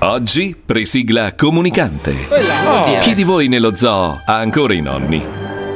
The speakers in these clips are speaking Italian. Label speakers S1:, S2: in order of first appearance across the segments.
S1: Oggi presigla comunicante. Oh. Chi di voi nello zoo ha ancora i nonni?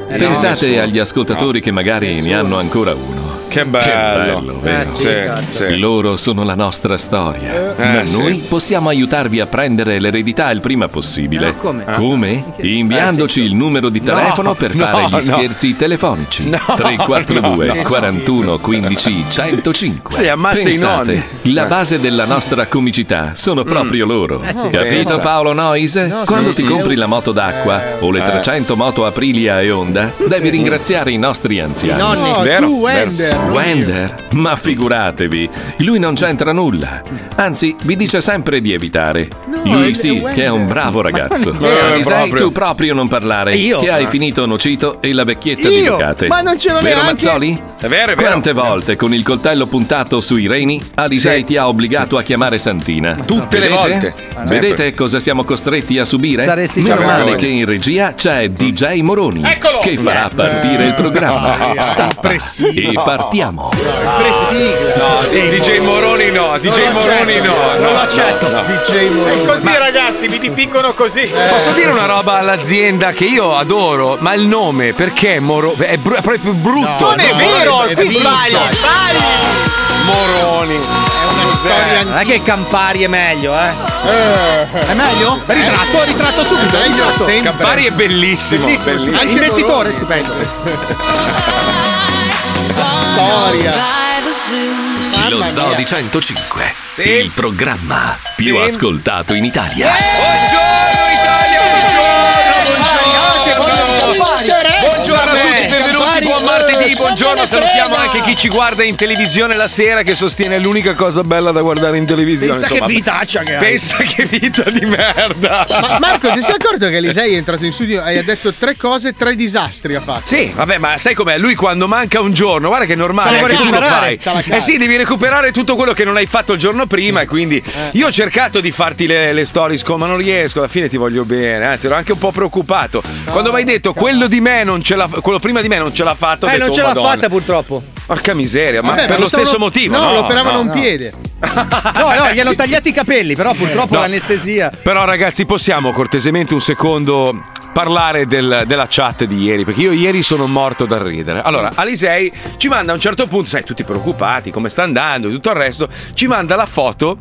S2: Eh,
S1: Pensate agli ascoltatori che magari ne hanno ancora uno.
S3: Che bello.
S1: vero?
S3: Eh, sì, Sì, cazzo. sì.
S1: Loro sono la nostra storia.
S3: Eh,
S1: Ma
S3: sì.
S1: noi possiamo aiutarvi a prendere l'eredità il prima possibile.
S2: No, Eh, come? Eh,
S1: Come? Inviandoci il numero di telefono
S2: No,
S1: per fare
S2: no,
S1: gli
S2: no.
S1: scherzi telefonici. 342
S2: no, no.
S1: 41 15 105.
S2: Sì, ammazza i
S1: Pensate,
S2: nonni.
S1: La base della nostra comicità sono proprio loro.
S2: Mm. Eh, sì.
S1: Capito
S2: Pensa.
S1: Paolo Noise?
S2: No,
S1: Quando
S2: sì.
S1: ti compri la moto d'acqua o le
S2: Eh.
S1: 300 moto Aprilia e Honda, devi ringraziare i nostri anziani.
S4: I nonni. No, tu, Wender, non
S1: Wender? Ma figuratevi, lui non c'entra nulla. Anzi, vi dice sempre di evitare.
S4: è- è
S1: lui sì,
S4: Wender.
S1: che è un bravo ragazzo.
S4: Ma non è vero.
S1: Sei
S4: Eh, proprio.
S1: tu proprio non parlare.
S4: Io?
S1: Che hai finito Nocito e la vecchietta di
S4: Io?
S1: Ducate.
S4: Ma non c'ero
S1: Vero
S4: neanche-
S1: Mazzoli? È vero, è vero. Quante volte con il coltello puntato sui reni Alisei ti ha obbligato a chiamare Santina?
S3: Tutte le
S1: Vedete?
S3: volte. Sempre.
S1: Vedete cosa siamo costretti a subire?
S3: Saresti
S1: Meno
S3: già
S1: male
S3: vergogna.
S1: che in regia c'è DJ Moroni
S3: Eccolo! Ah,
S1: che farà partire il programma. Sta e partiamo.
S3: Presigla. No, DJ Moroni no, DJ Moroni no. no, no, no.
S5: È così, ragazzi, mi dipingono così.
S6: Eh.
S3: Eh. Posso dire una roba all'azienda che io adoro, ma il nome perché Moro è, bru- è proprio brutto.
S5: Non è vero, qui sbagli,
S3: Moroni. È una
S6: storia. Non è che Campari è meglio, eh? È meglio? Ritratto, ritratto subito. Ritratto. Eh,
S3: Campari è bellissimo.
S6: Bellissimo,
S3: bellissimo.
S6: Anche investitore, stupendo.
S4: Storia.
S1: Lo Zoo di 105, il programma più
S4: Sì.
S1: ascoltato in
S4: Eh,
S1: Italia.
S3: Buongiorno a tutti, benvenuti,
S4: Campari.
S3: buon martedì, buongiorno,
S4: Buona
S3: salutiamo
S4: sera.
S3: anche chi ci guarda in televisione la sera che sostiene l'unica cosa bella da guardare in televisione.
S6: Pensa
S3: Insomma,
S6: che vitaccia che hai.
S3: Pensa che vita di merda.
S6: Ma Marco, ti sei accorto che Elisei è entrato in studio e ha detto tre cose, tre disastri ha fatto.
S3: Sì, vabbè, ma sai com'è? Lui quando manca un giorno, guarda che è normale,
S6: C'ha da
S3: anche tu lo
S6: recuperare,
S3: fai.
S6: c'ha la cara.
S3: Eh sì, devi recuperare tutto quello che non hai fatto il giorno prima. E quindi
S6: Eh.
S3: io ho cercato di farti le, le stories, come ma non riesco, alla fine ti voglio bene. Anzi, ero anche un po' preoccupato. Quando mi hai detto quello di me non ce l'ha quello prima di me non ce l'ha fatto, ho
S6: Eh,
S3: detto,
S6: non ce
S3: "Oh,
S6: l'ha
S3: Madonna."
S6: fatta purtroppo.
S3: Porca miseria, ma
S6: Vabbè,
S3: per
S6: ma
S3: lo
S6: stavano-
S3: stesso motivo.
S6: No,
S3: No,
S6: lo operavano
S3: no.
S6: un piede. No,
S3: no, gli hanno
S6: tagliati i capelli, però purtroppo
S3: No.
S6: l'anestesia.
S3: Però ragazzi, possiamo cortesemente un secondo parlare del- della chat di ieri, perché io ieri sono morto dal ridere.
S6: Mm.
S3: Allora, Alisei ci manda a un certo punto, sai, tutti preoccupati, come sta andando e tutto il resto, ci manda la foto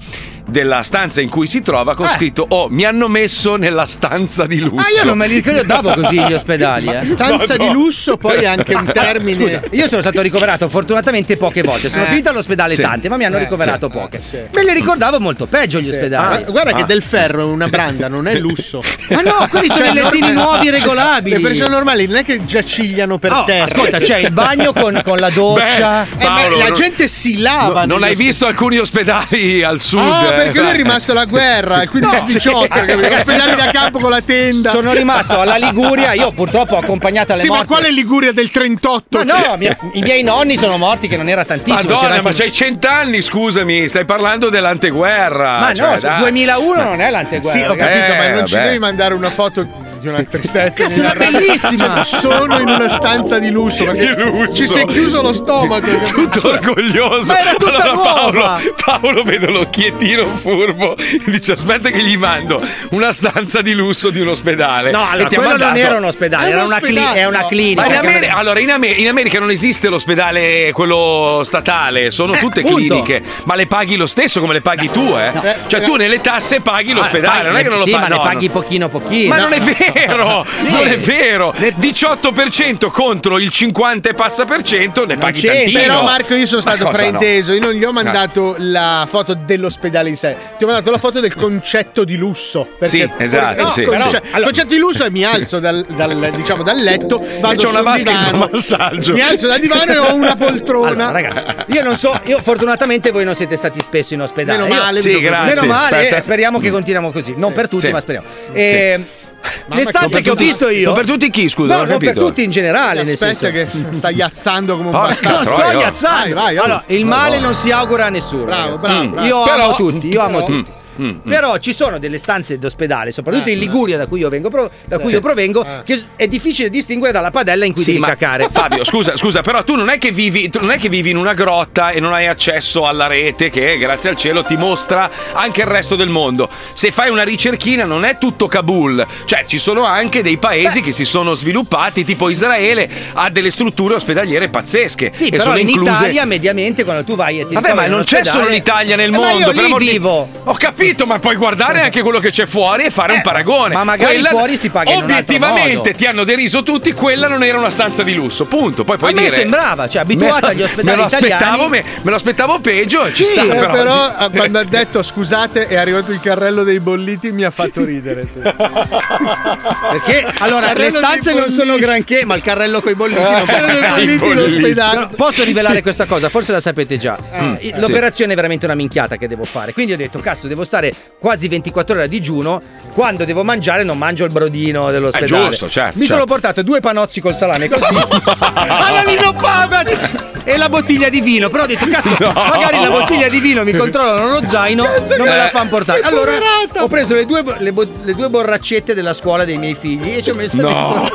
S3: della stanza in cui si trova con scritto "Oh, mi hanno messo nella stanza di lusso".
S6: Eh. Ah, io non me li ricordavo
S2: così gli ospedali, eh.
S6: Stanza di lusso, poi è anche un termine.
S2: Scusa, io sono stato ricoverato fortunatamente poche volte. Sono
S6: Eh.
S2: finito all'ospedale
S6: Sì.
S2: tante, ma mi hanno
S6: Eh,
S2: ricoverato
S6: sì.
S2: poche.
S6: Eh, sì.
S2: Cioè, Me li ricordavo molto peggio gli
S6: Sì.
S2: ospedali.
S6: Ah, guarda che
S2: Ah.
S6: del ferro è una branda, non è lusso. Cioè,
S2: Ma no, quelli sono i lettini nuovi e regolabili.
S6: Le persone normali non è che giacigliano per
S2: Oh,
S6: terra.
S2: ascolta, c'è il bagno con- con la doccia.
S6: Eh,
S3: Beh, Paolo,
S6: la
S3: non-
S6: gente si
S3: No,
S6: lava.
S3: non
S6: negli
S3: hai
S6: ospedali.
S3: visto alcuni ospedali al sud?
S6: Ah,
S3: eh?
S6: perché lui è rimasto alla guerra, il 15-18, capito? ospedale da campo con la tenda.
S2: Sono rimasto alla Liguria, io purtroppo ho accompagnato alle
S6: Sì, ma
S2: morti.
S6: quale Liguria del 38?
S2: Ma no, mia- i miei nonni sono morti che non era tantissimo. c'era
S3: Madonna,
S2: anche-
S3: ma c'hai cent'anni, scusami, stai parlando dell'anteguerra.
S2: Ma
S3: cioè,
S2: no,
S3: dai.
S2: 2001 non è l'anteguerra.
S6: Ah, Sì, ho
S2: ragazzi.
S6: capito,
S3: Eh,
S6: ma non ci
S3: vabbè.
S6: devi mandare una foto di una tristezza.
S2: Cazzo,
S6: di una
S2: ma bellissima!
S6: rabbia. Sono in una stanza di lusso perché
S3: Di lusso.
S6: ci si è chiuso lo stomaco.
S3: Tutto
S2: Mm.
S3: orgoglioso.
S6: Ma era tutta
S3: allora
S6: nuova.
S3: Paolo, Paolo vedo l'occhiettino furbo. Dice: aspetta che gli mando una stanza di lusso di un ospedale.
S2: No, Ale,
S3: Ah,
S2: ti ha
S3: quello
S2: mandato- È un ospedale,
S3: cli-
S2: no.
S3: Ma in
S2: Perché-
S3: Ameri- allora, in, Amer- in America non esiste l'ospedale quello statale,
S2: Eh,
S3: sono tutte
S2: punto.
S3: cliniche, ma le paghi lo stesso come le paghi tu, eh? Cioè, tu nelle tasse paghi l'ospedale,
S2: Ah, paghi
S3: non è
S2: le-
S3: che non lo
S2: sì,
S3: paghi.
S2: ma
S3: no,
S2: le paghi
S3: no.
S2: pochino pochino.
S3: Ma non è vero,
S2: Sì.
S3: non è vero. 18% contro il 50 e passa per cento, ne paghi tantino.
S6: Però Marco io sono
S3: Ma
S6: stato
S3: cosa no?
S6: frainteso, io non gli ho
S3: Eh.
S6: mandato la foto dell'ospedale in sé, ti ho mandato la foto del concetto di lusso. Perché
S3: Sì, esatto, sì,
S6: con-
S3: sì.
S6: cioè, il concetto di lusso è mi alzo dal, dal- diciamo, dal letto, vado
S3: c'ho una
S6: sul
S3: vasca e
S6: divano,
S3: do un massaggio.
S6: mi alzo dal divano e ho una poltrona.
S2: Allora, ragazzi, io non so, io fortunatamente voi non siete stati spesso in ospedale.
S6: Meno
S2: Io-
S6: male,
S3: Sì, meno grazie.
S2: Meno male,
S3: Aspetta.
S2: eh, speriamo che continuiamo così. Non per tutti,
S3: Sì.
S2: ma speriamo. Eh,
S6: Mamma
S2: le stanze
S6: che-
S2: che ho visto io.
S3: Non per tutti chi, scusa,
S2: No,
S3: non ho
S2: non per
S3: capito.
S2: tutti in generale. nel
S6: Aspetta
S2: senso.
S6: che sta iazzando come un
S2: Porca
S6: bastardo.
S2: troia, oh. Vai, vai, oh. Allora, il male non si augura a nessuno.
S6: Bravo,
S2: ragazzi.
S6: bravo,
S2: Mm.
S6: bravo.
S2: Io
S6: Però-
S2: amo tutti, io amo
S6: però-
S2: tutti.
S3: Mm, mm.
S2: Però ci sono delle stanze d'ospedale, soprattutto
S3: Eh,
S2: in Liguria, da cui io, vengo pro- da
S3: Sì.
S2: cui io provengo,
S3: Eh.
S2: che è difficile distinguere dalla padella in cui
S3: Sì,
S2: devi
S3: ma-
S2: cacare.
S3: Fabio, scusa, scusa, però tu non è che vivi, tu non è che vivi in una grotta e non hai accesso alla rete che, grazie al cielo, ti mostra anche il resto del mondo. Se fai una ricerchina, non è tutto Kabul, cioè ci sono anche dei paesi che si sono sviluppati, tipo Israele, ha delle strutture ospedaliere pazzesche.
S2: Sì,
S3: e
S2: però
S3: sono
S2: in
S3: incluse...
S2: Italia mediamente quando tu vai e ti
S3: Vabbè,
S2: ritrovi
S3: ma
S2: in
S3: non
S2: un
S3: c'è
S2: ospedale-
S3: solo l'Italia nel
S2: Eh, ma
S3: mondo.
S2: io
S3: per
S2: lì
S3: amor di-
S2: vivo. Eh,
S3: Ho capito, ma puoi guardare anche quello che c'è fuori e fare un paragone.
S2: ma magari
S3: Quella-
S2: fuori si paga in un altro
S3: Obiettivamente
S2: modo.
S3: ti hanno deriso tutti, quella non era una stanza di lusso. Punto. Poi puoi
S2: A me
S3: dire-
S2: sembrava, cioè, abituata
S3: Me-
S2: agli ospedali
S3: me lo aspettavo,
S2: italiani.
S3: me, me lo aspettavo peggio, e ci
S7: Sì,
S3: sta
S7: eh,
S3: però.
S7: però ah, quando ha detto scusate è arrivato il carrello dei bolliti mi ha fatto ridere. sì.
S5: Perché allora le
S7: Carrello
S5: stanze
S7: dei Eh,
S5: non sono granché, ma il carrello
S3: Eh.
S5: coi bolliti non fa
S7: Carrello dei
S5: cagare.
S7: bolliti in ospedale.
S2: Però Posso rivelare questa cosa? Forse la sapete già.
S5: Mm,
S2: Eh,
S5: sì.
S2: L'operazione è veramente una minchiata che devo fare. Quindi ho detto, cazzo, devo stare quasi 24 ore a digiuno. Quando devo mangiare, non mangio il brodino dell'ospedale.
S3: Eh, giusto, certo,
S2: Mi sono
S3: certo.
S2: portato due panozzi col salame così. alla Lino Pagat e la bottiglia di vino. Però ho detto, cazzo,
S5: No.
S2: magari la bottiglia di vino mi controllano lo zaino,
S5: Cazzo
S2: non
S5: che-
S2: me
S3: eh.
S2: la fanno portare.
S5: Che
S2: Allora
S5: poverata.
S2: ho preso le due, bo- le bo- le due borraccette della scuola dei miei figli e ci ho messo
S3: Ah, No,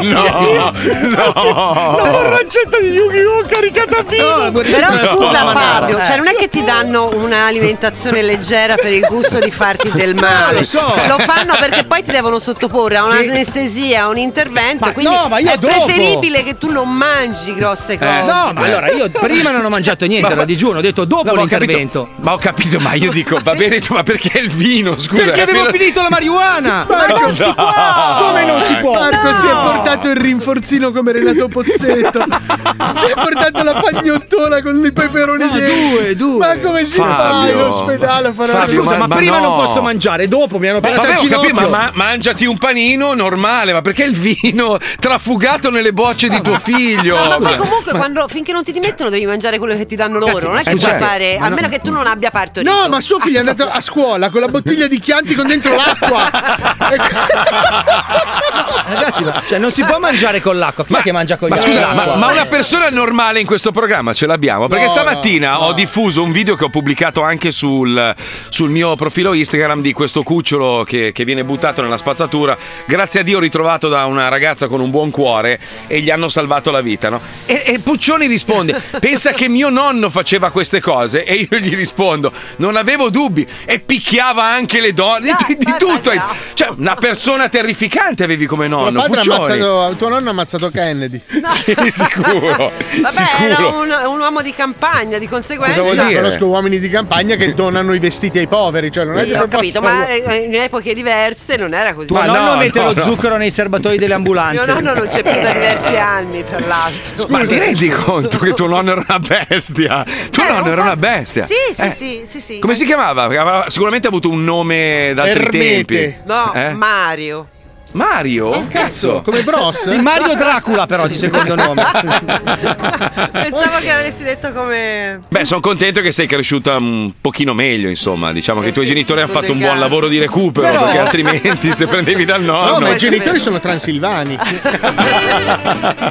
S2: dentro.
S3: no, no.
S2: La borraccetta di Yu-Gi-Oh! caricata a vino!
S8: Però scusa Fabio, cioè non è
S2: Eh.
S8: che ti danno un'alimentazione leggera per il gusto di farti del male.
S2: No, lo so.
S8: Lo fanno perché poi ti devono sottoporre a
S2: Sì.
S8: un'anestesia, a un intervento.
S2: Ma
S8: quindi
S2: no, ma io
S8: è
S2: dopo. Eh.
S8: preferibile che tu non mangi grosse cose.
S2: No, ma allora io prima non ho mangiato niente,
S3: Eh. Ma-
S2: ero a digiuno, ho detto dopo
S3: No, ma ho
S2: l'intervento.
S3: capito- ma ho capito, ma io dico, va bene, tu- ma perché il vino? Scusa,
S2: Perché avevo finito la marijuana! Ma
S3: non si può!
S2: Come non si può?
S7: Marco si è
S2: No.
S7: portato il rinforzino come Renato Pozzetto. si è portato la pagnottola con i peperoni dentro. Due, due. Ma come si fa in
S3: Fabio.
S7: ospedale a fare
S2: Ma
S7: una
S3: Fabio,
S2: scusa, ma,
S3: ma- ma
S2: prima
S3: no.
S2: non posso mangiare, dopo mi hanno
S3: Ma,
S2: aperto il
S3: vabbè, ho
S2: ginocchio.
S3: capito, ma, ma- mangiati un panino normale, ma perché il vino trafugato nelle bocce di tuo figlio?
S8: No, ma poi
S3: Scusa.
S8: comunque quando- finché non ti dimettono devi mangiare quello che ti danno loro,
S7: Cazzo,
S8: non è che
S3: eh,
S8: puoi
S3: certo.
S8: fare,
S3: Ma
S8: a
S3: no.
S8: meno che tu non abbia parto
S7: No, ma suo figlio è andato a scuola con la bottiglia di Chianti con dentro l'acqua.
S2: Ragazzi, ma- cioè, non si può mangiare con l'acqua. Chi è che mangia con
S3: Ma
S2: gli
S3: scusa,
S2: altri?
S3: ma, ma una persona normale in questo programma ce l'abbiamo? Perché
S2: No,
S3: stamattina ho diffuso un video che ho pubblicato anche sul, sul mio profilo Instagram di questo cucciolo che, che viene buttato nella spazzatura. Grazie a Dio ritrovato da una ragazza con un buon cuore e gli hanno salvato la vita, no? E, e Puccioni risponde: Pensa che mio nonno faceva queste cose? E io gli rispondo: Non avevo dubbi. E picchiava anche le donne, di, di tutto. Cioè, una persona terrificante avevi come
S7: Tuo
S3: nonno.
S7: padre ha
S3: Puccioni.
S7: ammazzato, tuo nonno ha ammazzato Kennedy.
S3: Sì, sicuro.
S8: Vabbè, era
S7: sicuro.
S8: un, un uomo di campagna, di conseguenza.
S7: Conosco uomini di campagna che donano i vestiti ai poveri, cioè non è che
S8: Io ho
S7: per
S8: capito,
S7: forza-
S8: ma eh, in epoche diverse non era così.
S2: Tuo nonno mette lo zucchero nei serbatoi delle
S8: Mio
S2: ambulanze.
S8: nonno non c'è più da diversi anni, tra l'altro.
S3: Ma ti rendi conto che tuo nonno era una bestia? Tuo nonno era una bestia.
S8: Eh, Sì, sì,
S3: Eh,
S8: sì, sì, sì.
S3: Come si chiamava? Perché aveva sicuramente avuto un nome da altri tempi.
S8: No, Eh,
S3: Eh?
S8: Mario.
S3: Mario? cazzo.
S7: Come Bros?
S2: Sì,
S8: Ah.
S2: Mario Dracula, però, di secondo nome.
S3: Eh.
S8: Pensavo che avresti detto come.
S3: Beh, sono contento che sei cresciuta un pochino meglio, insomma. Diciamo che i tuoi
S8: Eh sì,
S3: genitori hanno
S8: tutto
S3: fatto un
S8: legato.
S3: buon lavoro di recupero,
S7: Però-
S3: perché altrimenti se prendevi dal nonno.
S7: No, ma i genitori sono transilvani.
S8: Ah,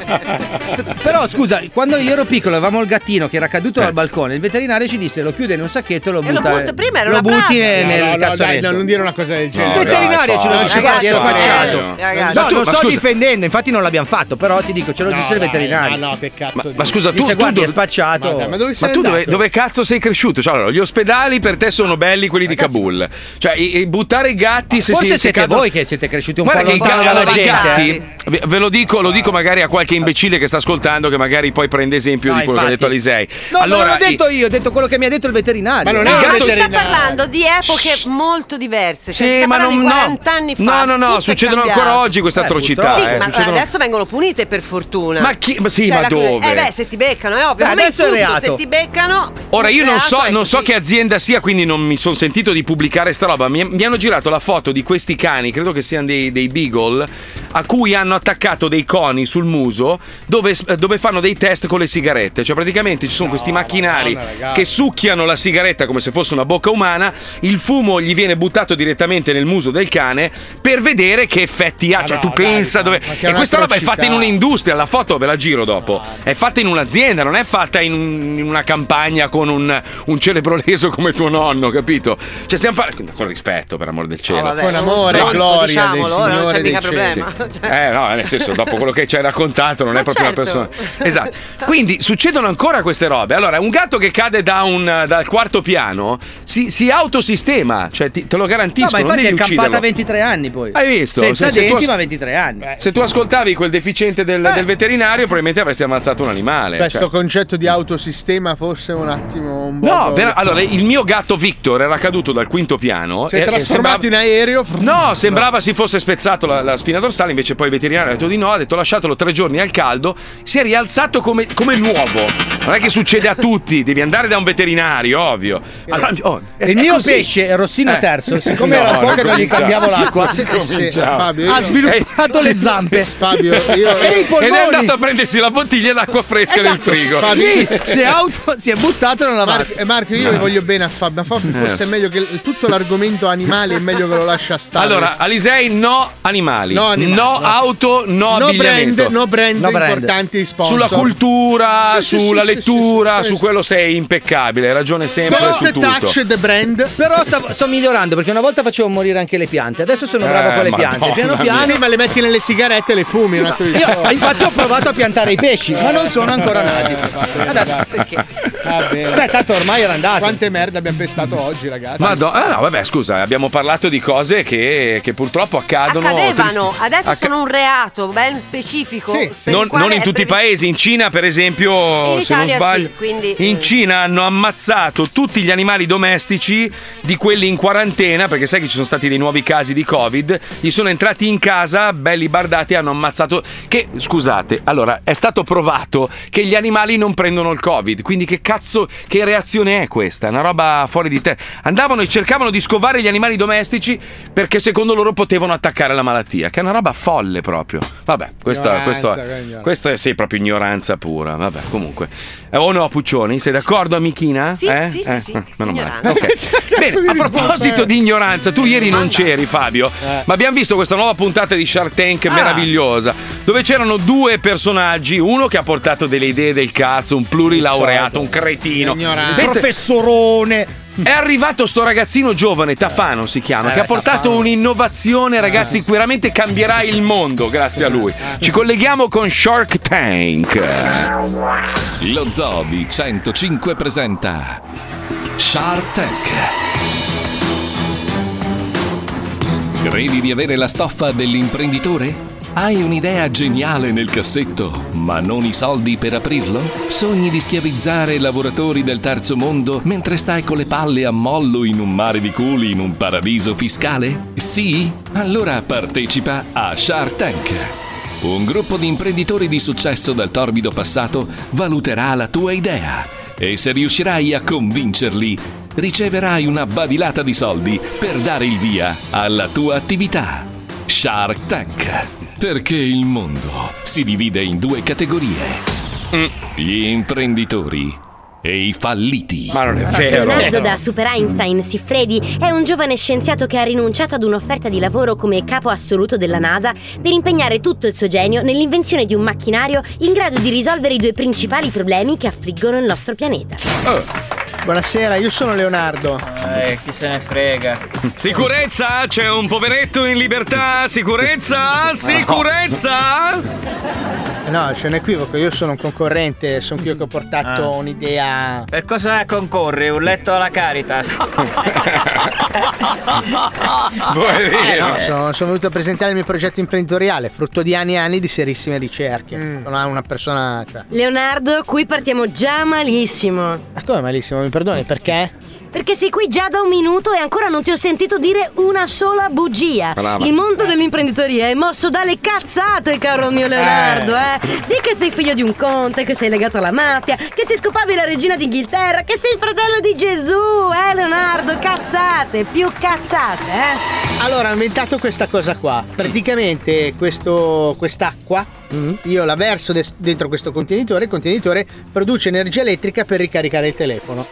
S2: Però scusa, quando io ero piccolo avevamo il gattino che era
S3: Eh.
S2: caduto dal balcone, il veterinario ci disse lo chiude in un sacchetto e lo
S8: E lo
S2: butta.
S8: butta- prima era
S2: lo
S8: una
S2: butti
S8: plastica.
S2: nel, nel
S7: No, no, no, dai,
S2: cassonetto.
S7: no, non dire una cosa del
S2: il
S7: genere.
S2: veterinario ce lo dice guardi, è spacciato.
S8: eh, ragazzi.
S2: No,
S3: Ma tu-
S2: lo
S3: ma
S2: sto
S3: scusa-
S2: difendendo, infatti non l'abbiamo fatto, però ti dico, ce lo
S7: No,
S2: disse il
S7: dai,
S2: veterinario.
S7: Ma no, che cazzo.
S3: Ma scusa, tu,
S2: Dice,
S3: tu
S2: guardi,
S3: dove-
S2: è spacciato.
S7: Ma dai, ma dove
S3: Ma
S7: sei
S3: tu dove,
S7: andato?
S3: dove cazzo sei cresciuto? Cioè, allora, gli ospedali per te sono belli quelli di Kabul. Cioè, i- i- buttare i gatti se
S2: Forse
S3: si se
S2: siete
S3: cadono-
S2: voi che siete cresciuti un po'
S3: Guarda che i
S2: lontano
S3: ga-
S2: dalla
S3: allora, i
S2: gente. eh.
S3: gatti, ve- ve lo dico, lo dico magari a qualche imbecille che sta ascoltando, che magari poi prende esempio
S2: No,
S3: di quello
S2: infatti.
S3: che ha detto Alisei.
S2: No,
S3: allora,
S2: non l'ho
S3: i-
S2: detto io, ho detto quello che mi ha detto il veterinario.
S7: Ma non è
S8: No,
S7: Il
S8: ma
S7: gatto
S8: si sta
S7: veterinario.
S8: parlando di epoche molto diverse. Cioè, si
S3: Sì,
S8: sta
S3: ma
S8: parlando
S3: non,
S8: di 40
S3: no.
S8: anni fa.
S3: no, no,
S8: tutto
S3: no,
S8: è
S3: succedono
S8: cambiato.
S3: ancora oggi queste
S2: Eh,
S3: atrocità.
S8: Sì,
S2: purtroppo.
S3: eh,
S8: ma
S3: succedono-
S8: adesso vengono punite per fortuna.
S3: Ma chi- ma sì, ma
S8: la-
S3: dove?
S8: Eh beh, se ti beccano, è ovvio.
S2: Beh,
S8: Come in
S2: adesso è
S8: tutto,
S2: reato.
S8: Se ti beccano. eh,
S3: Ora io
S8: il
S3: non
S8: reato
S3: so,
S8: è
S3: non so
S8: così.
S3: che azienda sia, quindi non mi sono sentito di pubblicare sta roba. Mi, mi hanno girato la foto di questi cani, credo che siano dei, dei beagle, a cui hanno attaccato dei coni sul muso dove, dove fanno dei test con le sigarette. Cioè praticamente ci sono questi macchinari
S7: Madonna, ragazzi.
S3: che succhiano la sigaretta come se fosse una bocca umana, il fumo gli viene buttato direttamente nel muso del cane per vedere che effetti
S7: Ah,
S3: ha. Cioè, tu pensa dove.
S9: ma che è
S3: E
S9: una
S3: questa roba è
S9: atrocità.
S3: fatta in un'industria. La foto ve la giro dopo. È fatta in un'azienda, non è fatta in, un- in una campagna con un, un celebro leso come tuo nonno, capito? Cioè, stiamo parlando. Con rispetto, per amor del cielo.
S8: Ah, Vabbè, uno stronzo, diciamolo, ora non c'è mica problema. Cioè.
S3: Eh no, nel senso, dopo quello che ci hai raccontato, non è proprio una
S8: certo.
S3: persona. Esatto. Quindi succedono ancora queste robe. Allora, un gatto che cade da un- dal quarto piano si, si autosistema, cioè ti- te lo garantisco.
S2: No, ma
S3: non
S2: infatti è
S3: devi
S2: campata a
S3: ucciderlo.
S2: 23 anni poi.
S3: Hai visto?
S2: Senza
S3: Se- se tu
S2: denti,
S3: as-
S2: ma 23 anni.
S7: Eh,
S3: Se tu ascoltavi quel deficiente del, del veterinario, probabilmente avresti ammazzato un animale.
S9: Questo
S3: cioè.
S9: concetto di autosistema fosse un attimo un po'.
S3: No, vera- allora il mio gatto Victor era caduto dal quinto piano.
S9: Si è
S3: e- e
S9: trasformato in aereo.
S3: No, sembrava si fosse spezzato la, la spina dorsale, invece poi il veterinario ha detto di no, ha detto lasciatelo tre giorni al caldo, si è rialzato come, come nuovo. Non è che succede a tutti, devi andare da un veterinario, ovvio. Allora, oh,
S2: Il
S3: è
S7: eh,
S2: mio
S3: così.
S2: pesce, Rossino
S3: Eh.
S2: terzo, siccome era
S3: No,
S2: poco non gli
S3: cominciamo.
S2: cambiavo l'acqua.
S9: Se- se-
S3: Cominciamo.
S9: Fabio,
S2: Ha
S9: io-
S2: sviluppato
S3: Eh,
S2: le zampe.
S9: Fabio, io-
S2: E i
S3: Ed è
S2: polmoni.
S3: andato a prendersi la bottiglia d'acqua fresca del
S9: Esatto.
S3: frigo. Ah.
S9: Fabio,
S2: Sì,
S9: sì.
S2: si è, auto, si è buttato nella vasca.
S9: Marco, eh, Marco, io le voglio bene a Fabio, ma
S3: Eh.
S9: Fabio forse è meglio che il- tutto l'argomento animale è meglio che lo lascia stare.
S3: Allora, Alisei, no animali,
S9: No animali,
S3: no
S9: no.
S3: auto, no
S9: no
S3: abbigliamento.
S9: brand, no brand
S2: No brand.
S9: importanti sponsor.
S3: Sulla cultura,
S9: Sì, sì,
S3: sulla
S9: sì, sì,
S3: lettura,
S9: sì, sì,
S3: su
S9: sì.
S3: quello sei impeccabile, hai ragione sempre
S9: Don't
S3: su tutto.
S9: touch the brand.
S2: Però sto, sto migliorando perché una volta facevo morire anche le piante, adesso sono bravo
S3: Eh,
S2: con le
S3: Madonna
S2: piante. Piano
S3: mia.
S2: piano.
S9: Sì, ma le metti nelle sigarette e le fumi. Un altro
S2: Io, infatti ho provato a piantare i pesci, ma non sono
S3: Ah,
S2: ancora nati. Adesso perché?
S9: Va bene.
S2: Beh, tanto ormai era andato.
S9: Quante merda abbiamo pestato oggi, ragazzi.
S3: Madonna, ah, no, vabbè, scusa, abbiamo parlato di cose che, che purtroppo accadono.
S8: Accadevano,
S3: tristi-
S8: adesso
S3: acca-
S8: sono un reato ben specifico.
S9: Sì,
S8: per
S9: sì.
S8: il
S3: Non,
S8: quale
S3: non in
S8: è
S3: tutti i
S8: previ-
S3: paesi, in Cina per esempio,
S8: In
S3: se non
S8: Italia sì,
S3: sbaglio,
S8: quindi,
S3: in
S8: eh.
S3: Cina hanno ammazzato tutti gli animali domestici di quelli in quarantena, perché sai che ci sono stati dei nuovi casi di Covid, gli sono entrati in casa, belli bardati, hanno ammazzato che scusate, allora è stato provato che gli animali non prendono il Covid, quindi che cazzo che reazione è questa? È Una roba fuori di te. Andavano e cercavano di scovare gli animali domestici perché secondo loro potevano attaccare la malattia, che è una roba folle proprio. Vabbè, questo,
S9: Ignoranza,
S3: questo
S9: quella è ignoranza.
S3: questa è sì, proprio ignoranza pura. Vabbè, comunque. Eh, o no, Puccioni, sei d'accordo, amichina?
S8: Sì,
S3: Eh?
S8: sì, sì,
S3: Eh,
S8: sì,
S3: eh, Meno male.
S8: ignoranza.
S3: Ok. Bene, a proposito di ignoranza, tu ieri non c'eri, Fabio, ma abbiamo visto questa nuova puntata di Shark Tank
S8: Ah.
S3: meravigliosa, dove c'erano due personaggi, uno che ha portato delle idee del cazzo, un plurilaureato, un cretino.
S9: Ignorante.
S3: Mentre-
S2: Professorone.
S3: è arrivato sto ragazzino giovane, Tafano si chiama, che ha portato un'innovazione, ragazzi, che veramente cambierà il mondo grazie a lui. Ci colleghiamo con Shark Tank.
S1: Lo Zoo di 105 presenta Shark Tank. Credi di avere la stoffa dell'imprenditore? Hai un'idea geniale nel cassetto, ma non i soldi per aprirlo? Sogni di schiavizzare lavoratori del terzo mondo mentre stai con le palle a mollo in un mare di culi in un paradiso fiscale? Sì? Allora partecipa a Shark Tank. Un gruppo di imprenditori di successo dal torbido passato valuterà la tua idea e se riuscirai a convincerli, riceverai una badilata di soldi per dare il via alla tua attività. Shark Tank. Perché il mondo si divide in due categorie.
S3: Mm.
S1: Gli imprenditori e i falliti.
S3: Ma non è vero.
S10: Leonardo da Super Einstein Siffredi è un giovane scienziato che ha rinunciato ad un'offerta di lavoro come capo assoluto della NASA per impegnare tutto il suo genio nell'invenzione di un macchinario in grado di risolvere i due principali problemi che affliggono il nostro pianeta.
S3: Ah.
S9: Buonasera, io sono Leonardo.
S11: Eh, chi se ne frega.
S3: Sicurezza, c'è un poveretto in libertà. Sicurezza, sicurezza.
S9: No, c'è un equivoco, io sono un concorrente, sono io che ho portato
S11: Ah.
S9: un'idea.
S11: Per cosa concorri? Un letto alla Caritas?
S5: Boh,
S9: Eh, no,
S3: Poverino.
S9: sono, sono venuto a presentare il mio progetto imprenditoriale, frutto di anni e anni di serissime ricerche. Sono una persona. Cioè...
S10: Leonardo, qui partiamo già malissimo.
S9: Ma come malissimo, mi perdoni, perché?
S10: Perché sei qui già da un minuto e ancora non ti ho sentito dire una sola bugia.
S3: Brava.
S10: Il mondo dell'imprenditoria è mosso dalle cazzate, caro mio Leonardo, eh. Di che sei figlio di un conte, che sei legato alla mafia, che ti scopavi la regina d'Inghilterra, che sei il fratello di Gesù, eh, Leonardo, cazzate, più cazzate, eh.
S9: Allora, ho inventato questa cosa qua. Praticamente questo, quest'acqua io la verso des- dentro questo contenitore, il contenitore produce energia elettrica per ricaricare il telefono.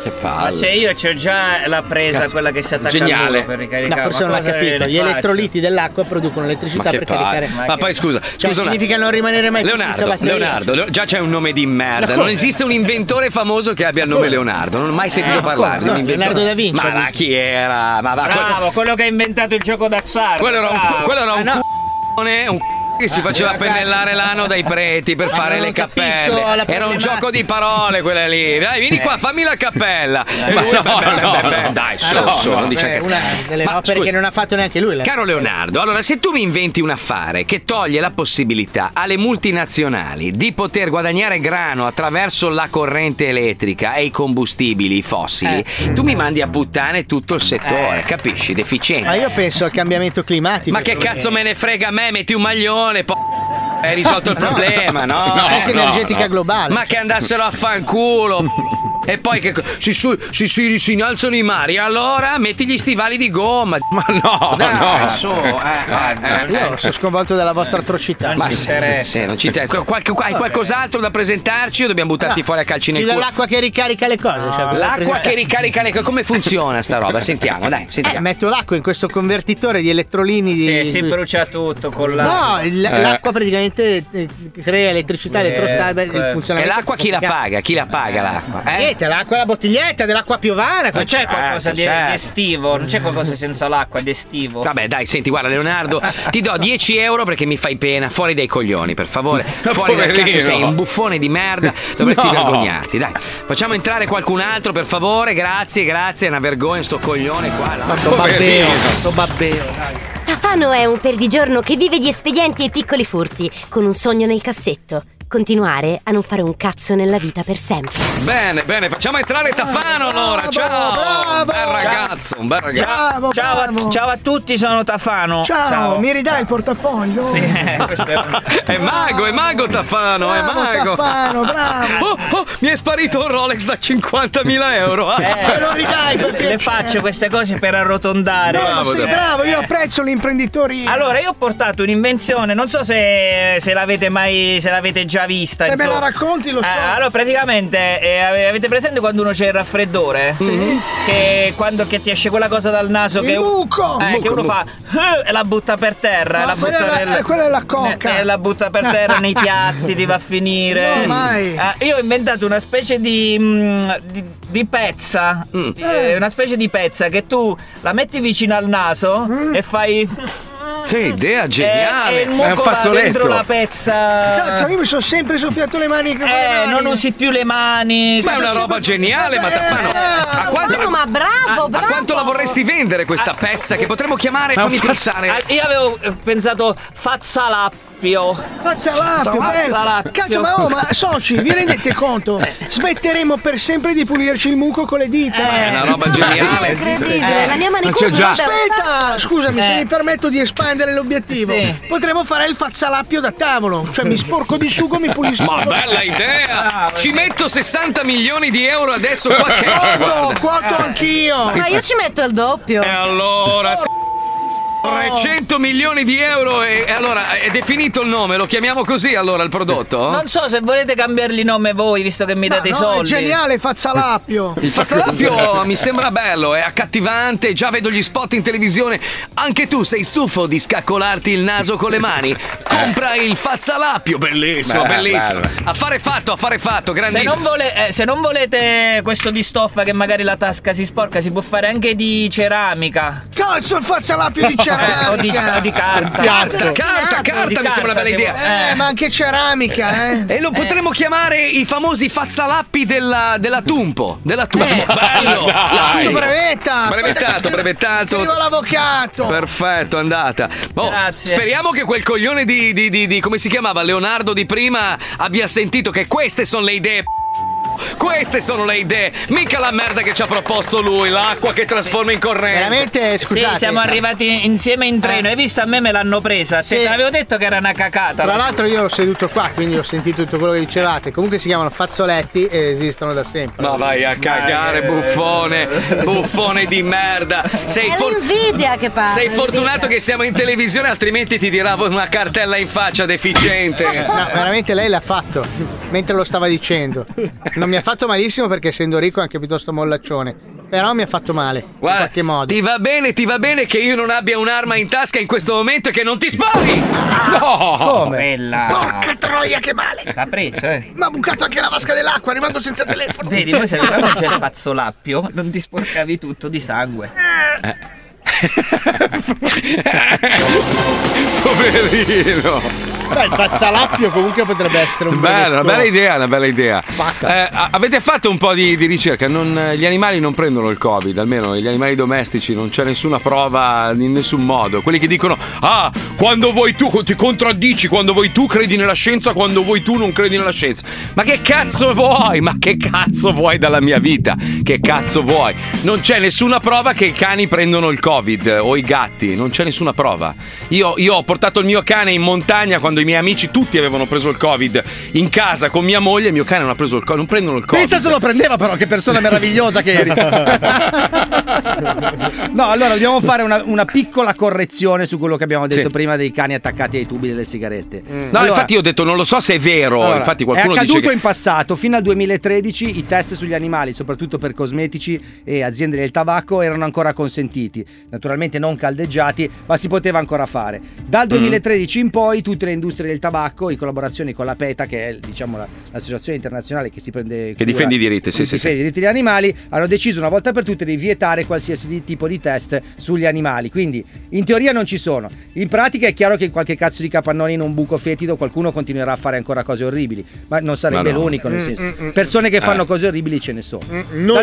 S5: Che palle.
S12: Ma se io c'ho già la presa,
S5: Cazzo,
S12: quella che si attacca
S5: geniale.
S12: al muro per ricaricare.
S9: No, forse
S12: ma
S9: non l'ha
S12: cosa
S9: capito.
S12: ne
S9: Gli
S12: faccio?
S9: elettroliti dell'acqua producono
S5: Ma
S9: elettricità
S5: che
S9: per caricare.
S5: palle. Ma poi scusa,
S9: Cioè,
S5: scusa un attimo.
S9: significa non rimanere mai senza
S5: Leonardo,
S9: batteria.
S5: Leonardo, Leo- già c'è un nome di merda.
S9: Ma
S5: Non
S9: come?
S5: esiste un inventore famoso che abbia il nome Leonardo. Non ho mai sentito
S9: Eh,
S5: parlare di
S9: come?
S5: un inventore.
S9: Leonardo da Vinci,
S5: Ma
S9: ho
S5: va,
S9: visto.
S5: chi era? Ma va, quel-
S12: Bravo, quello che ha inventato il gioco d'azzardo.
S5: quello era un,
S12: bravo.
S5: quello era un
S9: Ah,
S5: c***one, un c***o che
S12: Ah,
S5: si faceva pennellare l'ano dai preti per fare
S12: non
S5: le
S12: capisco
S5: cappelle.
S12: la
S5: Era un gioco di parole quella lì. Dai, vieni qua, fammi la cappella.
S12: Eh,
S5: Ma
S12: lui,
S5: no,
S12: beh, beh,
S5: no,
S12: beh,
S5: no,
S12: beh,
S5: dai,
S9: Ah,
S5: su,
S9: no,
S5: su,
S9: no,
S5: non dice
S9: eh,
S5: cazzo.
S9: una delle
S5: Ma
S9: opere
S5: scusa,
S9: che non ha fatto neanche lui. la-
S5: Caro Leonardo, allora se tu mi inventi un affare che toglie la possibilità alle multinazionali di poter guadagnare grano attraverso la corrente elettrica e i combustibili fossili,
S9: Eh.
S5: tu mi mandi a puttane tutto il settore, capisci? Deficiente.
S9: Ma io penso al cambiamento climatico.
S5: Ma che cazzo me ne frega a me? Metti un maglione, poi hai risolto il
S9: No.
S5: problema, no?
S9: La crisi
S5: Eh, no,
S9: energetica
S5: no.
S9: globale.
S5: Ma che andassero a fanculo. E poi che co- si, su- si, si, si innalzano i mari, allora metti gli stivali di gomma. Ma no, Dai,
S9: no.
S5: su, eh, eh,
S9: Io
S5: eh.
S9: sono sconvolto dalla vostra atrocità.
S5: Ma sì, sì, non ci interessa. Qualche- hai qualcos'altro da presentarci o dobbiamo buttarti
S9: No.
S5: fuori a calci nel
S9: Chi dà
S5: culo?
S9: l'acqua che ricarica le cose. cioè, per
S5: L'acqua che
S9: rappresentare-
S5: ricarica le co- Come funziona sta roba? Sentiamo, dai,
S9: Eh,
S5: sentiamo.
S9: metto l'acqua in questo convertitore di elettrolini.
S12: Sì,
S9: di...
S12: si brucia tutto con la.
S9: No, il-
S8: Eh.
S9: l'acqua praticamente eh, crea elettricità,
S12: Eh,
S9: elettrostabile,
S12: que-
S9: Ah, il
S5: e
S9: funzionamento.
S5: l'acqua chi la paga? Chi la paga l'acqua? Eh?
S9: Niente, l'acqua è la bottiglietta dell'acqua piovana.
S12: Non c'è qualcosa di,
S5: certo.
S12: di estivo, non c'è qualcosa senza l'acqua di estivo.
S5: Vabbè, dai, senti, guarda, Leonardo, ti do 10 euro perché mi fai pena. Fuori dai coglioni, per favore. Fuori dal
S13: Poverino.
S5: cazzo, sei un buffone di merda. Dovresti
S13: No.
S5: vergognarti, dai. Facciamo entrare qualcun altro, per favore. Grazie, grazie. È una vergogna, sto coglione qua. là.
S9: Sto babbeo, sto babbeo.
S10: Tafano è un perdigiorno che vive di espedienti e piccoli furti, con un sogno nel cassetto. Continuare a non fare un cazzo nella vita per sempre.
S5: Bene, bene, facciamo entrare Tafano allora. Ciao, un bel ragazzo, un bel ragazzo.
S8: Bravo,
S12: ciao,
S8: bravo.
S12: A, ciao a tutti, sono Tafano.
S8: Ciao, mi ridai il portafoglio?
S12: Sì, eh, questo è un-
S5: È mago, è mago Tafano, è
S8: Bravo,
S5: mago.
S8: Tafano, bravo.
S5: Oh, oh, mi è sparito un Rolex da 50.000 euro. eh.
S12: Eh, le faccio queste cose per arrotondare.
S8: No, sei bravo, io apprezzo gli imprenditori.
S12: Allora, io ho portato un'invenzione, non so se, se l'avete mai. se l'avete già vista.
S8: Se me la
S12: insomma.
S8: racconti lo so.
S12: Eh, allora, praticamente, eh, ave- avete presente quando uno c'è il raffreddore? Sì. Che quando che ti esce quella cosa dal naso
S8: Il
S12: che,
S8: muco!
S12: Eh,
S8: Il muco,
S12: che uno
S8: il muco.
S12: fa "Eh", e la butta per terra.
S8: No,
S12: la
S8: quella
S12: butta
S8: è la-
S12: nel-
S8: eh, quella è la coca.
S12: ne- eh, la butta per terra nei piatti, ti va a finire.
S8: No, mai.
S12: Eh, io ho inventato una specie di. mm, di, di pezza.
S5: Mm.
S12: Eh, una specie di pezza che tu la metti vicino al naso
S8: Mm.
S12: e fai.
S5: Che idea
S12: E,
S5: geniale!
S12: e il muco va dentro la pezza.
S8: Cazzo, io mi sono sempre soffiato le mani. con le
S12: Eh,
S8: mani.
S12: non usi più le mani.
S5: Ma è una roba geniale,
S8: Eh,
S5: ma Tafano! A quanto,
S4: Tafano, ma bravo,
S5: a- a
S4: bravo.
S5: quanto la vorresti vendere questa pezza che potremmo chiamare
S12: Ma
S5: fammi
S12: fa-
S5: pensare?
S12: Ah, Io avevo eh, pensato fazzalappio.
S8: Faccia l'appio,
S12: Faccia
S8: bello.
S12: l'appio.
S8: Cazzo, ma oh, ma soci, vi rendete conto?
S5: Eh.
S8: Smetteremo per sempre di pulirci il muco con le dita.
S5: Eh,
S8: Eh.
S5: È una roba geniale!
S4: Incredibile, la mia
S5: Non c'è
S4: manicure
S5: già.
S4: dovrebbe-
S8: Aspetta, scusami, se
S12: Eh.
S8: mi permetto di espandere l'obiettivo,
S12: Sì.
S8: potremmo fare il fazzalappio da tavolo. Cioè, mi sporco di sugo, mi pulisco.
S5: Ma bella idea! Ci metto 60 milioni di euro adesso qua cash, guarda.
S8: Cuoto, cuoto anch'io.
S4: Ma io ci metto il doppio.
S5: E allora s-
S12: Oh.
S5: 300 milioni di euro e, e allora eh, è definito il nome, lo chiamiamo così allora il prodotto?
S12: Non so se volete cambiargli nome voi, visto che mi date i
S8: No, è
S12: soldi.
S8: geniale fazzalappio.
S5: Il fazzalappio mi sembra bello, è accattivante, già vedo gli spot in televisione. Anche tu sei stufo di scaccolarti il naso con le
S12: Eh.
S5: mani? Compra il fazzalappio, bellissimo,
S13: Bello,
S5: bellissimo.
S13: bello.
S5: Affare fatto, affare fatto,
S12: Se non,
S5: grandissimo.
S12: vole- eh, se non volete questo di stoffa che magari la tasca si sporca, si può fare anche di ceramica.
S8: Cazzo, il fazzalappio di
S12: Eh, o, di, o di
S8: ceramica.
S12: carta.
S5: Carta, carta, carta,
S12: Di
S5: mi sembra una bella
S12: carta,
S5: idea.
S8: Eh, ma anche ceramica, eh.
S5: E lo potremmo chiamare i famosi fazzalappi della, della Tumpo. Della Tumpo.
S12: Eh.
S5: Bello! la
S8: Su,
S5: Tumpo.
S8: brevetta.
S5: Brevettato, brevettato.
S8: Arrivo l'avvocato.
S5: Perfetto, è andata. Oh,
S12: Grazie.
S5: Speriamo che quel coglione di, di- di- di- come si chiamava? Leonardo di prima abbia sentito che queste sono le idee. p***o. Queste sono le idee, mica la merda che ci ha proposto lui, l'acqua che trasforma in corrente.
S9: Veramente,
S12: Sì,
S9: scusate.
S12: siamo arrivati insieme in treno. Hai visto a me me l'hanno presa?
S9: Sì.
S12: Te l'avevo detto che era una cacata.
S9: Tra l'altro io ho seduto qua, quindi ho sentito tutto quello che dicevate. Comunque si chiamano fazzoletti e esistono da sempre.
S5: Ma vai a cagare, buffone, buffone di merda. Sei
S4: È
S5: for-
S4: l'invidia che parla.
S5: Sei
S4: l'invidia.
S5: fortunato che siamo in televisione, altrimenti ti tiravo una cartella in faccia deficiente.
S9: No, veramente lei l'ha fatto mentre lo stava dicendo. Non non mi ha fatto malissimo perché essendo ricco è anche piuttosto mollaccione. Però mi ha fatto male. in qualche modo.
S13: Ti va bene, ti va bene che io non abbia un'arma in tasca in questo momento e che non ti spari?
S9: Ah.
S13: No!
S5: Oh.
S11: Come? Bella!
S6: Porca troia, che male!
S11: L'ha preso, eh.
S6: Ma ha bucato anche la vasca dell'acqua, rimango senza telefono.
S11: Vedi, poi se avevamo già il pazzolappio, non ti sporcavi tutto di sangue.
S3: Poverino.
S9: Beh, il pazzalappio comunque potrebbe essere un
S3: Bella, una
S9: brevettore.
S3: bella idea, una bella idea.
S9: Spacca.
S3: Eh, a- avete fatto un po' di, di ricerca? Non- gli animali non prendono il Covid, almeno gli animali domestici, non c'è nessuna prova in nessun modo. Quelli che dicono: Ah, quando vuoi tu ti contraddici, quando vuoi tu credi nella scienza, quando vuoi tu non credi nella scienza. Ma che cazzo vuoi? Ma che cazzo vuoi dalla mia vita? Che cazzo vuoi? Non c'è nessuna prova che i cani prendono il Covid eh, o i gatti, non c'è nessuna prova. Io, io ho portato il mio cane in montagna quando i miei amici tutti avevano preso il Covid. In casa con mia moglie, mio cane non ha preso il Covid, non prendono il Covid.
S5: Pensa se lo prendeva però, che persona meravigliosa che eri.
S2: No, allora dobbiamo fare una, una piccola correzione su quello che abbiamo detto
S3: Sì.
S2: prima dei cani attaccati ai tubi delle sigarette.
S3: No, infatti io ho detto non lo so se è vero,
S2: Allora,
S3: infatti qualcuno
S2: è accaduto
S3: dice che
S2: in passato, fino al 2013 i test sugli animali, soprattutto per cosmetici e aziende del tabacco, erano ancora consentiti, naturalmente non caldeggiati, ma si poteva ancora fare. Dal
S3: Mm.
S2: 2013 in poi tutte le industrie del tabacco, in collaborazione con la PETA, che è diciamo, la- l'associazione internazionale che si prende
S3: che difende i diritti, sì,
S2: che
S3: sì,
S2: difende i
S3: sì.
S2: diritti degli animali, hanno deciso una volta per tutte di vietare qualsiasi di- tipo di test sugli animali. Quindi in teoria non ci sono. In pratica è chiaro che in qualche cazzo di capannone in un buco fetido qualcuno continuerà a fare ancora cose orribili, ma non sarebbe
S5: Ma no.
S2: l'unico, nel
S5: Mm,
S2: senso.
S5: mm, mm,
S2: Persone che
S5: eh.
S2: fanno cose orribili ce ne sono.
S5: noi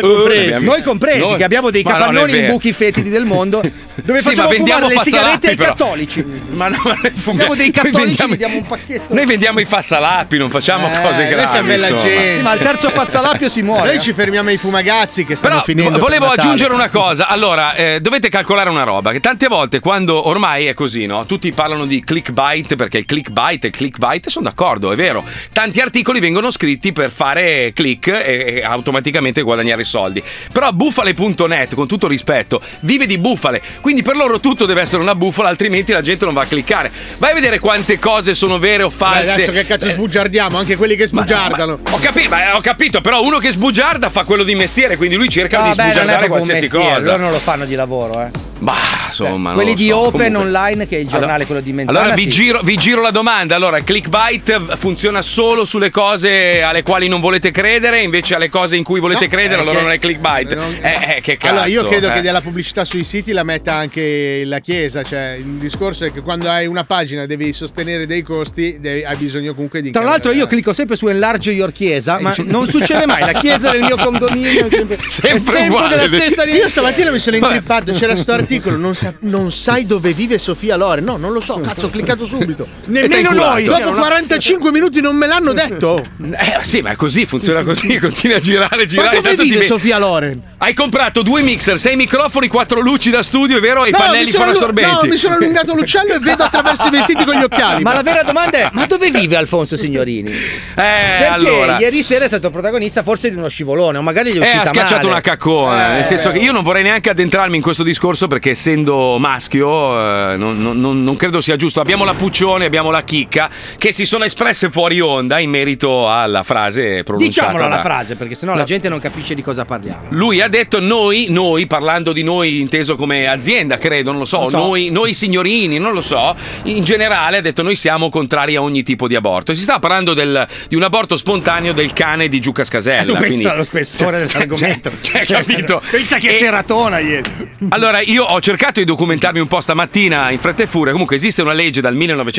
S2: Dal-
S5: compresi.
S2: Noi compresi,
S5: Noi-
S2: che abbiamo dei
S5: Ma no, non
S2: capannoni
S5: è
S2: in
S5: vero.
S2: buchi fetidi del mondo dove
S3: Sì, ma
S2: facciamo
S3: vendiamo
S2: fumare le sigarette
S3: fazzalappi,
S2: ai
S3: però.
S2: cattolici.
S3: Ma no, ma
S2: Abbiamo
S3: Noi
S2: dei cattolici,
S3: vendiamo-
S2: gli diamo un pacchetto.
S3: Noi vendiamo i fazzalappi, non facciamo diciamo,
S2: Eh,
S9: Eh,
S3: cose gravi. insomma.
S2: Sì, ma al terzo pazzalappio si muore. eh.
S6: Noi ci fermiamo ai fumagazzi che stanno
S3: Però
S6: finendo.
S3: vo-
S6: per
S3: volevo
S6: Natale.
S3: aggiungere una cosa. Allora, eh, dovete calcolare una roba, che tante volte quando ormai è così, no? Tutti parlano di clickbait perché il clickbait e il clickbait sono d'accordo, è vero. Tanti articoli vengono scritti per fare click e, e automaticamente guadagnare soldi. Però bufale.net, con tutto rispetto, vive di bufale, quindi per loro tutto deve essere una bufala, altrimenti la gente non va a cliccare. Vai a vedere quante cose sono vere o
S6: Dai,
S3: false.
S6: adesso che cazzo sbugiardiamo, anche quelli che sbugiardano.
S3: Ho capito, ma eh, ho capito, però uno che sbugiarda fa quello di mestiere, quindi lui cerca di
S2: Vabbè, Ah, non è
S3: sbugiardare
S2: proprio un
S3: qualsiasi
S2: mestiere,
S3: cosa.
S2: loro non lo fanno di lavoro, eh.
S3: Bah, insomma, non
S2: Quelli
S3: lo
S2: di
S3: so.
S2: Open
S3: Comunque.
S2: Online, che è il giornale quello di Mentana.
S6: Ah,
S3: Allora vi
S2: sì.
S3: giro, vi giro la domanda. Allora, clickbait funziona solo sulle cose alle quali non volete credere, invece alle cose in cui volete
S6: No,
S3: credere, allora
S6: perché-
S3: non è clickbait. Eh, eh, che cazzo.
S6: Allora, io credo
S3: eh.
S6: che della pubblicità sui siti la metta anche la Chiesa. Cioè, il discorso è che quando hai una pagina devi sostenere dei costi, devi- hai bisogno comunque di.
S3: eh,
S2: Tra l'altro io clicco sempre su enlarge your chiesa, ma non succede mai, la chiesa del mio condominio è sempre, è sempre della stessa
S6: Io stamattina mi sono intrippato, c'era questo articolo, non, sa- non sai dove vive Sofia Loren. No, non lo so, cazzo, ho cliccato subito. Nemmeno noi, dopo 45 minuti non me l'hanno detto.
S3: Eh, sì, ma è così, funziona così, continua a girare, girare.
S6: Ma dove
S3: tanto ti
S6: vive
S3: ve-
S6: Sofia Loren?
S3: Hai comprato due mixer, sei microfoni, quattro luci da studio, è vero? E i
S6: No,
S3: pannelli
S6: mi
S3: sono
S6: sono allu-
S3: assorbenti.
S6: no, mi sono allungato l'uccello e vedo attraverso i vestiti con gli occhiali.
S2: Ma la vera domanda è: ma dove vive Alfonso Signorini? Perché
S3: Eh, allora.
S2: ieri sera è stato protagonista forse di uno scivolone, o magari gli è
S3: Eh,
S2: uscita
S3: ha schiacciato
S2: male.
S3: una caccona.
S2: Eh,
S3: nel senso che io non vorrei neanche addentrarmi in questo discorso perché essendo maschio eh, non, non- non- non credo sia giusto. Abbiamo la Puccione, abbiamo la Chicca che si sono espresse fuori onda in merito alla frase pronunciata.
S2: Diciamola
S3: da-
S2: la frase, perché sennò la gente non capisce di cosa parliamo.
S3: Lui ha detto noi, noi, parlando di noi inteso come azienda, credo, non lo so,
S2: Non so.
S3: Noi, noi signorini, non lo so, in generale ha detto noi siamo contrari a ogni tipo di aborto. Si sta parlando del- di un aborto spontaneo del cane di Giuca
S2: Eh,
S3: Scasella.
S5: tu pensa
S3: quindi-
S5: allo spessore dell'argomento.
S3: cioè, capito?
S5: Pensa che
S3: E-
S5: seratona ieri.
S3: Allora, io ho cercato di documentarmi un po' stamattina in fretta e furia. Comunque, esiste una legge dal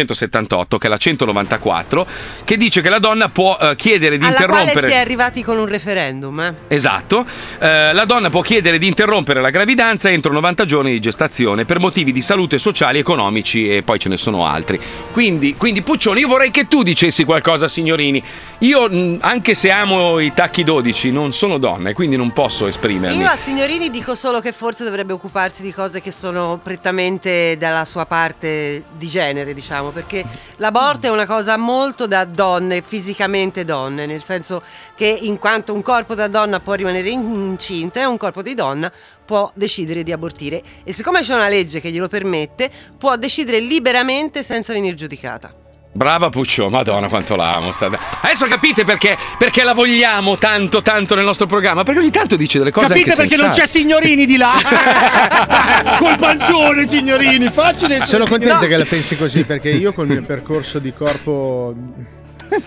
S3: 1978, che è la 194, che dice che la donna può eh, chiedere di
S8: Alla quale
S3: interrompere.
S8: si è arrivati con un referendum. eh.
S3: Esatto, Eh, la donna può chiedere di interrompere la gravidanza entro 90 giorni di gestazione per motivi di salute sociali, economici e poi ce ne sono altri. Quindi, quindi Puccioni, io vorrei che tu dicessi qualcosa, signorini. Io, mh, anche se amo i tacchi 12, non sono donna e quindi non posso esprimermi.
S8: Io a Signorini dico solo che forse dovrebbe occuparsi di cose che sono prettamente dalla sua parte di genere, diciamo, perché l'aborto è una cosa molto da donne, fisicamente donne, nel senso che in quanto un corpo da donna può rimanere in- incinta, un corpo di donna può decidere di abortire e siccome c'è una legge che glielo permette, può decidere liberamente senza venir giudicata.
S3: Brava Puccio, madonna quanto la amo. sta- Adesso capite perché, perché la vogliamo tanto tanto nel nostro programma? Perché ogni tanto dice delle cose
S9: Capite
S3: anche
S9: perché non c'è
S2: Eh,
S3: sensate.
S9: signorini di là?
S6: Col pancione, signorini, facile.
S9: Sono
S6: contento
S9: contento
S6: che la pensi così perché io col mio percorso di corpo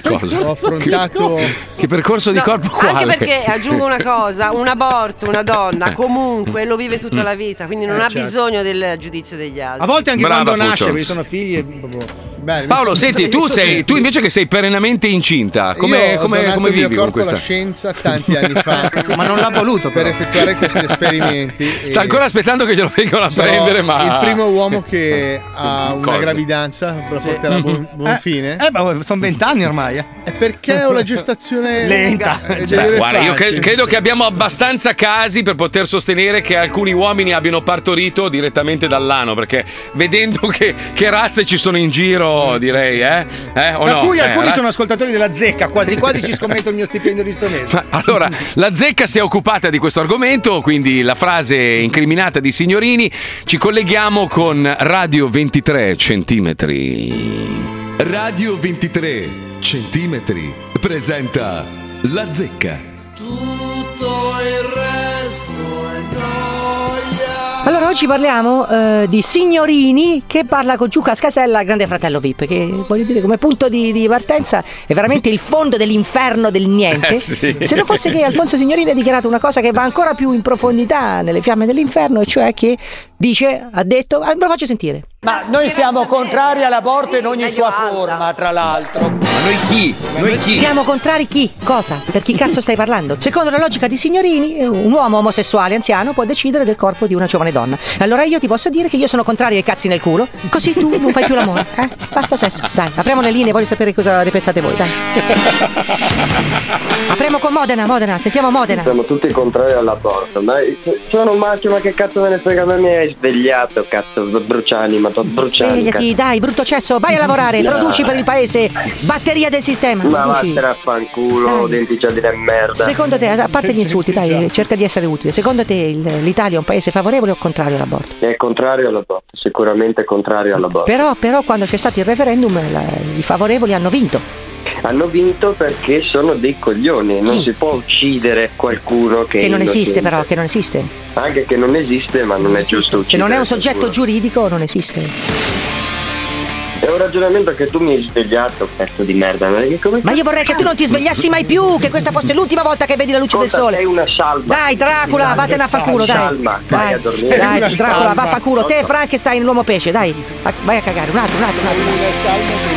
S3: Cosa?
S6: ho affrontato
S3: Che percorso di
S8: No,
S3: corpo quale?
S8: Anche perché aggiungo una cosa: un aborto, una
S3: Eh.
S8: donna, comunque lo vive
S3: Mm.
S8: tutta la vita, quindi non
S6: Eh,
S8: ha
S6: certo.
S8: bisogno del giudizio degli altri.
S6: A volte anche
S3: Brava,
S6: quando
S3: Puccio.
S6: nasce, perché sono figli e proprio- Beh,
S3: Paolo, senti, tu, sei, tu invece che sei perennemente incinta, come,
S6: Io ho
S3: come,
S6: donato
S3: come
S6: il mio
S3: vivi con
S6: corpo
S3: questa?
S6: alla scienza tanti anni fa,
S3: Sì, ma non l'ha voluto,
S6: per
S3: però.
S6: effettuare questi esperimenti. e
S3: Sta ancora aspettando che glielo vengano a
S6: sarò
S3: prendere, ma.
S6: il primo uomo che ha una
S3: Cosa?
S6: gravidanza la porterà a buon, buon
S2: Eh,
S6: fine.
S2: Eh, ma sono vent'anni ormai. È
S6: perché ho la gestazione
S2: lenta.
S6: lunga Eh, e
S2: Cioè,
S6: delle
S3: Guarda, io
S6: fate.
S3: cre- credo che abbiamo abbastanza casi per poter sostenere che alcuni uomini abbiano partorito direttamente dall'ano, perché vedendo che, che razze ci sono in giro, direi, eh? eh o
S2: Tra
S3: no?
S2: cui
S3: Eh,
S2: alcuni
S3: ra-
S2: sono ascoltatori della zecca, quasi quasi ci scommetto il mio stipendio di sto mese.
S3: Ma Allora, la zecca si è occupata di questo argomento, quindi la frase incriminata di signorini. Ci colleghiamo con Radio 23 centimetri.
S14: Radio 23 centimetri presenta La zecca.
S15: Allora oggi parliamo eh, di Signorini che parla con Giuca Scasella, Grande Fratello VIP, che voglio dire come punto di, di partenza è veramente il fondo dell'inferno del niente.
S16: Eh, sì.
S15: Se non fosse che Alfonso Signorini ha dichiarato una cosa che va ancora più in profondità nelle fiamme dell'inferno, e cioè che dice, ha detto, ah, ve lo faccio sentire.
S17: Ma noi siamo contrari all'aborto in ogni sua forma, tra l'altro.
S13: Ma noi chi? Noi chi?
S15: Siamo contrari chi? Cosa? Per chi cazzo stai parlando? Secondo la logica di signorini, eh, un uomo omosessuale anziano può decidere del corpo di una giovane donna. Allora io ti posso dire che io sono contrario ai cazzi nel culo, così tu non fai più l'amore. Eh? Basta sesso. Dai, apriamo le linee, voglio sapere cosa ne pensate voi. Dai. Apriamo con Modena, Modena, sentiamo Modena.
S4: Siamo tutti contrari all'aborto, ma sono un maschio, ma che cazzo me ne frega, ma mi hai svegliato, cazzo, bruciani, ma tu bruciani,
S15: Svegliati,
S4: cazzo.
S15: dai, brutto cesso, vai a lavorare,
S4: No.
S15: produci per il paese, batteria del sistema.
S4: Ma
S15: produci.
S4: vattene a
S15: Eh.
S4: fanculo, denticelli di merda.
S15: Secondo te, a parte gli insulti, dai, cerca di essere utile. Secondo te il- l'Italia è un paese favorevole o contrario all'aborto?
S4: È contrario all'aborto, sicuramente contrario all'aborto.
S15: Però, però quando c'è stato il referendum la- i favorevoli hanno vinto.
S4: Hanno vinto perché sono dei coglioni, non si può uccidere qualcuno che...
S15: Che non esiste
S4: innocente.
S15: però, che non esiste.
S4: Anche che non esiste, ma non è
S15: Se
S4: giusto uccidere
S15: non è un
S4: qualcuno.
S15: soggetto giuridico non esiste.
S4: È un ragionamento che tu mi hai svegliato, pezzo di merda. Ma che- come
S15: Ma io vorrei che tu non ti svegliassi mai più, che questa fosse l'ultima volta che vedi la luce del sole. Dai Dracula,
S4: Dai,
S15: vattene a
S4: salva.
S15: fanculo, dai.
S4: Salva, vai a
S15: Dai,
S4: dormire.
S15: dai,
S4: Sei una
S15: Dracula,
S4: salva.
S15: va a fanculo. Te Frankenstein, l'uomo pesce, dai. Va- Vai a cagare, un altro, un altro, un altro.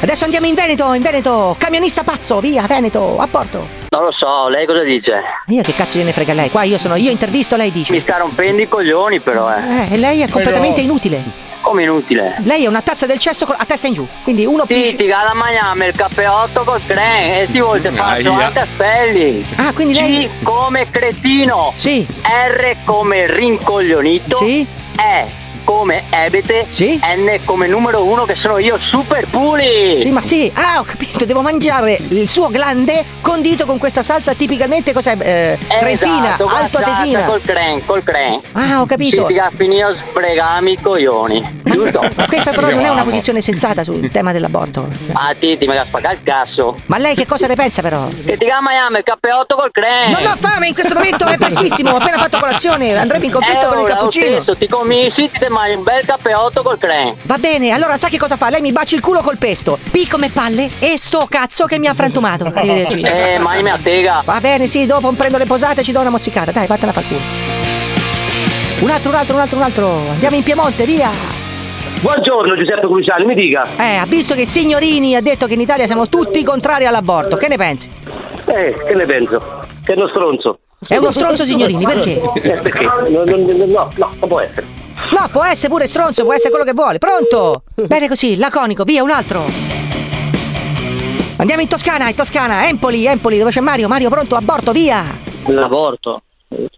S15: Adesso andiamo in Veneto, in Veneto. Camionista pazzo, via Veneto, a Porto.
S18: Non lo so, lei cosa dice?
S15: Io che cazzo gliene frega lei? Qua io sono, io intervisto, lei dice.
S18: Mi sta rompendo i coglioni però, eh.
S15: Eh, e lei è completamente inutile.
S18: Come inutile.
S15: Lei è una tazza del cesso con- a testa in giù, quindi uno
S18: Sì,
S15: pisce-
S18: ti la magname il cappellotto col cren e si vuole fare
S15: Aia.
S18: anche a spelli.
S15: Ah, quindi lei...
S18: C come cretino.
S15: Sì.
S18: R come rincoglionito. Sì. E come ebete. Sì. N come numero uno che sono io, super puli.
S15: Sì, ma sì, ah, ho capito, devo mangiare il suo glande condito con questa salsa tipicamente cos'è? Eh, trentina,
S18: esatto,
S15: alto
S18: guardate,
S15: atesina.
S18: Col cren, col cren.
S15: Ah, ho capito.
S18: Sì, ti a finire a sfregarmi i coglioni. Giusto?
S15: Ma questa però non è una
S18: Amo.
S15: posizione sensata sul tema dell'aborto.
S18: Ah, Titi, me la spacca il cazzo.
S15: Ma lei che cosa ne pensa però?
S18: Che ti chiama Yam, il cappellotto col creme.
S15: Non ho fame in questo momento, è prestissimo, ho appena fatto colazione, andremo in conflitto
S18: Eh,
S15: con il
S18: ora,
S15: cappuccino.
S18: ho Stesso, ti cominci, ti mangi un bel cappellotto col creme.
S15: Va bene, allora sa che cosa fa? Lei mi baci il culo col pesto, P come palle e sto cazzo che mi ha frantumato. Arrivederci.
S18: Eh, mai mi attega.
S15: Va bene, sì, dopo prendo le posate e ci do una mozzicata. Dai, vattene a far culo. Un altro, un altro, un altro, un altro. Andiamo in Piemonte, via.
S19: Buongiorno Giuseppe Cruciani, mi dica.
S15: Eh, ha visto che Signorini ha detto che in Italia siamo tutti contrari all'aborto. Che ne pensi?
S19: Eh, che ne penso? Che è uno stronzo.
S15: È uno stronzo, signorini, perché?
S19: Eh, perché? No, no, no, no, no, non può essere.
S15: No, può essere pure stronzo, può essere quello che vuole. Pronto? Bene così, laconico, via, un altro. Andiamo in Toscana, in Toscana, Empoli, Empoli, dove c'è Mario? Mario, pronto, aborto, via.
S18: L'aborto.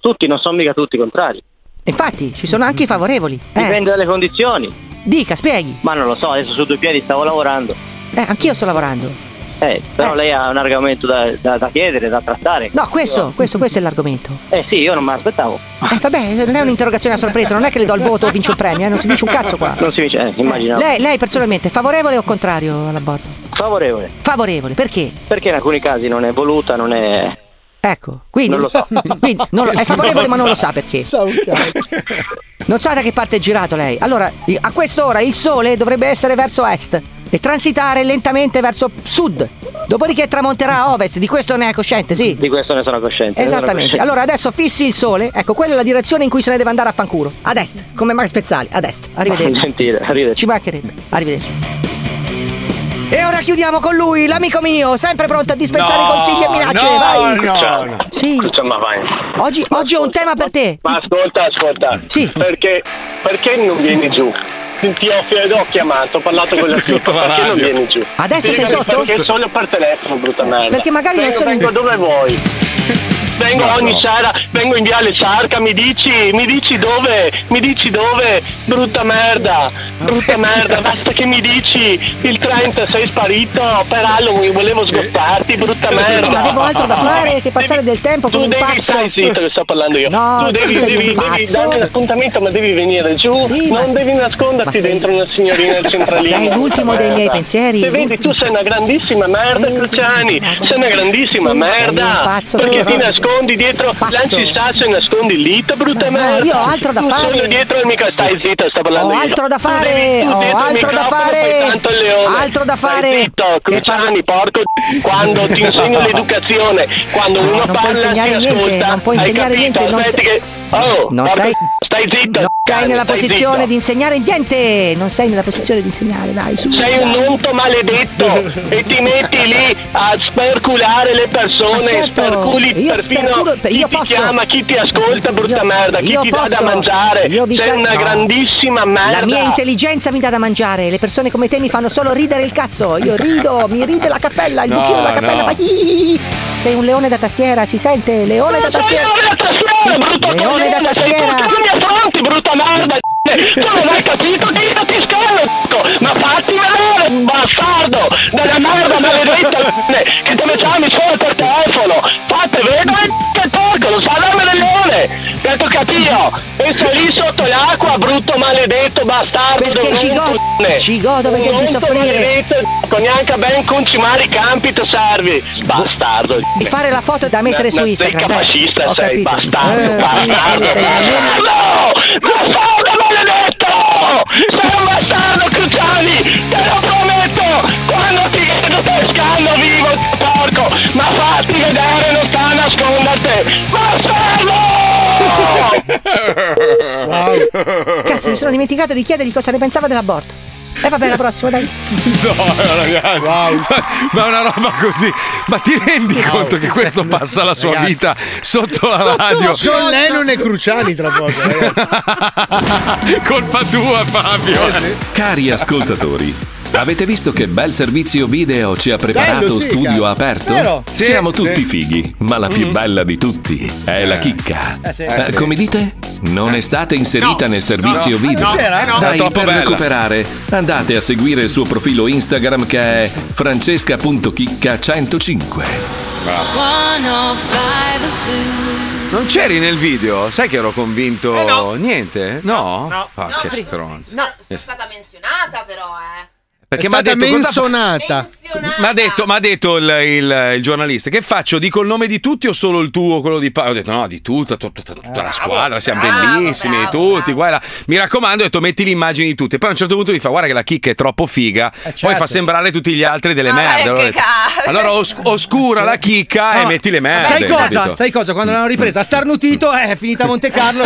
S18: Tutti, non sono mica tutti contrari.
S15: Eh. Infatti, ci sono anche i favorevoli. Eh,
S18: Dipende dalle condizioni.
S15: Dica, spieghi.
S18: Ma non lo so, adesso su due piedi stavo lavorando.
S15: Eh, anch'io sto lavorando.
S18: Eh, però lei ha un argomento da, da- da chiedere, da trattare.
S15: No, questo, questo, questo è l'argomento.
S18: Eh sì, io non me l'aspettavo.
S15: Eh, vabbè, non è un'interrogazione a sorpresa, non è che le do il voto o vince un premio, eh, non si dice un cazzo qua.
S18: Non si dice, eh, immaginavo.
S15: Lei, lei personalmente è favorevole o contrario all'aborto?
S18: Favorevole.
S15: Favorevole, perché?
S18: Perché in alcuni casi non è voluta, non è...
S15: Ecco, quindi,
S18: Non lo so.
S15: quindi non lo- è favorevole
S18: Non
S15: ma non
S18: sa.
S15: lo sa perché.
S18: Sa un
S6: cazzo.
S15: Non sa da che parte è girato lei. Allora, i- a quest'ora il sole dovrebbe essere verso est e transitare lentamente verso sud. Dopodiché tramonterà a ovest, di questo ne è cosciente, sì.
S18: Di questo ne sono cosciente. ne sono
S15: Esattamente.
S18: cosciente.
S15: Allora adesso fissi il sole, ecco, quella è la direzione in cui se ne deve andare a fanculo. Ad est, come Max Pezzali, ad est. Arrivederci.
S18: Gentile, arrivederci.
S15: Ci mancherebbe. Arrivederci. E ora chiudiamo con lui, l'amico mio, sempre pronto a dispensare
S19: No,
S15: consigli e minacce.
S19: no,
S15: vai.
S19: no, no.
S15: Sì.
S19: Cioè, Insomma, vai.
S15: Oggi, oggi ho un tema per te.
S19: Ma ascolta, ascolta. Sì. Perché, perché non vieni giù? Ti ti ho, ti ho chiamato, ho parlato con la
S3: Sotto
S19: tipa,
S3: la
S19: perché non
S3: radio.
S19: vieni giù?
S15: Adesso
S19: Ti
S15: sei
S19: dico
S15: sotto?
S19: Perché solo per telefono, brutta merda.
S15: Perché magari non
S19: vengo,
S15: sono in-
S19: Vengo dove vuoi. Vengo
S3: No,
S19: ogni
S3: no.
S19: sera, vengo in viale Ciarca, mi dici, mi dici dove, mi dici dove, brutta merda, brutta merda, basta che mi dici il 30 sei sparito, per Halloween volevo sgottarti,
S15: Eh,
S19: brutta merda.
S15: Avevo altro da fare che passare del tempo con
S19: Tu
S15: un
S19: devi,
S15: pazzo.
S19: stai zitto che sto parlando io.
S15: No,
S19: tu devi,
S15: tu sei
S19: devi,
S15: un
S19: devi
S15: pazzo.
S19: darmi l'appuntamento, ma devi venire giù. non devi nasconderti dentro una signorina del centralino.
S15: Sei l'ultimo dei miei
S19: Merda.
S15: pensieri.
S19: Se vedi, tu sei una grandissima merda, Cruciani. Sei una grandissima merda.
S15: un pazzo,
S19: perché
S15: sono-
S19: ti nascondi dietro, lanci il sasso e nascondi il dito, brutta merda.
S15: Eh, io ho altro da
S19: Tu
S15: fare.
S19: Sono dietro e mica stai zitta, sto parlando
S15: Ho
S19: io.
S15: altro da
S19: Tu devi-
S15: fare,
S19: tu
S15: ho
S19: dietro il
S15: altro da
S19: microfono
S15: fare,
S19: fai tanto il leone.
S15: altro da
S19: Stai
S15: fare.
S19: zitto,
S15: Eh,
S19: Cruciani, porco. Quando ti insegno l'educazione, quando
S15: No,
S19: uno
S15: non puoi
S19: parla ti
S15: insegnare niente,
S19: ascolta,
S15: non puoi
S19: hai
S15: insegnare
S19: capito?
S15: niente, non
S19: Aspetti
S15: sei-
S19: che... Oh,
S15: Non
S19: porco
S15: sei-
S19: Stai zitto.
S15: Non sei nella
S19: stai
S15: posizione
S19: zitto.
S15: di insegnare niente. Non sei nella posizione di insegnare, dai, su.
S19: Sei un unto maledetto e ti metti lì a sperculare le persone,
S15: Ma certo,
S19: sperculi
S15: io
S19: perfino
S15: sperculo per-
S19: chi
S15: io
S19: ti
S15: posso.
S19: chiama, chi ti ascolta, brutta
S15: Io-
S19: merda, chi
S15: io
S19: ti dà da
S15: posso.
S19: mangiare.
S15: Io vi
S19: Sei
S15: fa-
S19: una
S15: no.
S19: grandissima merda.
S15: La mia intelligenza mi dà da mangiare, le persone come te mi fanno solo ridere il cazzo. Io rido, mi ride la cappella, il
S19: No,
S15: buchino della cappella
S19: no.
S15: fa. "Ih". Sei un leone da tastiera, si sente? Leone da tastiera. Leone da tastiera.
S19: affronti, brutta merda. Tu non hai capito, tirati scolo, ecco. ma fatti vedere, bastardo, della merda maledetta, eh, che te ne chiami solo per telefono. Fate vedere che porco, lo sa l'arma del leone. Detto capito, e sei lì sotto l'acqua, brutto maledetto, bastardo.
S15: Perché ci godo- ci godo perché di soffrire.
S19: Con ecco, neanche a ben concimare i campi ti servi, bastardo.
S15: E fare la foto da mettere su
S19: Una- una
S15: Instagram.
S19: zecca
S15: dai.
S19: fascista
S15: Ho
S19: sei,
S15: capito.
S19: bastardo,
S15: Eh, sì,
S19: bastardo,
S15: sì, sei
S19: bastardo.
S15: un-
S19: Bastardo maledetto! Sei un bastardo, Cruciani! Te lo prometto! Quando ti vedo te scanno vivo, porco! Ma fatti vedere, non sta a nasconderti! Bastardo!
S15: Cazzo, mi sono dimenticato di chiedergli cosa ne pensava dell'aborto. E vabbè, la prossima, dai.
S3: No,
S4: eh,
S3: ragazzi, ma, ma una roba così. Ma ti rendi conto che questo passa la sua
S6: Ragazzi.
S3: vita sotto la radio?
S6: John Lennon e Cruciani tra poco. ragazzi.
S3: Colpa tua, Fabio.
S1: Cari ascoltatori, avete visto che bel servizio video ci ha preparato
S3: Bello, sì,
S1: studio
S3: cazzo.
S1: aperto?
S3: Vero? Sì,
S1: Siamo
S3: sì.
S1: tutti fighi, ma la più
S3: Mm.
S1: bella di tutti è la chicca.
S2: Eh, sì.
S1: Eh,
S2: Eh, sì.
S1: Come dite? Non è stata inserita nel servizio
S2: no.
S1: video.
S2: Ah, non c'era? No.
S1: Dai,
S2: È troppo
S1: per
S2: bella.
S1: recuperare, andate a seguire il suo profilo Instagram che è francesca.chicca105.
S3: Non c'eri nel video? Sai che ero convinto. Niente? No? Ah, che stronzo. Eh. Che
S10: stata menzionata però, eh.
S3: Perché
S6: È
S3: m'ha
S6: stata
S3: detto, cosa fa-
S6: menzionata.
S3: M'ha detto, m'ha detto il, il- il giornalista che faccio? Dico il nome di tutti o solo il tuo, quello di Paolo? Ho detto no, di tutta, tut- tutta, tutta la squadra, siamo bellissimi, tutti. Guarda, mi raccomando, ho detto metti le immagini di tutti. Poi a un certo punto mi fa guarda che la chicca è troppo figa,
S2: Eh,
S3: poi
S2: certo.
S3: fa sembrare tutti gli altri delle merde. Allora, ho detto, allora os- oscura la chicca e
S2: No,
S3: metti le merde.
S2: Sai cosa?
S3: capito?
S2: Sai cosa? Quando l'hanno ripresa, starnutito, eh, è finita a Monte Carlo.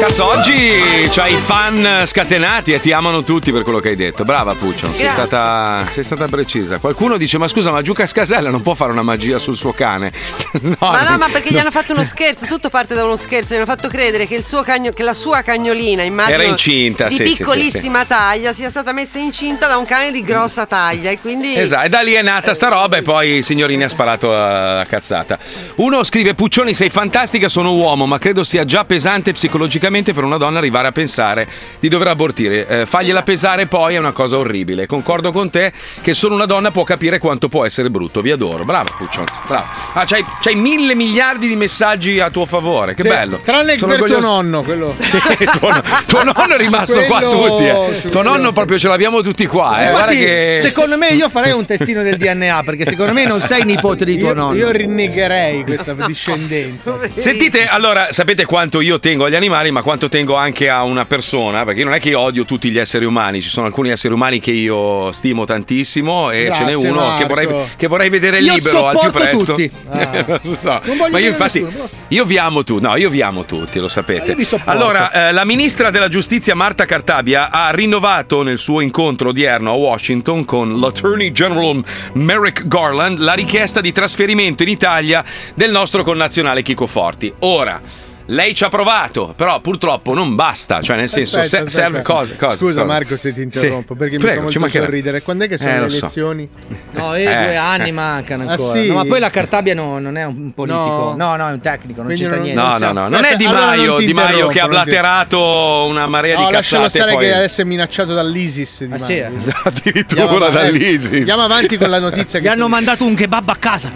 S3: Cazzo, oggi c'hai i fan scatenati e ti amano tutti per quello che hai detto. Brava Puccio, sei
S13: Grazie.
S3: stata, sei stata precisa. Qualcuno dice: Ma scusa, ma Giuca Scasella non può fare una magia sul suo cane. Ah, No,
S8: Ma no,
S3: non-
S8: ma perché gli hanno fatto uno scherzo, tutto parte da uno scherzo, gli hanno fatto credere che, il suo cagno- che la sua cagnolina, immagino
S3: Era incinta,
S8: di
S3: sì, sì, sì,
S8: piccolissima taglia, sia stata messa incinta da un cane di grossa taglia e quindi
S3: Esatto, e da lì è nata sta roba e poi Signorini ha sparato la cazzata. Uno scrive: Puccioni, sei fantastica, sono uomo, ma credo sia già pesante psicologicamente per una donna arrivare a pensare di dover abortire. Eh, fargliela
S6: Esatto.
S3: pesare poi è una cosa orribile. Concordo con te che solo una donna può capire quanto può essere brutto. Vi adoro. Brava Puccioni. Brava. Ah, c'hai, c'hai mille miliardi di messaggi a tuo favore. Che
S6: Sì,
S3: bello.
S6: Tranne che
S3: Sono
S6: per tuo
S3: orgoglioso-
S6: nonno, quello.
S3: Sì, tuo, no- tuo nonno è rimasto qua
S6: Quello-
S3: tutti. eh. Tuo nonno proprio ce l'abbiamo tutti qua. Eh. Guarda
S2: Infatti,
S3: che...
S2: secondo me io farei un testino del DNA perché secondo me non sei nipote di tuo
S6: Io-
S2: nonno.
S6: Io rinnegherei questa discendenza.
S3: Sentite, allora, sapete quanto io tengo agli animali, ma quanto tengo anche a una persona, perché non è che io odio tutti gli esseri umani, ci sono alcuni esseri umani che io stimo tantissimo e
S6: Grazie,
S3: ce n'è uno
S6: Marco.
S3: che vorrei, che vorrei vedere
S6: Io
S3: libero al più
S6: sopporto
S3: presto.
S6: tutti. Ah.
S3: non lo so.
S6: Non voglio
S3: ma io
S6: vedere
S3: infatti
S6: nessuno, però-
S3: io vi amo tutti, no, io vi amo tutti, lo sapete.
S6: io vi sopporto.
S3: allora, eh, la ministra della giustizia Marta Cartabia ha rinnovato nel suo incontro odierno a Washington con l'Attorney General Merrick Garland la richiesta di trasferimento in Italia del nostro connazionale Chico Forti. Ora, lei ci ha provato, però purtroppo non basta, cioè nel senso se-
S6: Aspetta, aspetta.
S3: serve cosa, cosa,
S6: Scusa
S3: cosa.
S6: Marco se ti interrompo
S3: Sì.
S6: perché
S3: Prego,
S6: mi
S3: ci
S6: fa molto
S3: mancherà.
S6: sorrigere. Quando è che sono
S3: Eh,
S6: le
S3: lo so.
S6: elezioni?
S2: No, io
S3: Eh,
S2: due anni
S3: eh.
S2: mancano
S6: Ah,
S2: ancora.
S6: sì?
S2: No, ma poi la Cartabia no- non è un politico.
S6: No.
S2: No, no, è un tecnico, non
S6: Quindi
S2: c'entra
S6: non-
S2: niente.
S3: No, no, no, non è Di
S6: Allora non
S3: Maio,
S6: ti
S3: Di Maio che ha
S6: interrompo, non ti-
S3: blatterato una marea
S6: No,
S3: di
S6: lascialo stare
S3: cazzate poi.
S6: che adesso è minacciato dall'ISIS. Di
S2: Ah,
S6: Maio.
S2: sì?
S3: Addirittura
S6: Andiamo avanti.
S3: dall'ISIS.
S6: Andiamo avanti con la notizia. Che
S2: Gli hanno mandato un kebab a casa.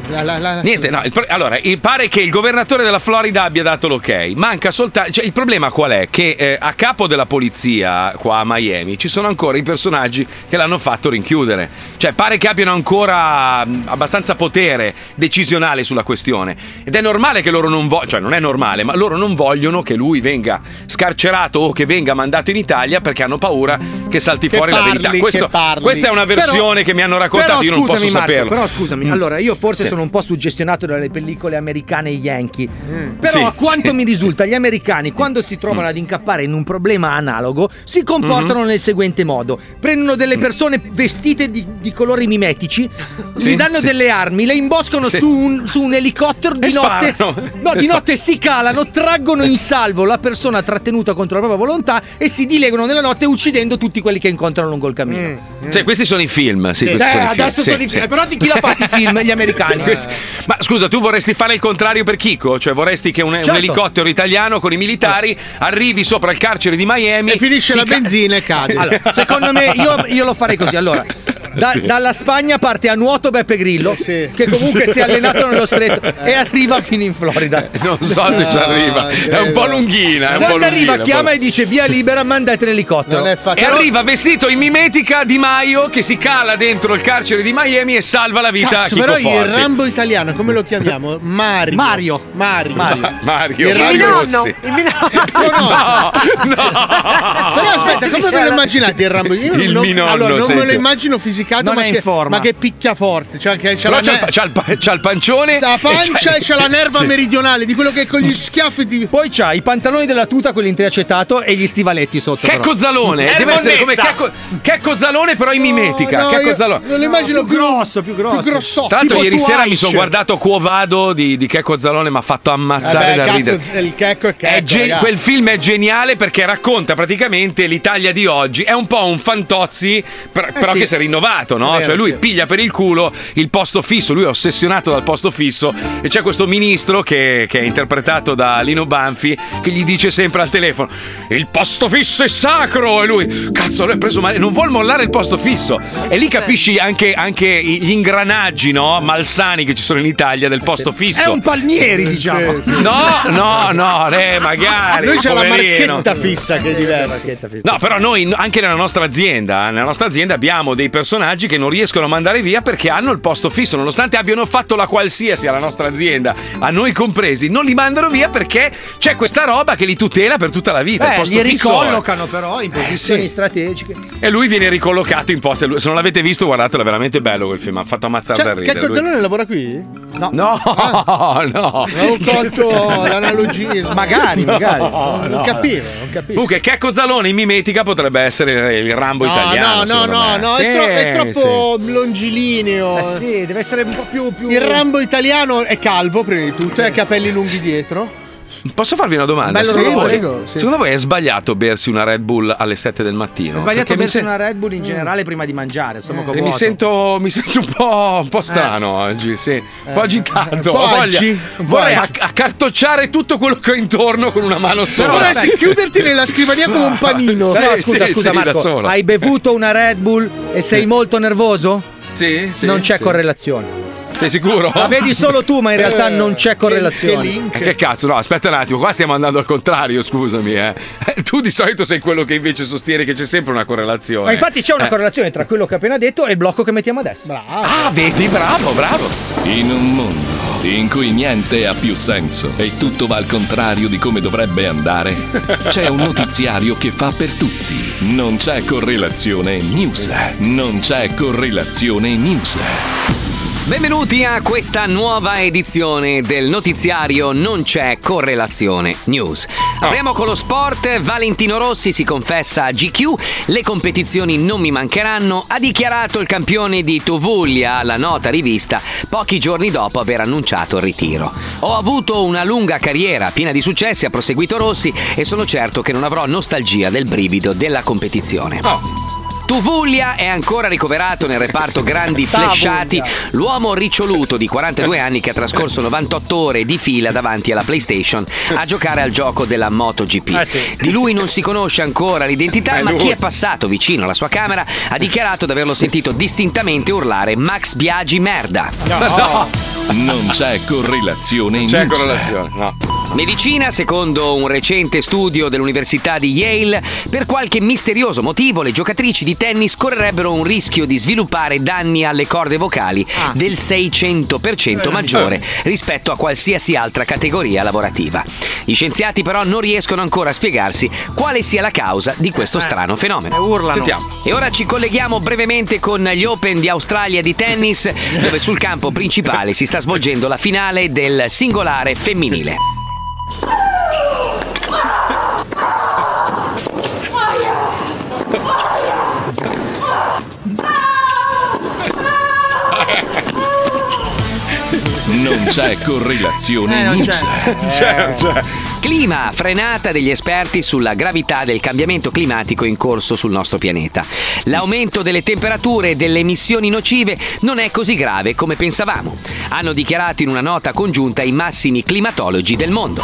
S3: Niente, no, il pro- allora, il- pare che il governatore della Florida abbia dato l'ok. Manca soltanto. Cioè, il problema qual è? Che eh, a capo della polizia qua a Miami ci sono ancora i personaggi che l'hanno fatto rinchiudere. Cioè, pare che abbiano ancora mh, abbastanza potere decisionale sulla questione. Ed è normale che loro non vogliono, cioè non è normale, ma loro non vogliono che lui venga scarcerato o che venga mandato in Italia perché hanno paura che salti
S2: Che
S3: fuori
S2: parli,
S3: la verità.
S2: che
S3: Questo-
S2: parli.
S3: questa è una
S2: Però-
S3: versione che mi hanno raccontato,
S2: però
S3: io non
S2: scusami,
S3: posso
S2: Marco,
S3: saperlo.
S2: Però scusami,
S3: Mm.
S2: allora io forse
S3: Sì.
S2: sono un po' suggestionato dalle pellicole americane Yankee. Però
S3: Mm. Sì, Mm.
S2: a quanto
S3: sì.
S2: mi risulta, gli americani quando si trovano ad incappare in un problema analogo si comportano
S3: Mm-hmm.
S2: nel seguente modo: prendono
S3: Mm.
S2: delle persone vestite di, di colori mimetici,
S5: Sì,
S2: gli danno
S5: sì.
S2: delle armi, le imboscono
S5: Sì.
S2: su, un, su un elicottero di notte.
S5: sparano.
S2: No,
S5: E
S2: di notte si calano, traggono in salvo la persona trattenuta contro la propria volontà e si dilegano nella notte uccidendo tutti quelli che incontrano lungo il cammino.
S3: Cioè, questi sono i film. Sì,
S2: Mm.
S3: questi
S2: Sì. Eh,
S3: sono i film.
S2: adesso
S3: Sì,
S2: sono i film.
S3: sì.
S2: Eh, Però eh. di chi l'ha fatto i film? Gli americani.
S3: Questi- Ma scusa, tu vorresti fare il contrario per Chico? Cioè, vorresti che un, un
S2: Certo. Eh.
S3: elicottero italiano con i militari arrivi sopra il carcere di Miami
S6: E finisce
S3: si
S6: la
S3: ca-
S6: benzina e cade.
S2: Allora, secondo me io, io lo farei così. Allora, da-
S3: Sì.
S2: dalla Spagna parte a nuoto Beppe Grillo, che comunque
S3: Sì.
S2: si è allenato nello stretto
S3: Eh.
S2: e arriva fino in Florida.
S3: Non so se ci
S2: No,
S3: arriva. È un po' lunghina. È un po' lunghina,
S2: Quando arriva,
S3: un po'
S2: chiama e dice via libera, mandate l'elicottero.
S3: E arriva vestito in mimetica Di Maio che si cala dentro il carcere di Miami e salva la vita
S6: Cazzo,
S3: a Chico
S6: però il
S3: Forti.
S6: Rambo italiano, come lo chiamiamo? Mario. Mario. Mario.
S3: Ma- Mario,
S6: Il
S3: Mario
S6: Rambo-
S3: Rossi.
S6: Il No, Però aspetta, come ve lo immaginate il Rambo? Io
S3: Ah. Il
S6: non,
S3: minonno,
S6: allora, non me
S3: senti.
S6: lo immagino fisicato,
S3: Non
S6: ma,
S3: è
S6: che,
S3: in forma.
S6: ma che picchia forte. Cioè che c'ha
S3: Però
S6: la,
S3: c'ha, il
S6: ne-
S3: pa- c'ha il pa- c'ha il pancione.
S6: la pancia
S3: c'ha-
S6: e c'ha la nerva
S3: Sì.
S6: meridionale di quello Certo che con gli schiaffi ti.
S2: Poi c'ha i pantaloni della tuta, quelli in triacetato e gli stivaletti sotto. però. Eh,
S3: Checco Zalone, deve essere come Checco, Checco Zalone però in mimetica.
S2: no,
S3: Checco
S2: io-
S3: Zalone.
S6: Non lo immagino più grosso,
S2: più grosso.
S6: Più grosso.
S3: Tra l'altro ieri sera mi sono guardato Cuovado di, di Checco Zalone, mi ha fatto ammazzare
S6: Vabbè,
S3: da
S6: cazzo,
S3: ridere. Eh,
S6: il checco è checco.
S3: È gen-
S6: Certo, raga.
S3: quel film è geniale perché racconta praticamente l'Italia di oggi. È un po' un fantozzi, per- però
S6: Eh sì.
S3: che si è rinnovato, no?
S6: È vero,
S3: cioè lui
S6: sì.
S3: piglia per il culo il posto fisso, lui è ossessionato dal posto fisso e c'è questo ministro che, che è interpretato da Lino Banfi che gli dice sempre al telefono il posto fisso è sacro e lui cazzo lui è preso male, non vuol mollare il posto fisso
S6: Eh
S3: e lì capisci anche, anche i- gli ingranaggi no? malsani che ci sono in Italia
S6: Eh
S3: del posto fisso.
S2: È un palmieri, diciamo.
S3: No, no, no, eh, magari.
S6: Lui c'ha la
S3: poverino.
S6: marchetta fissa che è diversa.
S3: No, però noi anche nella nostra azienda, nella nostra azienda abbiamo dei personaggi che non riescono a mandare via perché hanno il posto fisso, nonostante abbiano fatto la qualsiasi alla nostra azienda, a noi compresi, non li mandano via perché c'è questa roba che li tutela per tutta la vita. il
S2: Beh,
S3: posto
S2: li
S3: fisso-
S2: Eh,
S3: eh.
S2: ricollocano però in posizioni strategiche.
S3: E lui viene ricollocato in posto. Se non l'avete visto, guardatelo, è veramente bello quel film. Ha fatto ammazzare da
S6: Cioè,
S3: ridere.
S6: Checco Ah.
S3: lui.
S6: Zalone lavora qui?
S2: No.
S3: No, no.
S6: Avevo colto l'analogismo.
S3: Magari, magari. No, no.
S6: Non capivo, non capivo.
S3: Comunque, Checco Zalone in mimetica potrebbe essere il Rambo italiano.
S6: no, no,
S3: secondo
S6: no,
S3: me.
S6: no, è,
S3: Sì,
S6: tro- è
S3: Eh, sì.
S6: troppo longilineo.
S2: Eh sì, deve essere un po' più. più-
S6: Il Rambo italiano è calvo, prima di tutto, e ha capelli lunghi dietro.
S3: Posso farvi una domanda?
S2: Bello
S3: secondo, voi,
S2: orologio, sì.
S3: secondo voi è sbagliato bersi una Red Bull alle 7 del mattino?
S2: Ho sbagliato
S3: Perché mi
S2: verso
S3: sen-
S2: una Red Bull in generale prima di mangiare, insomma,
S3: e mi sento, mi sento un, po', un po' strano oggi, sì. Un po' agitato. Ho voglia-
S6: oggi, un po'
S3: vorrei
S6: oggi.
S3: acc- accartocciare tutto quello che ho intorno con una mano sola.
S6: Però vorresti chiuderti nella scrivania come un panino.
S3: Sì,
S2: Però scusa,
S3: sì,
S2: scusa
S3: sì, da
S2: Marco,
S3: sola.
S2: hai bevuto una Red Bull e sei molto nervoso?
S3: Sì, sì,
S2: Non c'è
S3: sì.
S2: correlazione.
S3: Sei sicuro?
S2: La vedi solo tu, ma in realtà
S3: Eh,
S2: non c'è correlazione.
S3: Eh, Che cazzo, no, aspetta un attimo, qua stiamo andando al contrario, scusami. eh. Eh, Tu di solito sei quello che invece sostiene che c'è sempre una correlazione.
S2: Ma infatti c'è una
S3: Eh.
S2: correlazione tra quello che ho appena detto e il blocco che mettiamo adesso.
S3: Ah, vedi, bravo, bravo.
S1: In un mondo in cui niente ha più senso e tutto va al contrario di come dovrebbe andare, c'è un notiziario che fa per tutti. Non c'è correlazione news. Non c'è correlazione news.
S13: Benvenuti a questa nuova edizione del notiziario Non c'è correlazione news. Apriamo con lo sport, Valentino Rossi si confessa a GQ, le competizioni non mi mancheranno, ha dichiarato il campione di Tovuglia alla nota rivista pochi giorni dopo aver annunciato il ritiro. Ho avuto una lunga carriera piena di successi, ha proseguito Rossi e sono certo che non avrò nostalgia del brivido della competizione. Tuvuglia è ancora ricoverato nel reparto grandi
S16: Tavuglia.
S13: flesciati. L'uomo riccioluto di 42 anni che ha trascorso 98 ore di fila davanti alla PlayStation a giocare al gioco della MotoGP. Di lui non si conosce ancora l'identità, ma chi è passato vicino alla sua camera ha dichiarato di averlo sentito distintamente urlare Max Biaggi merda.
S1: Non c'è correlazione news.
S13: c'è correlazione, Medicina, secondo un recente studio dell'Università di Yale, per qualche misterioso motivo le giocatrici di tennis correrebbero un rischio di sviluppare danni alle corde vocali del 600% maggiore rispetto a qualsiasi altra categoria lavorativa. Gli scienziati però non riescono ancora a spiegarsi quale sia la causa di questo strano fenomeno.
S3: Eh,
S5: urlano.
S13: Sentiamo. E ora ci colleghiamo brevemente con gli Open di Australia di tennis, dove sul campo principale si sta svolgendo la finale del singolare femminile.
S1: Non c'è correlazione
S13: Eh, non
S1: news.
S13: c'è. Clima, frenata degli esperti sulla gravità del cambiamento climatico in corso sul nostro pianeta. L'aumento delle temperature e delle emissioni nocive non è così grave come pensavamo, hanno dichiarato in una nota congiunta i massimi climatologi del mondo.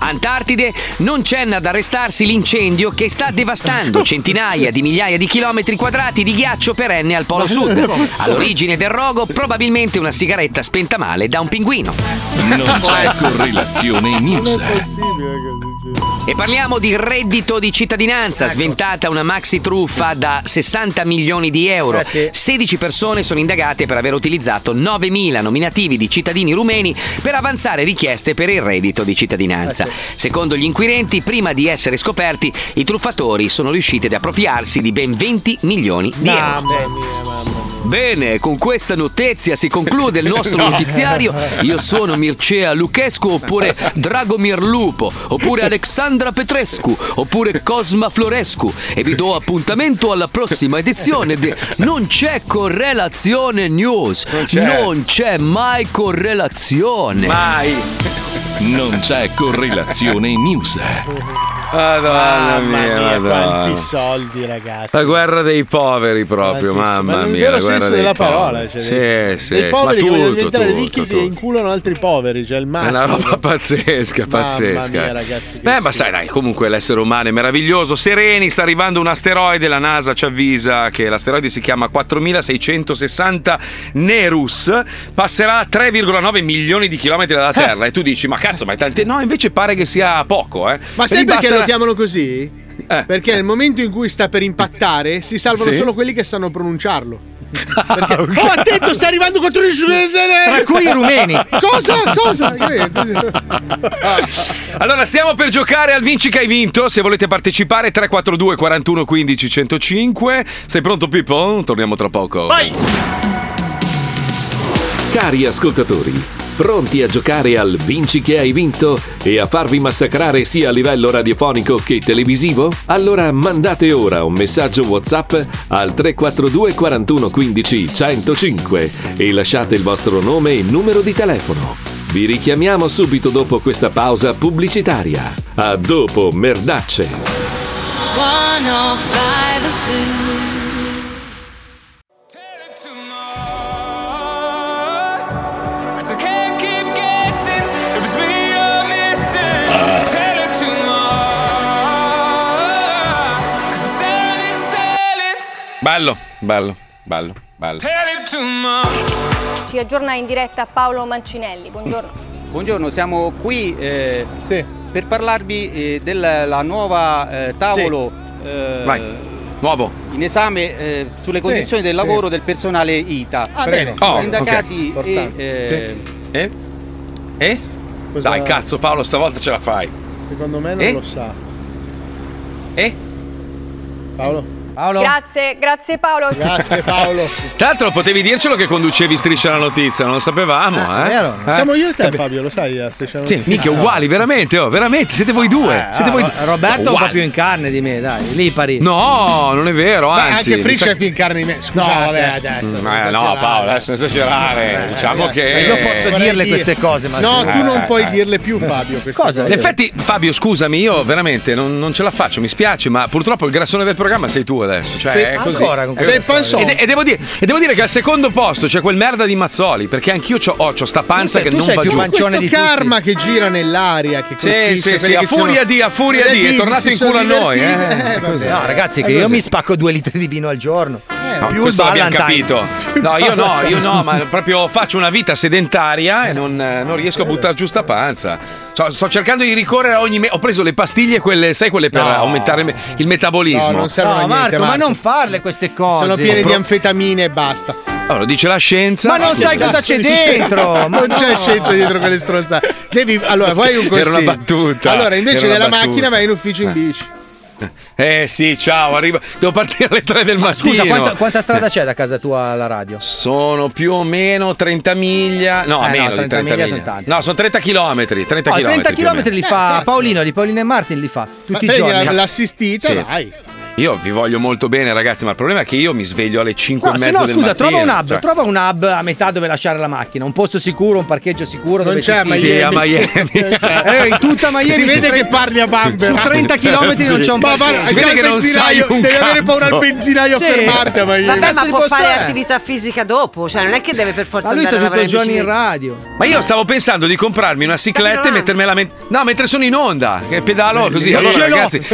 S13: Antartide non c'è ad arrestarsi l'incendio che sta devastando centinaia di migliaia di chilometri quadrati di ghiaccio perenne al Polo Sud. All'origine del rogo probabilmente una sigaretta spenta male da un pinguino.
S1: Non c'è correlazione news.
S13: E parliamo di reddito di cittadinanza, sventata una maxi truffa da 60 milioni di euro. 16 persone sono indagate per aver utilizzato 9.000 nominativi di cittadini rumeni per avanzare richieste per il reddito di cittadinanza. Secondo gli inquirenti, prima di essere scoperti, i truffatori sono riusciti ad appropriarsi di ben 20 milioni di euro. Bene, con questa notizia si conclude il nostro
S5: No.
S13: notiziario. Io sono Mircea Lucescu, oppure Dragomir Lupo, oppure Alexandra Petrescu, oppure Cosma Florescu. E vi do appuntamento alla prossima edizione di Non c'è correlazione news. Non
S1: c'è.
S13: mai correlazione.
S1: Mai. Non c'è correlazione news.
S3: Ah, Madonna mia, madonna.
S6: quanti soldi, ragazzi.
S3: La guerra dei poveri proprio,
S6: Tantissimo.
S3: mamma
S6: Ma nel
S3: mia.
S6: vero
S3: la guerra
S6: senso
S3: dei
S6: della
S3: poveri.
S6: parola, cioè, dei-
S3: Eh, sì, sì,
S6: dei poveri
S3: ma
S6: che vogliono
S3: tutto,
S6: diventare
S3: tutto,
S6: ricchi
S3: tutto.
S6: che inculano altri poveri, cioè il
S3: È
S6: massimo.
S3: una roba pazzesca,
S6: Mamma
S3: pazzesca.
S6: mia, ragazzi, che
S3: Beh, ma sai, dai, comunque l'essere umano è meraviglioso. Sereni, sta arrivando un asteroide. La NASA ci avvisa che l'asteroide si chiama 4660 Nerus. Passerà a 3,9 milioni di chilometri
S6: Eh.
S3: dalla Terra. E tu dici, ma cazzo, ma è tante. No, invece pare che sia poco, eh.
S6: Ma sai
S3: Quindi
S6: perché
S3: basta-
S6: lo chiamano così? Perché nel momento in cui sta per impattare si salvano
S3: Eh. Sì.
S6: solo quelli che sanno pronunciarlo. Perché, Oh, attento, sta arrivando contro il
S5: Tra cui i rumeni.
S6: Cosa? Cosa? Che-
S3: Allora, stiamo per giocare al Vinci che hai vinto. Se volete partecipare, 342 41 15 105. Sei pronto, Pippo? Torniamo tra poco.
S1: Vai! Cari ascoltatori, pronti a giocare al Vinci che hai vinto e a farvi massacrare sia a livello radiofonico che televisivo? Allora mandate ora un messaggio WhatsApp al 342 41 15 105 e lasciate il vostro nome e numero di telefono. Vi richiamiamo subito dopo questa pausa pubblicitaria. A dopo, merdacce!
S19: 105 Cause I can't keep guessing if it's me you're missing. Tell it tomorrow. Cause the sun is silence.
S3: Bello, bello, bello, bello.
S19: Tell it tomorrow.
S16: Ci aggiorna in diretta Paolo Mancinelli. Buongiorno.
S20: Buongiorno, siamo qui eh, per parlarvi eh, della nuova eh, tavolo eh,
S3: Nuovo.
S20: in esame eh, sulle condizioni del
S3: sì.
S20: lavoro del personale ITA.
S3: Ah, bene. Prego.
S20: I
S3: Oh,
S20: sindacati
S3: ok.
S20: e,
S3: Importante.
S20: eh,
S3: Sì. Eh? Eh? Dai, cazzo, Paolo, stavolta ce la fai.
S6: Secondo me non
S3: Eh?
S6: lo sa.
S3: Eh?
S6: Paolo?
S3: Paolo?
S16: Grazie, grazie Paolo.
S6: Grazie Paolo.
S3: Tra l'altro potevi dircelo che conducevi Striscia la Notizia, non lo sapevamo, eh?
S6: Ah, Vero?
S3: Eh?
S6: Siamo io Ah. e te, Fabio, lo sai? eh, a Station
S3: Sì,
S6: Notizie?
S3: mica uguali, veramente, oh, veramente, siete voi due.
S2: Eh,
S3: siete
S2: ah,
S3: voi
S2: Ro- Roberto è un po'
S3: Uguali.
S2: più in carne di me, dai, l'Ipari.
S3: No, non è vero,
S2: Beh,
S3: anzi.
S2: anche Friscia
S3: mi sa-
S6: C'è più in carne di me. Scusa,
S2: No, vabbè,
S3: Mm, eh, no, Paolo, adesso non esagerare. diciamo che.
S6: Cioè, io posso
S3: Vorrei
S6: dirle
S3: dire-
S6: queste cose, ma No, tu non
S3: Eh,
S6: puoi
S3: eh.
S6: dirle più, Fabio, queste
S3: In
S6: cose.
S3: effetti, Fabio, scusami, io veramente non, non ce la faccio, mi spiace, ma purtroppo il grassone del programma sei tu adesso. Cioè,
S6: Sì,
S3: è così.
S6: ancora con
S3: È
S6: queste
S3: così.
S6: storie.
S3: E, de- e devo dire, e devo dire che al secondo posto c'è quel merda di Mazzoli, perché anch'io c'ho, ho, c'ho sta panza che
S6: tu
S3: non
S6: sei
S3: va
S6: più
S3: giù.
S6: questo karma che gira nell'aria che
S3: Sì,
S6: colpisce
S3: sì,
S6: quelli
S3: sì, a
S6: che sono-
S3: furia di- a furia
S6: Guarda
S3: di, è
S6: Didi,
S3: tornato
S6: si
S3: in
S6: sono
S3: culo a noi,
S6: divertiti.
S3: eh.
S6: Eh, vabbè.
S2: No, ragazzi, che
S6: È
S2: io
S6: così.
S2: mi spacco due litri di vino al giorno.
S3: No,
S2: più il
S3: questo l'abbiamo
S2: Valentine.
S3: capito.
S2: Più il
S3: No, io no,
S2: Valentine.
S3: io no, ma proprio faccio una vita sedentaria e non, eh, non riesco a buttare giù sta panza. So- sto cercando di ricorrere a ogni. me- ho preso le pastiglie, quelle, sai, quelle per
S2: No.
S3: aumentare me- il metabolismo.
S6: No, non servono
S2: No,
S6: a niente,
S2: Marco, ma
S6: Marco.
S2: non farle queste cose.
S6: sono piene di anfetamine e basta
S3: Allora, dice la scienza.
S6: ma non sai cosa c'è dentro
S2: ma
S6: non c'è
S2: no.
S6: scienza dietro quelle stronzate devi allora vuoi un
S3: Era
S6: consiglio
S3: una battuta.
S6: allora invece
S3: Era una
S6: della
S3: battuta.
S6: macchina vai in ufficio in
S3: Eh.
S6: bici
S3: Eh sì, ciao, arrivo. Devo partire alle 3 del
S6: Cioè,
S3: mattino.
S2: Scusa, Cioè, quanta, quanta strada c'è da casa tua alla radio?
S3: Sono più o meno 30 miglia. No,
S2: Eh,
S3: meno
S2: no,
S3: di
S2: 30
S3: 30
S2: miglia
S3: miglia.
S2: sono tanti.
S3: no, sono 30 chilometri. 30
S6: Ah,
S2: Oh,
S3: chilometri
S2: 30
S3: più o
S2: km li
S3: meno.
S6: Eh,
S2: fa Paolino, di Paolino e Martin li fa tutti i giorni.
S3: Cazzo.
S6: l'assistita,
S3: Eh, Sì.
S6: vai.
S3: Io vi voglio molto bene, ragazzi, ma il problema è che io mi sveglio alle 5
S2: No,
S3: e
S2: se
S3: mezza
S2: no,
S3: del
S2: scusa,
S3: mattino,
S2: trova un hub,
S3: cioè.
S2: trova un hub a metà dove lasciare la macchina, un posto sicuro, un parcheggio sicuro.
S6: Non
S2: dove
S6: c'è
S2: ti-
S6: a
S3: Sì, a Miami.
S2: Eh, in tutta Miami
S6: si
S2: su
S6: vede
S2: tre-
S6: che parli a bambera
S2: su 30 chilometri non c'è un
S6: Ma guarda,
S2: parcheggio.
S6: c'è
S2: Si vede
S6: il
S2: che non
S6: benzinaio,
S2: sai un
S6: devi avere paura al
S2: cazzo.
S6: benzinaio a
S2: Sì.
S6: fermarti a Miami
S8: Vabbè, ma
S2: di
S8: può
S2: posto
S8: fare
S2: è?
S8: attività fisica dopo, cioè non è che deve per forza
S2: Ma lui
S8: andare
S2: sta
S8: a lavorare
S2: tutto il giorno in
S8: bicicletta.
S2: radio.
S3: Ma io stavo pensando di comprarmi una cicletta e mettermela. men- no, mentre sono in onda, che pedalo così.
S2: Non
S3: Allora,
S2: ce l'ho.
S3: ragazzi,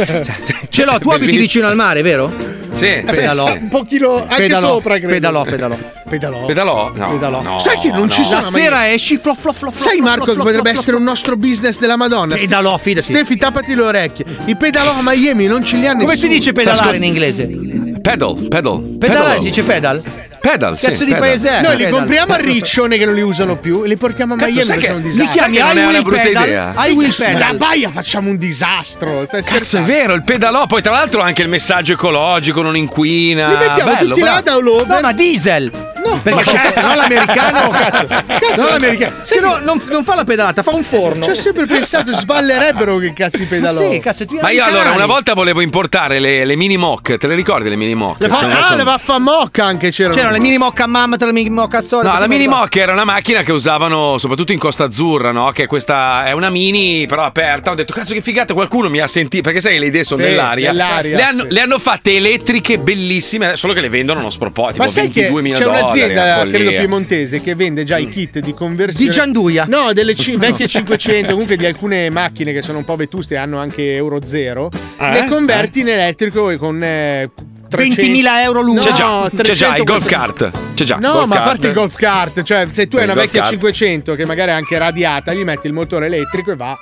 S2: Ce l'ho, tu abiti vicino al mare, vero? Eh,
S3: Sì,
S6: Pedalò.
S3: pedalò.
S6: un pochino anche
S2: Pedalò,
S6: sopra credo
S2: pedalò, pedalò.
S6: pedalò
S3: Pedalò? No.
S2: Pedalò.
S3: no,
S6: Sai che non ci
S3: no.
S6: sono
S3: La
S6: mai-
S3: sera
S2: esci flof flof flof.
S6: Sai Marco che potrebbe essere un nostro business della Madonna.
S2: Pedalò, fidati.
S6: Stefi tappati le orecchie. I pedalò a Miami non ce li hanno
S2: Come si dice pedalare in
S6: inglese?
S2: inglese?
S3: Pedal, pedal.
S2: Pedalare
S3: pedal.
S2: si dice pedal?
S3: Pedal, sì,
S6: Cazzo di
S3: pedal.
S6: paese è? Noi li compriamo a riccione che non li usano più e li portiamo a
S3: Eh, Cazzo,
S6: Miami
S3: sai
S6: perché
S3: che-
S6: è un
S3: li
S6: disastro.
S3: chiami Sai che non è I una will brutta pedal? idea?
S6: I will
S3: Sì.
S6: pedal. Da Baia facciamo un disastro. Stai
S3: Cazzo, è
S6: scherzando?
S3: vero, il pedalò. Poi, tra l'altro, anche il messaggio ecologico non inquina.
S6: Li mettiamo
S3: Bello,
S6: tutti là
S3: bravo.
S6: download.
S2: No, ma diesel. No,
S6: perché cazzo, no l'americano, cazzo. Cazzo,
S2: No,
S6: no
S2: l'americano.
S6: l'americano.
S2: Che no, non, non fa la pedalata, fa un forno.
S6: Ci ho sempre pensato, sballerebbero che cazzo i pedalò.
S2: Sì, cazzo, tu
S3: Ma io allora una volta volevo importare le, le mini mock, te le ricordi le mini mock?
S6: Le fa-
S3: Sono-
S6: ah,
S3: sono-
S6: le vaffamocca anche cioè. c'erano.
S2: C'erano le mini mocca a mamma, te la mini mocca a sola.
S3: No, la
S2: così
S3: mini
S2: guarda.
S3: mock era una macchina che usavano soprattutto in Costa Azzurra, no? Che questa è una mini però aperta. Ho detto, cazzo che figata, qualcuno mi ha sentito, perché sai che le idee sono
S6: Sì,
S3: nell'aria.
S6: nell'aria,
S3: le, hanno,
S6: sì.
S3: le hanno fatte elettriche bellissime, solo che le vendono uno sproposito,
S6: Ma
S3: tipo
S6: sai che
S3: 22.000
S6: c'è
S3: dollari.
S6: un'azienda,
S3: una follia.
S6: credo piemontese, che vende già i kit di conversione.
S2: Di Gianduia.
S6: No, delle cin- vecchie 500, comunque di alcune macchine che sono un po' vetuste e hanno anche euro zero.
S3: Eh?
S6: Le converti in elettrico e con. eh, 300
S2: 20.000 euro l'uno.
S6: No,
S3: c'è già, c'è già
S6: 300,
S3: il golf kart. C'è già.
S6: No,
S3: golf
S6: ma a
S3: kart.
S6: parte il golf kart, cioè se tu hai
S3: Il
S6: una
S3: golf
S6: vecchia
S3: kart.
S6: 500 che magari è anche radiata, gli metti il motore elettrico e va.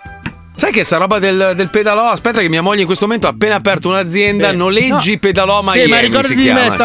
S3: Sai che sta roba del, del pedalò? Aspetta, che mia moglie in questo momento ha appena aperto un'azienda.
S6: Sì.
S3: Noleggi
S2: No.
S3: pedalò Miami. si chiama, sì.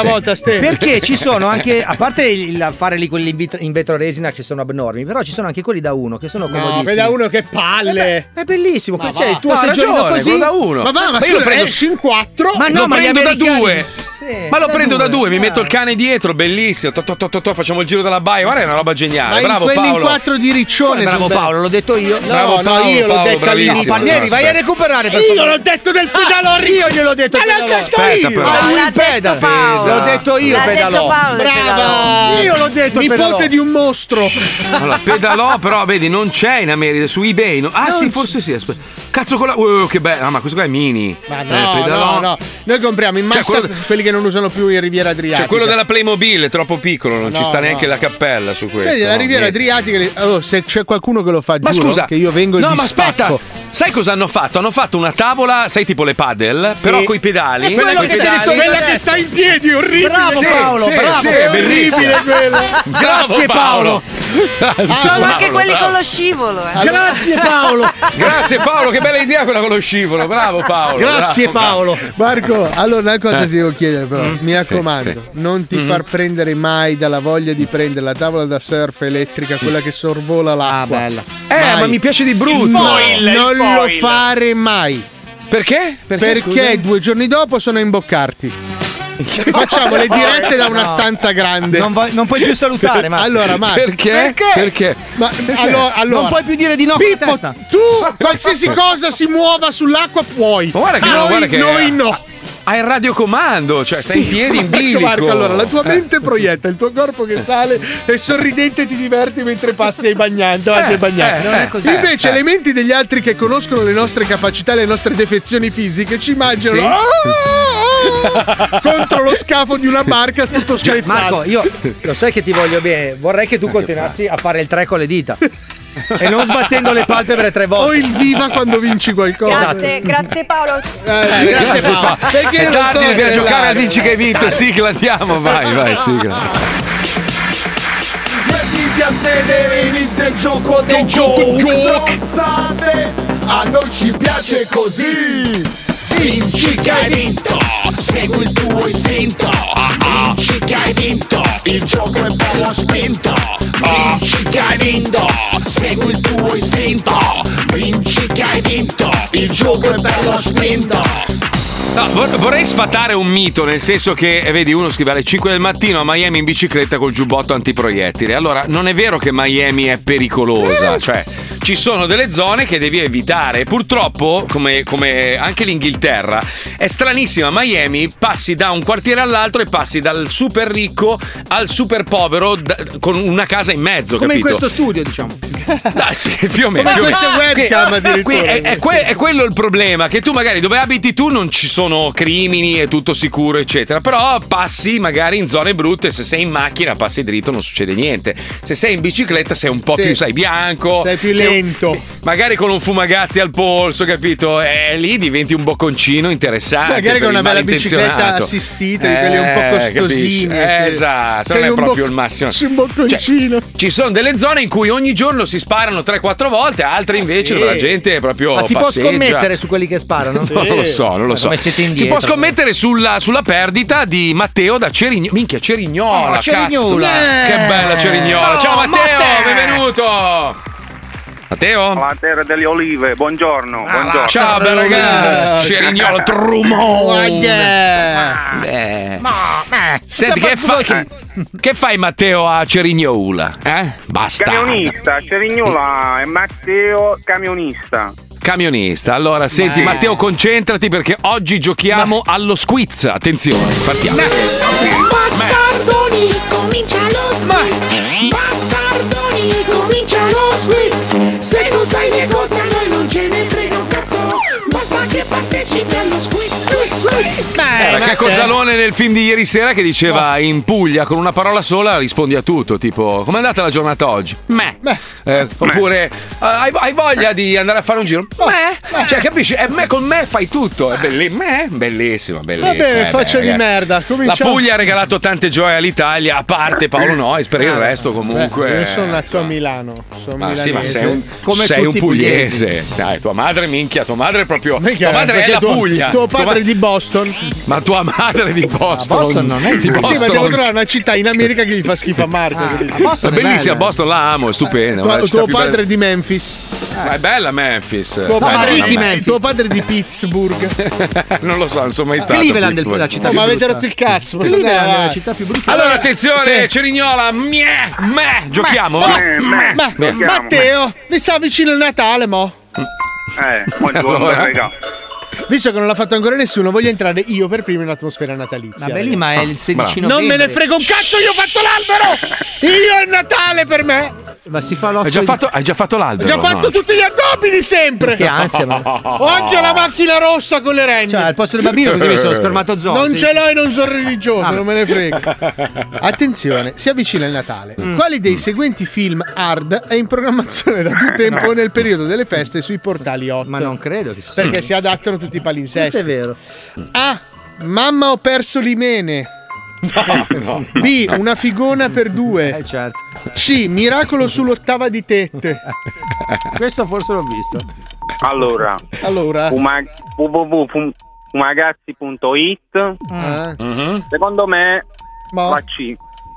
S2: Perché ci sono anche, a parte il fare lì quelli in vitro- in vetro resina che sono abnormi, però ci sono anche quelli da uno che sono
S6: No,
S2: comodissimi. Eh
S6: da uno che palle.
S2: È bellissimo,
S6: Ma
S2: c'è
S6: va.
S2: il tuo
S6: No, ha
S2: seggiolino
S6: ragione,
S2: così.
S6: quello da uno. Ma va, ma
S2: io
S6: scusa, esci in quattro,
S2: Ma
S6: lo
S2: no, ma gli
S6: prendo da
S2: americani-
S6: due.
S2: Sì,
S3: Ma lo prendo da due, mi metto il cane dietro, bellissimo. To, to, to, to, to, facciamo il giro della baia. Guarda, è una roba geniale.
S6: Ma in
S3: Ah, Bravo
S6: quelli in
S3: Paolo.
S6: quattro di riccione.
S3: Bravo
S6: sono
S3: Paolo,
S6: belli. l'ho detto io. No,
S3: Bravo
S6: no,
S3: Paolo,
S6: io l'ho
S3: Paolo,
S6: detto
S3: bravissimo.
S6: all'inizio.
S3: Aspetta.
S6: recuperare. Ah,
S3: Io
S6: Io l'ho detto del pedalo a riccio. Gliel'ho detto.
S3: pedalo. Aspetta, però.
S6: I
S3: L'ha
S6: will
S3: detto
S6: pedal.
S3: Paolo.
S6: L'ho detto io
S3: L'ha detto
S6: pedalò.
S3: Paolo del pedalò.
S6: Brava. Io l'ho detto
S3: Nipote
S6: Nipote di un mostro. Cioè,
S3: Allora, pedalò, però, vedi, non c'è in America, su eBay. no- Ah, sì, forse sì. Aspetta. Cazzo, con la. Uh, che bello. Ah, ma questo qua è mini.
S6: Ma
S3: Eh,
S6: no,
S3: pedalò.
S6: no, no. Noi compriamo in
S3: Cioè,
S6: massa quelli che non usano più in Riviera Adriatica.
S3: Cioè, quello della Playmobil è troppo piccolo, non
S6: No,
S3: ci sta
S6: no.
S3: neanche la cappella su questo.
S6: Vedi, la
S3: no,
S6: Riviera
S3: niente.
S6: Adriatica. le- Allora, se c'è qualcuno che lo fa,
S3: Ma
S6: giuro
S3: scusa,
S6: che io vengo e
S3: no,
S6: gli
S3: ma
S6: spacco.
S3: aspetta, sai cosa hanno fatto? Hanno fatto una tavola, sai, tipo le paddle,
S6: Sì.
S3: però coi pedali.
S6: È quella
S3: coi
S6: che ti ho
S3: pedali.
S6: detto io Quella che adesso. sta in piedi, orribile.
S3: Sì,
S6: Bravo, Paolo,
S3: sì,
S6: bravo,
S3: sì,
S6: è
S3: è bellissima.
S6: orribile quella.
S3: Bravo,
S6: Grazie, Paolo.
S3: Grazie,
S8: Sono anche
S3: Paolo,
S8: quelli
S3: bravo.
S8: con lo scivolo. eh.
S3: Grazie Paolo, che bella idea quella con lo scivolo. Bravo Paolo. bravo, Eh. Mm.
S6: Marco, allora una cosa ti devo chiedere però, mi raccomando,
S3: sì.
S6: non ti
S3: Mhm.
S6: far prendere mai dalla voglia di prendere la tavola da surf elettrica,
S3: Mm.
S6: quella che sorvola l'acqua. bella.
S3: Eh, ma mi piace di brutto. Ah, Il foil, il
S6: non
S3: foil.
S6: lo fare mai.
S3: Perché?
S6: Perché,
S3: scusa?
S6: due giorni dopo sono a imboccarti. Facciamo le dirette da una
S3: No.
S6: stanza grande.
S3: Non vuoi- non puoi più salutare, Marco.
S6: Allora, Marco.
S3: Perché? Perché? Perché?
S6: Ma,
S3: Perché?
S6: Allora, allora.
S3: Non puoi più dire di no con la
S6: Pippo,
S3: testa.
S6: Tu, qualsiasi cosa si muova sull'acqua, puoi.
S3: Ma guarda che no,
S6: noi,
S3: guarda che-
S6: noi no.
S3: Hai il radiocomando, cioè stai in
S6: Sì,
S3: piedi in
S6: Marco,
S3: bilico.
S6: Marco, allora, la tua
S3: Eh.
S6: mente proietta, il tuo corpo che sale e sorridente ti diverti mentre passi ai bagnanti, davanti
S7: Eh,
S6: ai bagnanti.
S7: eh, Non è così.
S6: Invece,
S7: eh.
S6: le menti degli altri che conoscono le nostre capacità, le nostre defezioni fisiche, ci immaginano.
S7: Sì.
S6: "Ah, ah", contro lo scafo di una barca tutto
S2: Cioè,
S6: spezzato.
S2: Marco, io lo sai che ti voglio bene, vorrei che tu continuassi a fare il tre con le dita e non sbattendo le palpebre tre volte.
S6: O
S2: Esatto.
S6: il viva quando vinci qualcosa.
S16: Grazie, grazie Paolo.
S6: grazie, Paolo. Perché
S3: eh, È
S6: non
S3: tardi,
S6: so
S3: devi
S6: che-
S3: giocare al vinci che hai vinto. Sigla, andiamo, vai, vai, sigla.
S7: Mettiti a sedere, inizia il gioco dei giochi. Strozzate, a noi ci piace così. Vinci che hai vinto, segui il tuo istinto. Vinci che hai vinto, il gioco è bello spinto. Vinci che hai vinto, segui il tuo istinto. Vinci che hai vinto, il gioco è bello spinto.
S3: No, Ah, vor- vorrei sfatare un mito, nel senso che, eh, vedi, uno scrive alle 5 del mattino a Miami in bicicletta col giubbotto antiproiettile. Allora, non è vero che Miami è pericolosa, cioè ci sono delle zone che devi evitare. Purtroppo, come, come anche l'Inghilterra, è stranissima. Miami passi da un quartiere all'altro e passi dal super ricco al super povero da- con una casa in mezzo.
S9: Come in
S3: capito?
S9: questo studio, diciamo.
S3: Ah, sì, più o meno.
S9: Ma
S3: più o
S9: questa
S3: meno.
S9: è webcam addirittura.
S3: qui è, è que- è quello il problema: che tu, magari dove abiti tu, non ci sono crimini, è tutto sicuro, eccetera. Però passi magari in zone brutte. Se sei in macchina, passi dritto, non succede niente. Se sei in bicicletta, sei un po'
S6: Sì.
S3: più, sai, bianco.
S6: Sei più
S3: un-
S6: lento.
S3: magari con un fumagazzi al polso, capito? E lì diventi un bocconcino interessante.
S6: Magari
S3: per
S6: con una
S3: il
S6: bella
S3: malintenzionato.
S6: bicicletta assistita, di quelle un po'
S3: Eh,
S6: costosine,
S3: capisci?
S6: sì.
S3: Esatto,
S6: Sei
S3: non è
S6: un
S3: proprio
S6: boc-
S3: il massimo.
S6: sei un
S13: Cioè,
S6: bocconcino.
S3: Ci sono delle zone in cui ogni giorno si sparano 3-4 volte, altre invece
S2: Ah, sì.
S3: dove la gente è proprio
S2: Ma si
S3: passeggia.
S2: può scommettere su quelli che sparano?
S3: Non lo so, non lo so.
S2: Come siete
S3: Ci
S2: indietro?
S3: può scommettere sulla, sulla perdita di Matteo da Cerignola. Minchia, Cerignola.
S2: Oh,
S3: cazzo.
S2: Cerignola.
S3: Che bella Cerignola.
S2: No,
S3: Ciao Matteo,
S2: Matteo.
S3: benvenuto. Matteo?
S21: La terra delle olive, buongiorno. buongiorno.
S3: Ciao, bel ragazzo. Cerignola Trumone. Eh. Senti, che, fa-
S2: Cioè,
S3: che fai Matteo a Cerignola? Eh? Basta.
S21: Camionista, Cerignola e Matteo camionista.
S3: Camionista. Allora, senti,
S21: eh.
S3: Matteo, concentrati perché oggi giochiamo allo squiz. Attenzione, partiamo.
S7: Bastardoni, comincia lo squiz. Bastardoni, comincia lo squiz. Se non sai di cosa a noi non ce ne frega un cazzo. Basta che partecipi allo squiz. squiz, squiz.
S6: Eh,
S3: Era Cacozzalone nel film di ieri sera che diceva in Puglia con una parola sola rispondi a tutto, tipo com'è andata la giornata oggi? Meh. Eh, oppure "Ah, hai, hai voglia di andare a fare un giro? Meh. Cioè capisci? Eh, meh, con me fai tutto, è belli- meh, bellissimo, bellissimo.
S6: Vabbè,
S3: Eh, beh,
S6: faccia di
S3: ragazzi.
S6: merda.
S3: La
S6: Cominciamo. Ah,
S3: Puglia ha regalato tante gioie all'Italia, a parte Paolo Nois, per il resto comunque... eh,
S6: Beh, io sono nato a Milano. Sono
S3: Ma sì, ma
S6: milanese.
S3: sei un, sei un pugliese. Dai, tua madre, minchia, tua madre è proprio.
S6: Minchia,
S3: tua madre è
S6: perché
S3: la
S6: tuo-
S3: Puglia.
S6: Tuo
S3: Tua ma-
S6: padre è di Boston.
S3: Ma tua madre è di Boston.
S6: Boston non
S3: è di Boston.
S6: Sì, ma devo trovare una città in America che gli fa schifo Ah, a Marco. capito?
S3: È bellissima, Boston la amo, è stupenda.
S6: Tuo,
S3: una città
S6: tuo
S3: più bella. Eh.
S6: padre è di Memphis.
S3: Ma è bella Memphis.
S6: Tuo padre,
S3: Madonna,
S6: di,
S3: Memphis.
S6: tuo padre di Pittsburgh. Oh,
S3: non lo so, non sono mai stato. a
S6: Cleveland è
S3: Pittsburgh.
S6: la città più brutta. Cleveland è la città più brutta.
S3: Allora, attenzione, Cerignola, meh, meh, giochiamo, Eh, va?
S6: Ma- ma- ma-
S3: Meh.
S6: Matteo, vi sta vicino il Natale, mo.
S21: Eh, buongiorno,
S3: Allora.
S21: raga.
S6: Visto che non l'ha fatto ancora nessuno, voglio entrare io per primo in atmosfera natalizia.
S5: Vabbè, lì, ma
S3: Ah,
S5: è il 16
S6: Non me ne
S5: novembre.
S6: frega un cazzo, io ho fatto l'albero! Io è Natale per me!
S5: Ma si fa l'otto
S3: Hai già
S5: di-
S3: fatto, hai già fatto
S6: Ho
S3: l'albero?
S6: già fatto
S3: no?
S6: tutti gli addobbi di sempre!
S5: Che ansia, ma-
S6: Ho anche la macchina rossa con le renne! Cioè, al
S5: posto del bambino così mi sono spermatozoo.
S6: Non
S5: Sì.
S6: ce l'ho e non sono religioso,
S5: Ah.
S6: non me ne frega. Attenzione, si avvicina il Natale.
S5: Mm.
S6: Quali dei seguenti film hard è in programmazione da più tempo
S5: No.
S6: nel periodo delle feste sui portali 8? Ma non credo che Perché si adattano tutti i palinsesti.
S5: Questo è vero.
S6: A. Mamma ho perso l'imene. B. Una figona per due.
S5: Eh, certo.
S6: C. Miracolo sull'ottava di tette.
S5: Questo forse l'ho visto.
S21: Allora,
S6: Allora.
S21: Puma- www.pumagazzi.it
S6: Ah.
S21: Secondo me
S6: Ma-
S21: la C.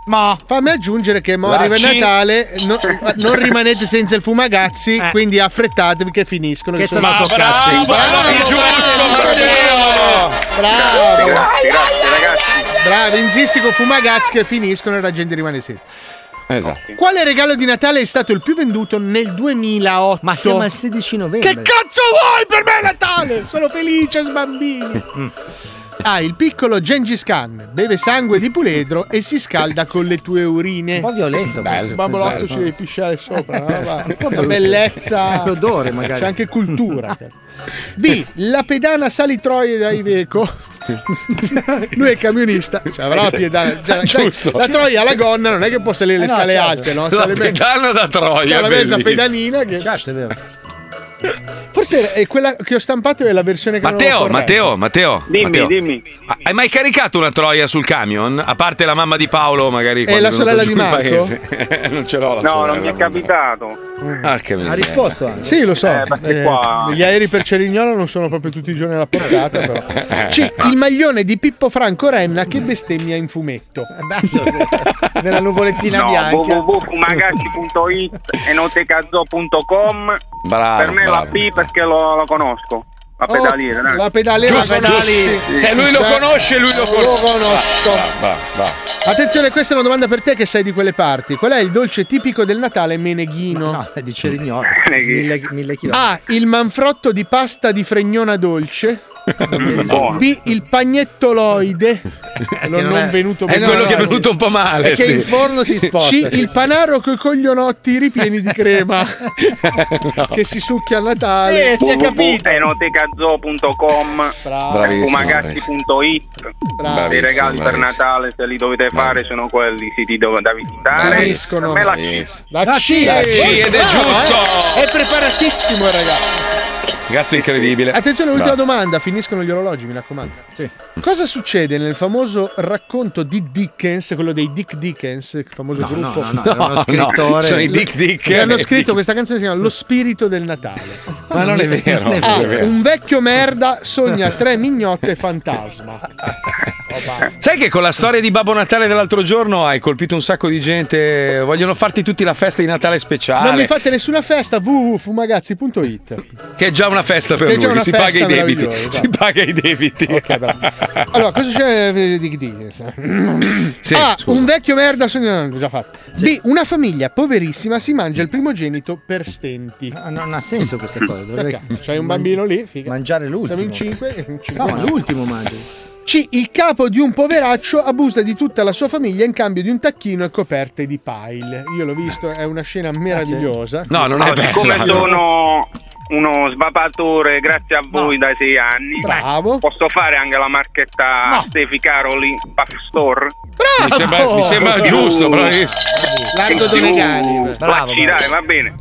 S6: Ma fammi aggiungere che mo
S21: La
S6: arriva il
S21: C.
S6: Natale, no- non rimanete senza il fumagazzi, quindi affrettatevi che finiscono.
S5: Che sono
S6: la
S5: so cazzi.
S6: Bravo!
S21: Grazie, grazie, ragazzi.
S6: Bravo, insisti con fumagazzi che finiscono e la gente rimane senza.
S3: Esatto.
S6: Quale regalo di Natale è stato il più venduto nel 2008? Ma
S5: siamo al 16 novembre.
S6: Che cazzo vuoi per me è Natale? Sono felice, sbambini. A. Il piccolo Gengis Khan beve sangue di puledro e si scalda con le tue urine. Un po' violento.
S5: questo.
S6: Bambolotto
S5: Bello.
S6: ci devi pisciare sopra. no? Va.
S5: Un
S6: La
S5: po' brutto.
S6: bellezza.
S5: Eh. L'odore, magari.
S6: C'è anche cultura. cazzo. B. La pedana salitroide da Iveco. Lui è camionista. Cioè, avrà la pedana. cioè,
S3: Giusto.
S6: sai, la troia alla gonna non è che può salire le
S3: Eh no,
S6: scale
S3: certo.
S6: alte, no?
S3: La
S6: le me-
S3: pedana da Troia,
S6: C'ha la mezza
S3: bellissimo.
S6: pedanina che.
S5: Certo,
S6: Forse è quella che ho stampato è la versione che non
S3: Matteo,
S6: avevo corretta.
S3: Matteo, Matteo.
S6: Dimmi,
S3: Matteo.
S6: dimmi.
S3: Ah, Hai mai caricato una troia sul camion? A parte la mamma di Paolo, magari.
S6: E
S3: quando
S6: la
S3: è venuto
S6: sorella
S3: giù
S6: di
S3: in
S6: Marco?
S3: paese. non ce l'ho la
S21: No,
S3: sorella.
S21: non mi è capitato.
S3: Porca miseria.
S6: Sì, lo so.
S21: perché
S6: Eh,
S21: qua-
S6: Gli aerei per Cerignola non sono proprio tutti i giorni alla portata, però. C. Il maglione di Pippo Franco Renna che bestemmia in fumetto. Nella nuvolettina
S21: No,
S6: bianca.
S21: www.fumagazzi.it e notecazzo.com
S3: Bravo,
S21: Per me la
S3: bravo.
S21: P perché lo, lo conosco. La
S6: Oh,
S21: pedaliera, dai.
S6: la pedaliera,
S21: Giusto,
S6: pedali.
S21: giusto.
S3: Se lui lo
S6: Cioè,
S3: conosce, lui lo
S6: lo
S3: conosce.
S6: conosco.
S3: Va, va, va.
S6: Attenzione, questa è una domanda per te che sei di quelle parti. Qual è il dolce tipico del Natale meneghino? No, è di Cerignola.
S5: Mille, mille chilometri.
S6: A. Il manfrotto di pasta di fregnona dolce.
S3: Buono.
S6: B. Il pagnettoloide. Non,
S3: non
S6: non
S3: è-
S6: venuto
S3: è quello che è venuto un po' male,
S6: Perché
S3: sì.
S6: in forno si sposta.
S3: Sì.
S6: C. Il panaro coi coglionotti ripieni di crema che si succhia a Natale.
S21: eh, www.enotecazzo.com
S6: Bravissimo,
S21: fumagazzi.it
S6: Bravissimo,
S21: I regali per
S6: bravissimo.
S21: Natale se li dovete fare sono quelli i siti dove da visitare
S6: Bravissimo.
S21: Me la-
S6: La
S21: La
S6: C.
S21: C, la C, ed è
S6: Bravo,
S21: giusto.
S6: eh. È preparatissimo, ragazzi.
S3: Ragazzo incredibile.
S6: Attenzione, ultima
S3: Va.
S6: domanda, finiscono gli orologi, mi raccomando. Cosa succede nel famoso racconto di Dickens, quello dei Dick Dickens, il famoso
S5: No,
S6: gruppo?
S5: no, no, no, era uno No, scrittore. no, sono i Dick Dick.
S6: Che hanno
S5: Eh,
S6: scritto
S5: Dick.
S6: questa canzone che si chiama Lo spirito del Natale.
S5: Ma non è vero, non è
S6: Ah,
S5: vero.
S6: Un vecchio merda sogna tre mignotte e fantasma.
S5: Ah,
S3: Sai che con la storia di Babbo Natale dell'altro giorno hai colpito un sacco di gente. Vogliono farti tutti la festa di Natale speciale.
S6: Non mi fate nessuna festa, www.fumagazzi.it.
S3: Che è già una festa per
S6: Che è
S3: lui,
S6: già
S3: che
S6: una
S3: si paga i
S6: festa
S3: debiti.
S6: meravigliosa,
S3: Si paga i debiti.
S6: Allora, eh, cosa succede nel Dick Dickens?
S3: Sì,
S6: A.
S3: scusa.
S6: Ah, Un vecchio merda sogna. no, Già fatto. B. Una famiglia poverissima si mangia il primogenito per stenti. Ah, non ha senso questa cosa. Perché? C'hai un bambino lì? Figa. Mangiare l'ultimo. Siamo in 5.
S5: No, ma l'ultimo
S6: mangio. C. Il capo di un poveraccio abusa di tutta la sua famiglia in cambio di un tacchino e coperte di pile. Io l'ho visto, è una scena meravigliosa.
S3: No, non è
S21: Ah,
S3: bello.
S21: Siccome sono uno svapature grazie a voi dai sei anni Posso fare anche la marchetta Stefi Caroli Puff Store
S3: Mi sembra, mi sembra
S21: In più-
S3: giusto, bravissimo.
S21: in più
S5: Donegani. Bravo,
S21: la Cirai, va bene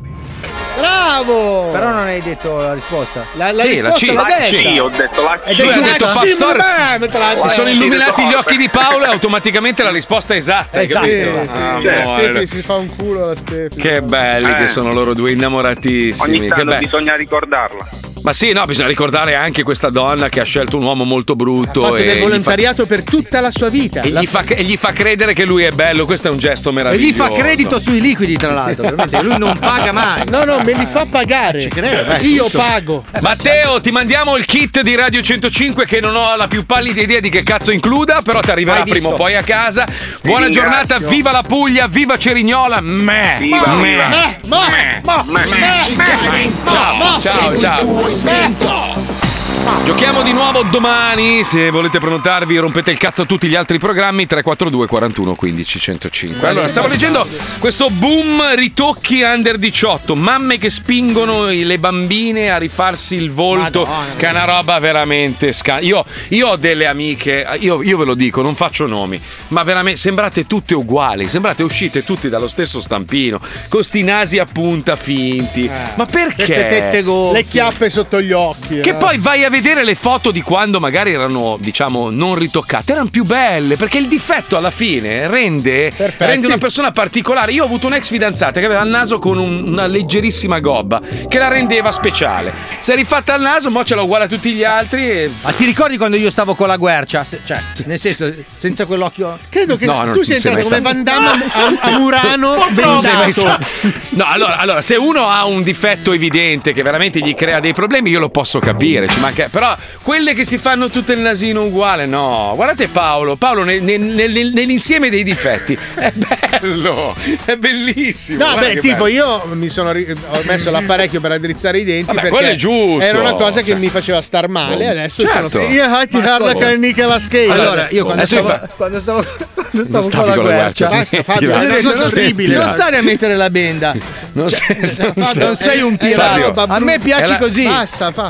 S6: Bravo!
S5: Però non hai detto la risposta.
S6: La,
S21: Sì, la C, la C, io ho detto la C.
S5: Ed è
S3: Lui ha
S5: giusto.
S3: detto
S5: Sì,
S3: Puff Store.
S6: vabbè, me te la-
S3: Si sono
S6: Eh,
S3: illuminati
S6: sì,
S3: gli
S6: sì.
S3: occhi di Paolo e automaticamente la risposta è esatta. hai
S6: Esatto. Sì,
S3: capito?
S6: sì,
S3: Ah,
S6: cioè,
S3: amore.
S6: Stefi si fa un culo la Stefi.
S3: Che belli
S21: Eh.
S3: che sono loro due, innamoratissimi.
S21: Ogni
S3: Che
S21: tanto
S3: belli.
S21: bisogna ricordarla
S3: Ma sì, no, bisogna ricordare anche questa donna che ha scelto un uomo molto brutto.
S6: Fatto
S3: e
S6: del
S3: gli fa-
S6: volontariato per tutta la sua vita.
S3: eh, E gli, fa, e gli fa credere che lui è bello, questo è un gesto
S2: E
S3: meraviglioso.
S2: gli fa credito sui liquidi, tra l'altro. veramente, Lui non paga mai.
S6: No, no, me li fa pagare.
S2: credo, eh,
S6: Io
S2: giusto.
S6: pago.
S3: Matteo, ti mandiamo il kit di Radio 105 che non ho la più pallida idea di che cazzo includa, però ti arriverà
S14: Hai visto?
S3: prima o poi a casa. Buona
S14: ringrazio.
S3: giornata, viva la Puglia, viva Cerignola. Meh,
S14: Viva,
S3: meh.
S14: viva.
S6: Ma,
S3: ma, ma, Ciao, ciao, ciao. Giochiamo di nuovo domani. Se volete prenotarvi, rompete il cazzo a tutti gli altri programmi. 342 41 15 105. Allora, stavo leggendo questo boom ritocchi under 18. Mamme che spingono i- le bambine a rifarsi il volto, che è una roba veramente sca. Io, io ho delle amiche, io, io ve lo dico, non faccio nomi, ma veramente sembrate tutte uguali. Sembrate uscite tutti dallo stesso stampino, con sti nasi a punta finti. Ma perché?
S6: Queste tette gonfie. Le chiappe sotto gli occhi.
S3: Che
S6: eh.
S3: poi vai a vedere le foto di quando magari erano, diciamo, non ritoccate, erano più belle, perché il difetto alla fine rende, rende una persona particolare. Io ho avuto un'ex fidanzata che aveva il naso con un- una leggerissima gobba, che la rendeva speciale. Si è rifatta il naso, mo ce l'ha uguale a tutti gli altri. E...
S2: Ma ti ricordi quando io stavo con la guercia? Se- cioè, nel senso, senza quell'occhio.
S6: Credo che
S3: No, no,
S6: tu
S3: non
S6: sei
S3: sei
S6: entrato come
S3: mai
S6: Van Damme a, a Murano
S3: Non sei mai
S6: bendato.
S3: stato- No, allora, allora, se uno ha un difetto evidente che veramente gli crea dei problemi, io lo posso capire. Ci manca... Però quelle che si fanno tutto il nasino uguale, no. Guardate Paolo, Paolo nel- nel- nel- nell'insieme dei difetti è bello, è bellissimo.
S6: No,
S3: guarda
S6: beh,
S3: che
S6: tipo
S3: bello.
S6: io mi sono ri- ho messo l'apparecchio per addrizzare i denti
S3: Vabbè, quello
S6: perché
S3: è giusto.
S6: era una cosa che mi faceva star male, adesso
S3: Certo.
S6: sono Io ho ti
S2: Ma
S6: parlo
S2: come?
S6: con Nicola Cage.
S2: Allora, io quando
S6: Adesso
S2: stavo,
S6: mi fa-
S2: quando stavo, quando stavo
S6: stavi
S2: con la
S6: con la
S2: guercia,
S6: guercia,
S2: basta,
S6: smettila.
S2: Fabio,
S6: Eh,
S2: non-
S6: cosa
S2: non-
S6: orribile.
S2: Non stare a mettere la benda.
S3: Non sei, non
S2: Fabio, non sei un
S3: Eh,
S2: pirata.
S3: Fabio,
S2: A me piaci
S3: è la-
S2: così.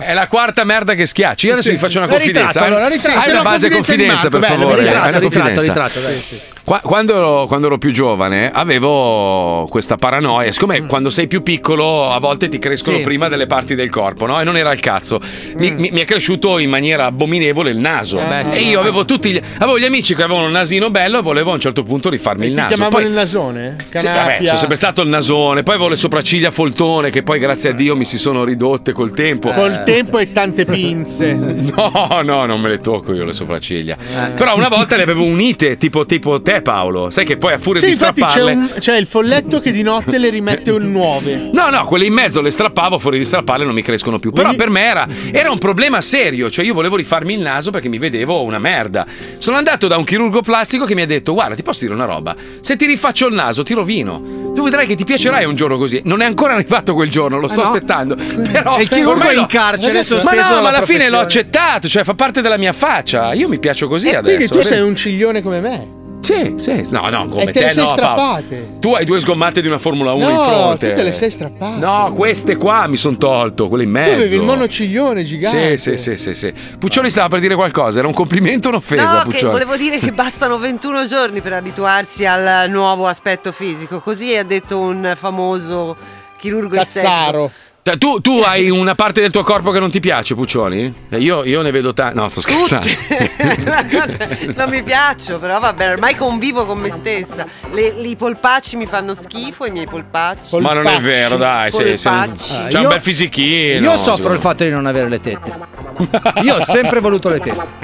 S3: È la quarta merda che schiacci. Io adesso
S2: Sì.
S3: vi faccio una
S2: La ritratto,
S3: confidenza.
S2: allora,
S3: eh?
S2: ritratto.
S3: Hai
S2: C'è
S3: una
S2: una
S3: base
S2: confidenza
S3: confidenza,
S2: di
S3: per
S2: Marco, bello,
S3: favore.
S2: ritratto,
S3: Hai una
S2: ritratto,
S3: confidenza.
S2: ritratto, dai. Sì, sì.
S3: Qua- quando, ero, quando ero più giovane avevo questa paranoia. Siccome quando sei più piccolo a volte ti crescono
S14: Sì.
S3: prima delle parti del corpo, no? E non era il cazzo.
S2: Mm.
S3: Mi, mi- mi è cresciuto in maniera abominevole il naso.
S14: Eh, beh, sì.
S3: e io avevo tutti gli, avevo gli amici che avevano un nasino bello e volevo a un certo punto rifarmi il
S6: Ti
S3: naso.
S6: chiamavano
S3: Poi-
S6: il nasone?
S3: sì, vabbè,
S6: Canapia.
S3: sono sempre stato il nasone, poi avevo le sopracciglia foltone che poi grazie a Dio mi si sono ridotte col tempo. Eh,
S6: Col tempo e tante pinze.
S3: No, no, non me le tocco io le sopracciglia. Però una volta le avevo unite, tipo, tipo te Paolo, sai che poi a furia
S6: Sì,
S3: di
S6: infatti c'è,
S3: strapparle...
S6: un- c'è il folletto che di notte le rimette un 9.
S3: No, no, quelle in mezzo le strappavo, fuori di strapparle non mi crescono più. Però per me era, era un problema serio, cioè io volevo rifarmi il naso perché mi vedevo una merda. Sono andato da un chirurgo plastico che mi ha detto: Guarda, ti posso dire una roba, se ti rifaccio il naso ti rovino. Tu vedrai che ti piacerai un giorno così. Non è ancora arrivato quel giorno,
S6: Ah,
S3: lo sto
S2: no?
S3: aspettando. Però
S2: E il chirurgo
S3: ormai
S2: è in
S3: l'ho-
S2: carcere,
S3: Adesso-
S2: sospeso
S3: Ma no,
S2: dalla
S3: ma alla fine l'ho
S2: professione.
S3: accettato, cioè fa parte della mia faccia. Io mi piaccio così
S6: E
S3: adesso.
S6: Eh, quindi tu sei
S3: vedi?
S6: un ciglione come me.
S3: Sì, sì. No, no, come
S6: e te, le sei
S3: no, Paolo.
S6: strappate.
S3: Tu hai due sgommate di una Formula 1 in
S6: No,
S3: fronte.
S6: tu te le sei strappate.
S3: No, queste qua mi sono tolto, quelle in
S6: Tu
S3: mezzo.
S6: avevi il monociglione
S3: Sì,
S6: gigante.
S3: sì, sì, sì, sì. Puccioli stava per dire qualcosa, era un complimento o un'offesa,
S8: No, che
S3: Puccioli?
S8: volevo dire che bastano 21 giorni per abituarsi al nuovo aspetto fisico. Così ha detto un famoso chirurgo estetico.
S3: Cioè, Tu, tu hai una parte del tuo corpo che non ti piace, Puccioli? Eh, Io, io ne vedo tante. No, sto scherzando.
S8: non mi piaccio, però va bene, ormai convivo con me stessa. Le- I polpacci mi fanno schifo, i miei polpacci.
S3: Ma non è vero, dai. Sei, sei un,
S8: Polpacci.
S3: c'hai un
S2: Io-
S3: bel fisichino.
S2: io soffro
S3: secondo
S2: il fatto di non avere le tette. Io ho sempre voluto le tette.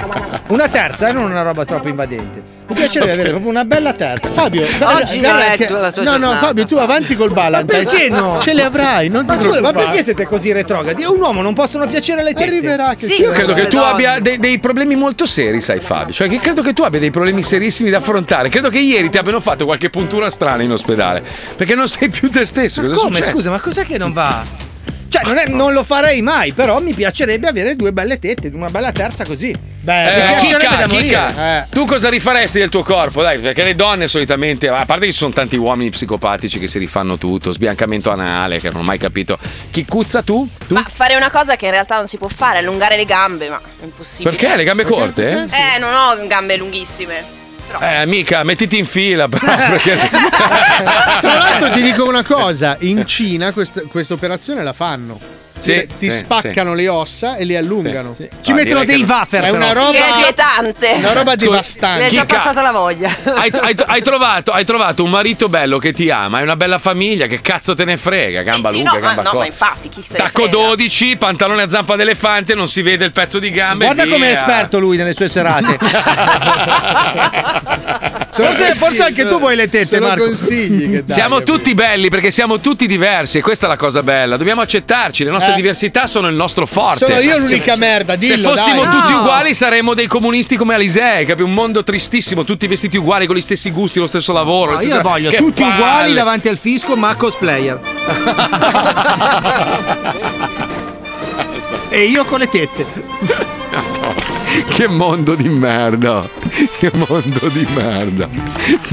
S2: Una terza, eh, non una roba troppo invadente. Mi piacerebbe avere proprio una bella terza.
S6: Fabio, guarda- guarda che- No, no, Fabio, tu avanti col Valentine.
S2: Perché no?
S6: Ce le avrai, non ti
S2: ma scusa, ma
S6: preoccupare.
S2: perché siete così retrogradi? A un uomo non possono piacere le tette.
S6: Arriverà che
S3: Io credo che tu abbia dei, dei problemi molto seri, sai Fabio. Cioè, che credo che tu abbia dei problemi serissimi da affrontare. Credo che ieri ti abbiano fatto qualche puntura strana in ospedale. Perché non sei più te stesso. Cosa è
S2: Come?
S3: successo?
S2: Scusa, ma cos'è che non va? Cioè, non, è- non lo farei mai, però mi piacerebbe avere due belle tette, una bella terza così. Beh, mi
S3: Eh,
S2: piacerebbe
S3: Chica,
S2: da morire.
S3: Chica, tu cosa rifaresti del tuo corpo? Dai, perché le donne solitamente, a parte che ci sono tanti uomini psicopatici che si rifanno tutto, sbiancamento anale, che non ho mai capito. Chi cuzza tu? Tu?
S12: Ma fare una cosa che in realtà non si può fare, allungare le gambe, ma è impossibile.
S3: Perché? Le gambe corte?
S12: Eh, non ho gambe lunghissime.
S3: Eh, mica, mettiti in fila, però, perché-
S6: Tra l'altro ti dico una cosa, in Cina quest- questa operazione la fanno.
S3: Sì,
S6: Cioè, ti
S3: sì,
S6: spaccano le ossa e le allungano.
S3: Ci Ah, mettono direi dei che no. wafer,
S6: È
S3: però.
S6: una roba
S3: È
S12: inquietante.
S6: Una roba
S3: Scusa,
S6: devastante.
S3: Le è già Chicca. passata
S12: la voglia.
S3: Hai, hai- hai trovato, hai trovato un marito bello che ti ama, hai una bella famiglia, che cazzo te ne frega? Gamba
S12: Sì,
S3: lunga,
S12: no, ma,
S3: gamba
S12: no, ma
S3: corta.
S12: infatti, chi se ne
S3: Tacco
S12: frega?
S3: 12, pantalone a zampa d'elefante, non si vede il pezzo di gamba.
S2: Guarda
S3: e
S2: come è
S3: via.
S2: esperto lui nelle sue serate. eh, forse, forse anche tu vuoi le tette, Marco.
S3: siamo tutti belli perché siamo tutti diversi e questa è la cosa bella. Dobbiamo accettarci, le nostre
S6: Eh.
S3: diversità sono il nostro forte.
S6: Sono io
S3: Se-
S6: l'unica merda,
S3: Se
S6: dillo,
S3: fossimo
S6: dai.
S3: tutti
S6: No.
S3: uguali saremmo dei comunisti come Alisei, capi? Un mondo tristissimo, tutti vestiti uguali, con gli stessi gusti, lo stesso lavoro.
S5: No,
S3: la
S5: io
S3: stessa-
S5: voglio
S3: Che
S5: tutti
S3: palle.
S5: uguali davanti al fisco, ma cosplayer. e io con le tette.
S3: Che mondo di merda! Che mondo di merda!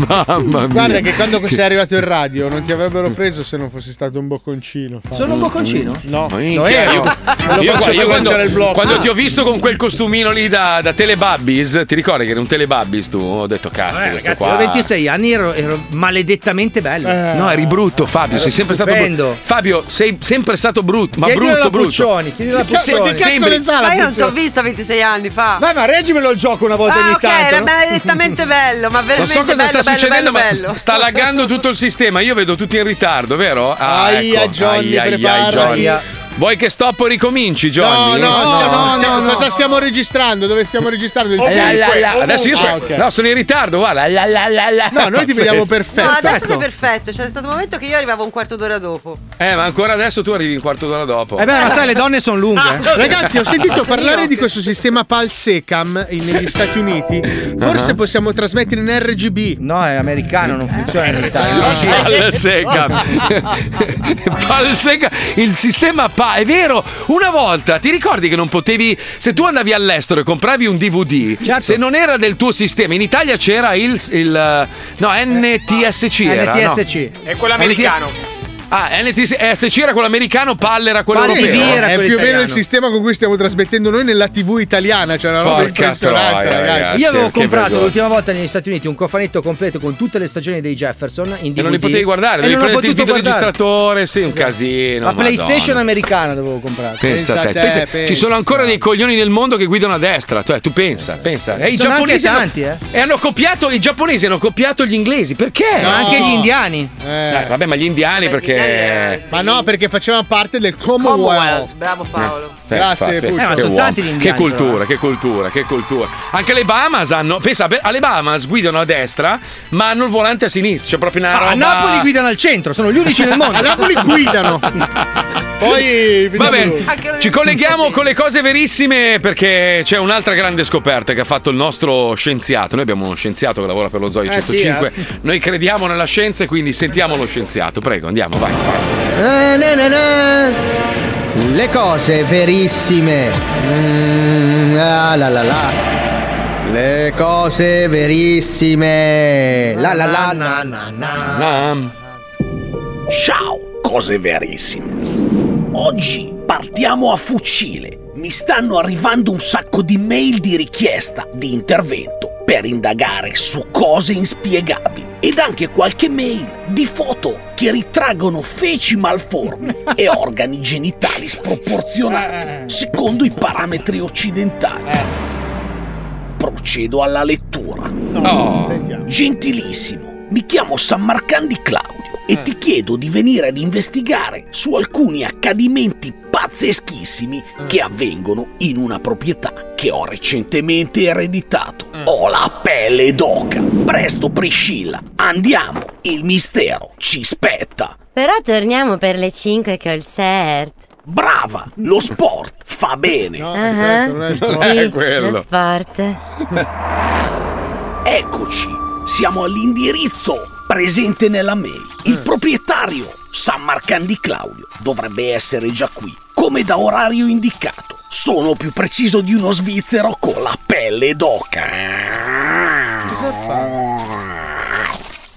S3: Mamma mia!
S6: Guarda che quando sei arrivato in radio non ti avrebbero preso se non fossi stato un bocconcino. Fabio.
S5: Sono un bocconcino?
S6: No,
S3: Minchia,
S6: lo ero.
S3: io-
S6: Me lo
S3: io-
S6: faccio
S3: io
S6: per
S3: quando,
S6: lanciare il blocco.
S3: quando
S6: Ah.
S3: ti ho visto con quel costumino lì da, da Telebabbies, ti ricordi che era un Telebabbies tu? Ho detto cazzo,
S5: Eh,
S3: questo
S5: ragazzi,
S3: qua. Eh.
S5: avevo 26 anni ero, ero maledettamente bello.
S3: No, eri brutto, Fabio.
S5: Ero
S3: Sei sempre stato
S5: stupendo.
S3: brutto. Fabio, sei sempre stato brutto, ma
S5: Chiedilo
S3: brutto,
S5: alla
S3: brutto.
S5: Puccioni, chiedilo alla
S3: Che cazzo-
S5: Puccioni.
S3: che cazzo
S5: Sembri-
S3: ne sa la
S8: Ma io non ti ho
S3: Puccioni?
S8: vista 26 anni fa.
S5: Vai, ma reggimelo il gioco una volta
S8: ah,
S5: ogni
S8: ok,
S5: tanto,
S8: era
S5: no?
S8: maledettamente bello, ma
S3: Non
S8: veramente
S3: so cosa
S8: bello,
S3: sta
S8: bello,
S3: succedendo,
S8: bello,
S3: ma
S8: bello.
S3: sta laggando tutto il sistema. Io vedo tutti in ritardo, vero? Ah,
S6: Aia,
S3: ecco.
S6: Johnny, preparati.
S3: Vuoi che stoppo ricominci,
S6: No,
S3: Johnny?
S6: no, no, no,
S3: Stiamo-
S6: cosa stiamo registrando? Dove stiamo registrando? Il
S3: Oh, la, la,
S6: sequel?
S3: la.
S6: Oh,
S3: Adesso io sono,
S6: ah, ok.
S3: no, sono in ritardo, guarda. La, la, la, la.
S6: No, noi ti
S5: Oh,
S6: vediamo
S8: No,
S6: perfetto.
S3: Ecco.
S8: adesso sei perfetto. C'è stato un momento che io arrivavo un quarto d'ora dopo.
S3: Eh, ma ancora adesso tu arrivi un quarto d'ora dopo.
S5: Eh beh, ma sai, le donne sono lunghe. eh.
S6: Ah, Ragazzi,
S3: Ah,
S6: ho sentito
S5: Sono
S6: parlare
S5: io.
S6: di questo sistema PAL-SECAM in- negli Stati Uniti. Forse
S2: Ah.
S6: possiamo trasmettere in RGB.
S2: No, è americano, non funziona
S3: Eh,
S2: in Italia.
S6: Ah.
S3: Pal seca. Pal seca. Il sistema pa- è vero. Una volta ti ricordi che non potevi se tu andavi all'estero e compravi un DVD, se non era del tuo sistema, in Italia c'era il, il no, NTSC era, no?
S5: NTSC.
S11: È quello americano.
S3: Ah, NTSC era quello americano, PAL era quello europeo.
S6: è più o meno il sistema con cui stiamo trasmettendo noi nella TV italiana, cioè una roba
S3: Porca
S6: impressionante,
S3: troia,
S6: ragazzi.
S3: ragazzi.
S2: Io avevo
S3: che
S2: comprato
S3: vergogna.
S2: l'ultima volta negli Stati Uniti un cofanetto completo con tutte le stagioni dei Jefferson in DVD.
S3: E non li potevi guardare,
S2: e
S3: devi
S2: non ho
S3: prendere il
S2: potuto guardare.
S3: videoregistratore, sì, un casino.
S2: La PlayStation
S3: Madonna.
S2: americana dovevo comprare.
S3: Pensa a te, pensa- ci sono ancora dei coglioni nel mondo che guidano a destra, cioè tu pensa, pensa. E i
S2: Sono anche
S3: giapponesi hanno-
S2: tanti, eh.
S3: e hanno copiato i giapponesi hanno copiato gli inglesi, perché?
S6: No.
S3: Anche gli indiani.
S5: indiani.
S3: Eh, vabbè, ma gli indiani perché
S6: Ma no, perché facevano parte del Commonwealth.
S8: bravo Paolo.
S3: Eh,
S6: Grazie,
S3: infatti,
S6: Puccio.
S3: che uomo. Che cultura, che cultura, che cultura. Anche le Bahamas hanno. Pensa, beh, alle Bahamas guidano a destra, ma hanno il volante a sinistra. Cioè proprio
S2: Ah,
S3: una
S5: No,
S3: roba...
S5: a Napoli guidano al centro, sono gli unici nel mondo.
S3: A Napoli guidano.
S6: Poi
S3: Va bene,
S5: Anche
S3: ci colleghiamo con le cose verissime perché c'è un'altra grande scoperta che ha fatto il nostro scienziato. Noi abbiamo uno scienziato che lavora per lo Zoe
S5: Eh, sì,
S3: 105. Noi crediamo nella scienza e quindi sentiamo lo scienziato. Prego, andiamo, vai.
S5: Eh, na, na, na. Le cose verissime. Mm, ah, la, la, la. Le cose verissime. La la la na, na, na.
S11: Ciao, cose verissime. Oggi partiamo a fucile. Mi stanno arrivando un sacco di mail di richiesta di intervento per indagare su cose inspiegabili ed anche qualche mail di foto che ritraggono feci malformi e organi genitali sproporzionati secondo i parametri occidentali.
S5: Eh.
S11: Procedo alla lettura. Gentilissimo, mi chiamo Sammarcan di Claudio
S10: Eh.
S11: e ti chiedo di venire ad investigare su alcuni accadimenti pazzeschissimi
S10: Eh.
S11: che avvengono in una proprietà che ho recentemente ereditato.
S10: Eh.
S11: Ho la pelle d'oca. Presto Priscilla, andiamo. Il mistero ci spetta.
S10: Però torniamo per le 5 che ho il cert.
S11: Brava, lo sport fa bene.
S10: Ah, sì,
S11: Eh,
S10: Lo sport.
S11: Eccoci, siamo all'indirizzo presente nella mail. Il proprietario, San Marcan di Claudio, dovrebbe essere già qui, come da orario indicato. Sono più preciso di uno svizzero con la pelle d'oca.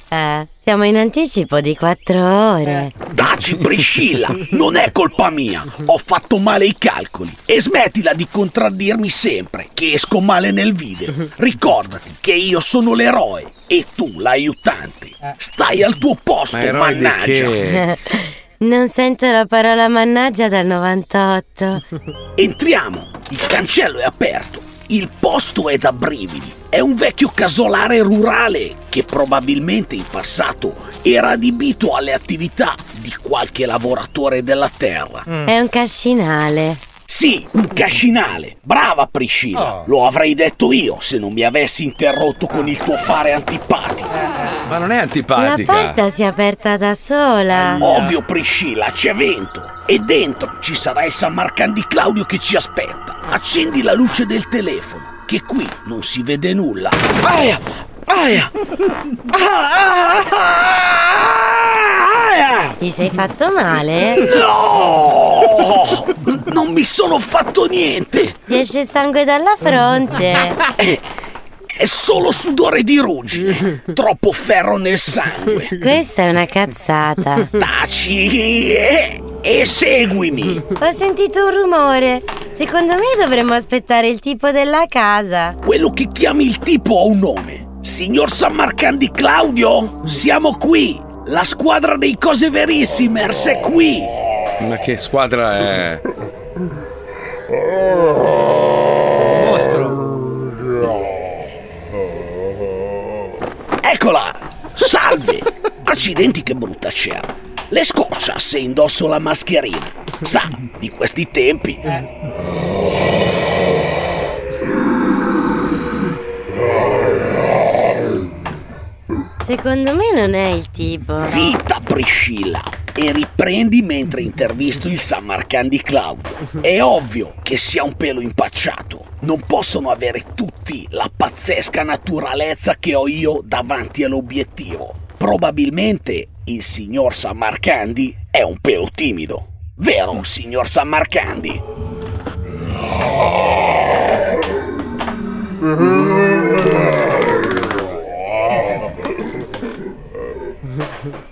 S10: Eh, siamo in anticipo di 4 ore.
S11: Daci Priscilla, non è colpa mia. Ho fatto male i calcoli. E smettila di contraddirmi sempre che esco male nel video. Ricordati che io sono l'eroe e tu l'aiutante. Stai al tuo posto,
S3: Ma eroe di
S11: mannaggia.
S3: che?
S10: Non sento la parola mannaggia dal 98.
S11: Entriamo! Il cancello è aperto, il posto è da brividi. È un vecchio casolare rurale che probabilmente in passato era adibito alle attività di qualche lavoratore della terra.
S10: È un cascinale.
S11: Sì, un cascinale. Brava
S3: Oh.
S11: Priscilla. Lo avrei detto io se non mi avessi interrotto con il tuo fare antipatico.
S3: Ma non è
S10: La
S3: antipatica.
S10: porta si è aperta da sola.
S11: Ah, Ovvio Priscilla, c'è vento. E dentro ci sarà il San Marcan di Claudio che ci aspetta. Accendi la luce del telefono, che qui non si vede nulla. Aia! Aia!
S10: Ti sei fatto male?
S11: No! Non mi sono fatto niente!
S10: Ti esce il sangue dalla fronte.
S11: È solo sudore di ruggine! Troppo ferro nel sangue!
S10: Questa è una cazzata.
S11: Taci! E, e seguimi!
S10: Ho sentito un rumore. Secondo me dovremmo aspettare il tipo della casa.
S11: Quello che chiami il tipo ha un nome. Signor San Marcan di Claudio, siamo qui. La squadra dei cose verissimers è qui.
S3: Ma che squadra è?
S11: Eccola. Salve. Accidenti che brutta cera. Le scoccia se indosso la mascherina. Sa, di questi tempi.
S10: Secondo me non è il tipo.
S11: Zitta Priscilla. E riprendi mentre intervisto il San Marcan di Claudio. È ovvio che sia un pelo impacciato. Non possono avere tutti la pazzesca naturalezza che ho io davanti all'obiettivo. Probabilmente il signor San Marcandi è un pelo timido. Vero, signor San Marcandi?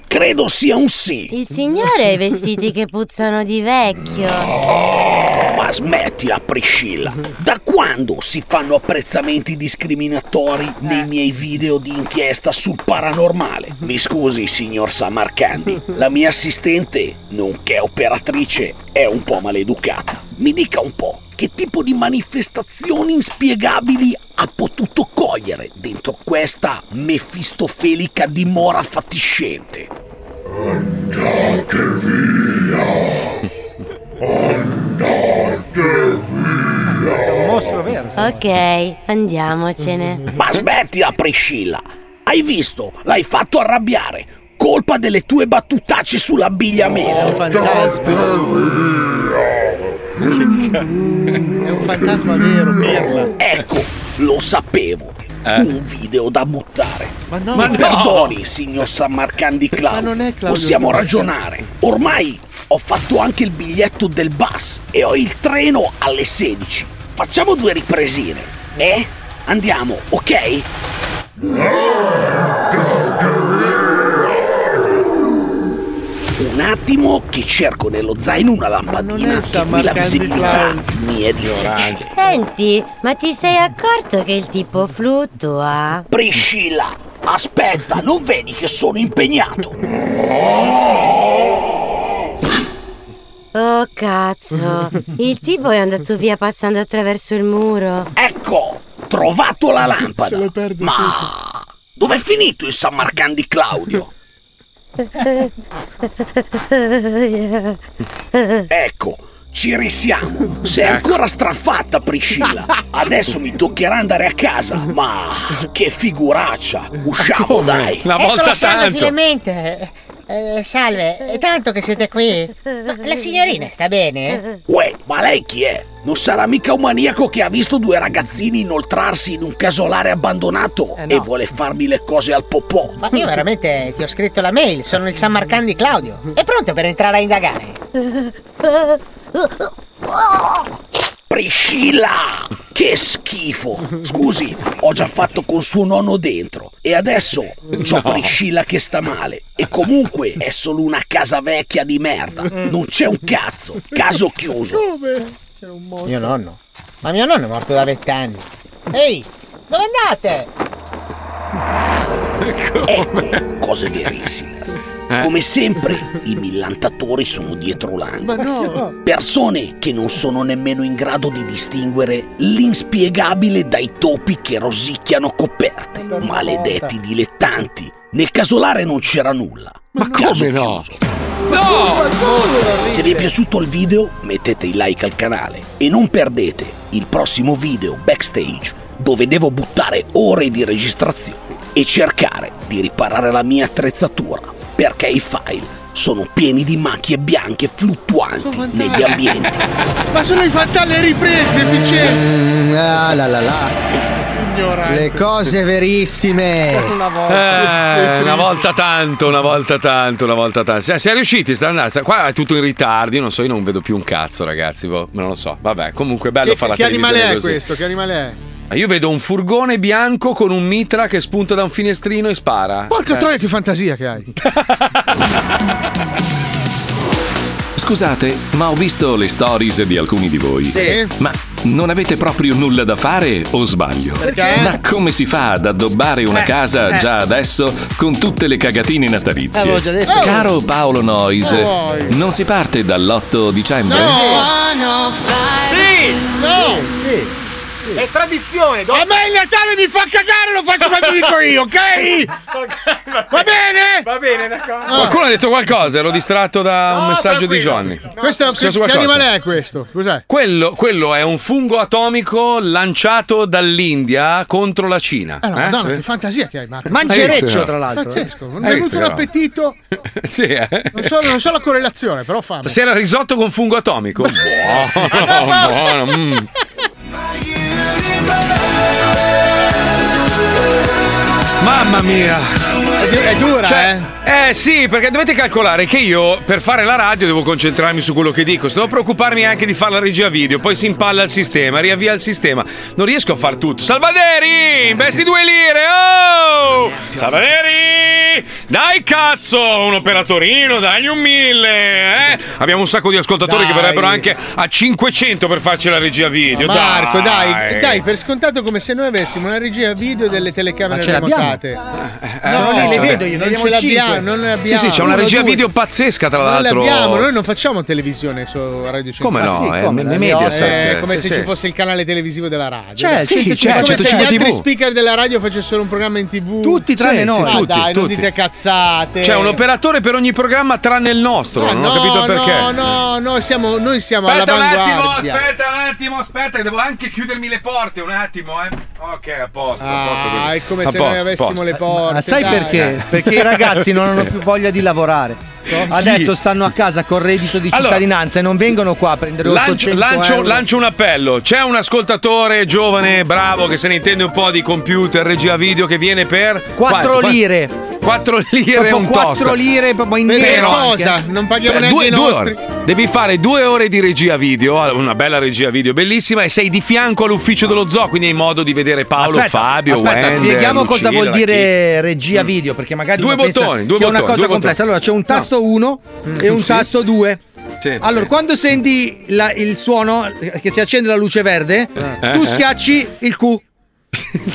S11: Credo sia un sì.
S10: Il signore ha i vestiti che puzzano di vecchio.
S11: Oh, Ma smettila, Priscilla! Da quando si fanno apprezzamenti discriminatori nei miei video di inchiesta sul paranormale? Mi scusi, signor Samarcandi, la mia assistente, nonché operatrice, è un po' maleducata. Mi dica un po', che tipo di manifestazioni inspiegabili ha potuto cogliere dentro questa mefistofelica dimora fatiscente?
S2: Un mostro vero.
S10: Ok, andiamocene.
S11: Ma smettila, Priscilla! Hai visto? L'hai fatto arrabbiare! Colpa delle tue battutacce
S6: Oh,
S11: sull'abbigliamento!
S6: È un fantasma vero, pirla.
S11: Ecco, lo sapevo! Un video da buttare! Ma
S6: no. Ma
S11: Ma
S6: no.
S11: perdoni, signor San Marcan di Claudio!
S6: Ma non è Claudio
S11: Possiamo
S6: San
S11: ragionare! Ormai ho fatto anche il biglietto del bus e ho il treno alle 16. Facciamo due ripresine, eh? Andiamo, ok? Un attimo che cerco nello zaino una lampadina che qui la visibilità mi è difficile.
S10: Senti, ma ti sei accorto che il tipo fluttua?
S11: Priscilla, aspetta, non vedi che sono impegnato?
S10: Oh cazzo, il tipo è andato via passando attraverso il muro.
S11: Ecco, trovato la lampada. Ma dov'è finito il San Marcan di Claudio? Ecco, ci risiamo. Sei ancora straffatta, Priscilla. Adesso mi toccherà andare a casa. Ma che figuraccia! Usciamo, dai!
S17: Ecco Filemente. Eh, salve, è tanto che siete qui. Ma la signorina sta bene?
S11: Uè, ma lei chi è? Non sarà mica un maniaco che ha visto due ragazzini inoltrarsi in un casolare abbandonato e vuole farmi le cose al popò.
S17: Ma io veramente ti ho scritto la mail, sono il San Marcan di Claudio. È pronto per entrare a indagare?
S11: Priscilla! Che schifo! Scusi, ho già fatto con suo nonno dentro e adesso c'ho
S19: No.
S11: Priscilla che sta male. E comunque è solo una casa vecchia di merda. Non c'è un cazzo. Caso chiuso.
S6: Come? C'era un
S17: Mio nonno. Ma mio nonno è morto da vent'anni. Ehi, dove andate?
S11: Ecco, cose verissime. Come sempre, i millantatori sono dietro l'angolo.
S6: Ma no!
S11: Persone che non sono nemmeno in grado di distinguere l'inspiegabile dai topi che rosicchiano coperte. Maledetti dilettanti. Nel casolare non c'era nulla. Ma come no? Se vi è piaciuto il video, mettete il like al canale e non perdete il prossimo video backstage dove devo buttare ore di registrazione e cercare di riparare la mia attrezzatura perché i file sono pieni di macchie bianche fluttuanti negli ambienti.
S6: Ma sono i fantasmi riprese, deficienti!
S5: Mm, ah, la la la. Le cose verissime.
S6: Oh,
S3: Eh, una volta tanto, una volta tanto, una volta tanto. Si è riusciti, sta andando. Qua è tutto in ritardo. Io non so, io non vedo più un cazzo, ragazzi. boh, non lo so. Vabbè, comunque è bello
S6: Che,
S3: fare la
S6: che animale è
S3: televisione così.
S6: questo? Che animale è?
S3: Ah, Io vedo un furgone bianco con un mitra che spunta da un finestrino e spara.
S6: Porca
S3: Eh.
S6: troia, che fantasia che hai!
S1: Scusate, ma ho visto le stories di alcuni di voi.
S6: Sì.
S1: Ma non avete proprio nulla da fare o sbaglio?
S6: Perché?
S1: Ma come si fa ad addobbare una
S6: Eh,
S1: casa
S6: eh.
S1: già adesso con tutte le cagatine natalizie?
S4: Avevo già detto.
S1: Caro Paolo Nois,
S4: Oh.
S1: non si parte dall'8 dicembre?
S4: Sì!
S6: No!
S4: Sì! È tradizione, dopo.
S6: A me il Natale mi fa cagare, lo faccio quando dico io, ok? Va bene? Ah.
S4: Va bene, d'accordo.
S3: Qualcuno ha detto qualcosa, ero distratto da un messaggio di Johnny.
S6: Questo è un
S3: Sono su
S6: che
S3: qualcosa.
S6: animale è questo? Eh, Cos'è?
S3: Quello, quello è un fungo atomico lanciato dall'India contro la Cina.
S6: Ah, no,
S3: eh?
S6: Madonna, che fantasia che hai, Marco.
S3: Mangereccio, Hai visto, no? tra l'altro, eh.
S6: Pazzesco, non
S3: Hai
S6: è venuto
S3: visto,
S6: un
S3: no?
S6: appetito.
S3: Sì, eh.
S6: Non so, non so la correlazione, però fame.
S3: Stasera risotto con fungo atomico. Buono, buono. mm. Mamma mia!
S6: È, du- è dura,
S3: Cioè,
S6: eh?
S3: eh sì, perché dovete calcolare che io per fare la radio devo concentrarmi su quello che dico, se devo preoccuparmi anche di fare la regia video, poi si impalla il sistema, riavvia il sistema. Non riesco a far tutto. Salvaderi, investi due lire, oh! Salvaderi! Dai cazzo, un operatorino, dagli un mille, eh? Abbiamo un sacco di ascoltatori che
S6: Dai.
S3: verrebbero anche a 500 per farci la regia video.
S6: Marco, dai. dai,
S3: dai.
S6: per scontato come se noi avessimo una regia video delle telecamere
S3: Ma ce l'abbiamo?
S6: remotate.
S3: Eh,
S6: no,
S3: vabbè.
S6: non le vedo io, ne abbiamo cinque.
S3: Sì, sì, c'è una
S6: Uno,
S3: regia
S6: due.
S3: video pazzesca, tra
S6: Non
S3: l'altro.
S6: l'abbiamo, noi non facciamo televisione su Radio Ah, 100.
S3: Come no?
S6: è
S3: Eh, ne- ne Mediaset.
S6: come
S3: Sì, sì.
S6: se ci fosse il canale televisivo della radio.
S3: C'è,
S6: Dai.
S3: sì, cioè,
S6: Come
S3: c'è,
S6: se
S3: 105
S6: gli altri
S3: TV.
S6: speaker della radio facessero un programma in tv.
S3: Tutti tranne
S6: Sì,
S3: noi.
S6: sì, Ma
S3: Tutti,
S6: dai, non
S3: tutti.
S6: dite cazzate.
S3: C'è un operatore per ogni programma tranne il nostro,
S6: Ma
S3: non
S6: no,
S3: ho capito perché.
S6: No, no, no, siamo, noi siamo
S3: Aspetta un
S6: all'avanguardia.
S3: attimo, aspetta un attimo, aspetta, che devo anche chiudermi le porte un attimo, eh. Ok, a posto, a posto così.
S6: Ah, è come
S3: A
S6: se noi
S3: posto,
S6: avessimo
S3: posto.
S6: le porte.
S2: Ma sai
S6: dai.
S2: perché? Perché i ragazzi non hanno più voglia di lavorare. Adesso stanno a casa con reddito di
S3: Allora-
S2: cittadinanza e non vengono qua a prendere
S3: Lancio,
S2: 800
S3: lancio-
S2: euro.
S3: lancio un appello. C'è un ascoltatore giovane, bravo, che se ne intende un po' di computer, regia video, che viene per.
S2: 4
S3: Quanto?
S2: lire.
S3: 4 lire e
S2: Proprio
S3: un
S2: 4
S3: toast.
S2: lire proprio in
S3: Per
S2: nero
S6: cosa?
S2: anche.
S6: Non
S3: Beh,
S6: paghiamo neanche
S3: due-
S6: i
S3: due
S6: nostri.
S3: ore. Devi fare due ore di regia video, ah, una bella regia video bellissima, e sei di fianco all'ufficio dello zoo, quindi hai modo di vedere Paolo,
S2: Aspetta,
S3: Fabio,
S2: aspetta,
S3: Wender,
S2: spieghiamo
S3: Lucilla,
S2: cosa vuol
S3: la
S2: dire regia video, perché magari
S3: Due
S2: uno pensa
S3: bottoni, due
S2: che è una
S3: bottoni,
S2: cosa
S3: due
S2: complessa.
S3: bottoni.
S2: Allora c'è un tasto 1 e un
S3: Sì.
S2: tasto 2.
S3: Sì,
S2: allora,
S3: sì.
S2: quando senti la- il suono eh, che si accende la luce verde,
S3: Eh.
S2: tu
S3: Eh.
S2: schiacci il Q.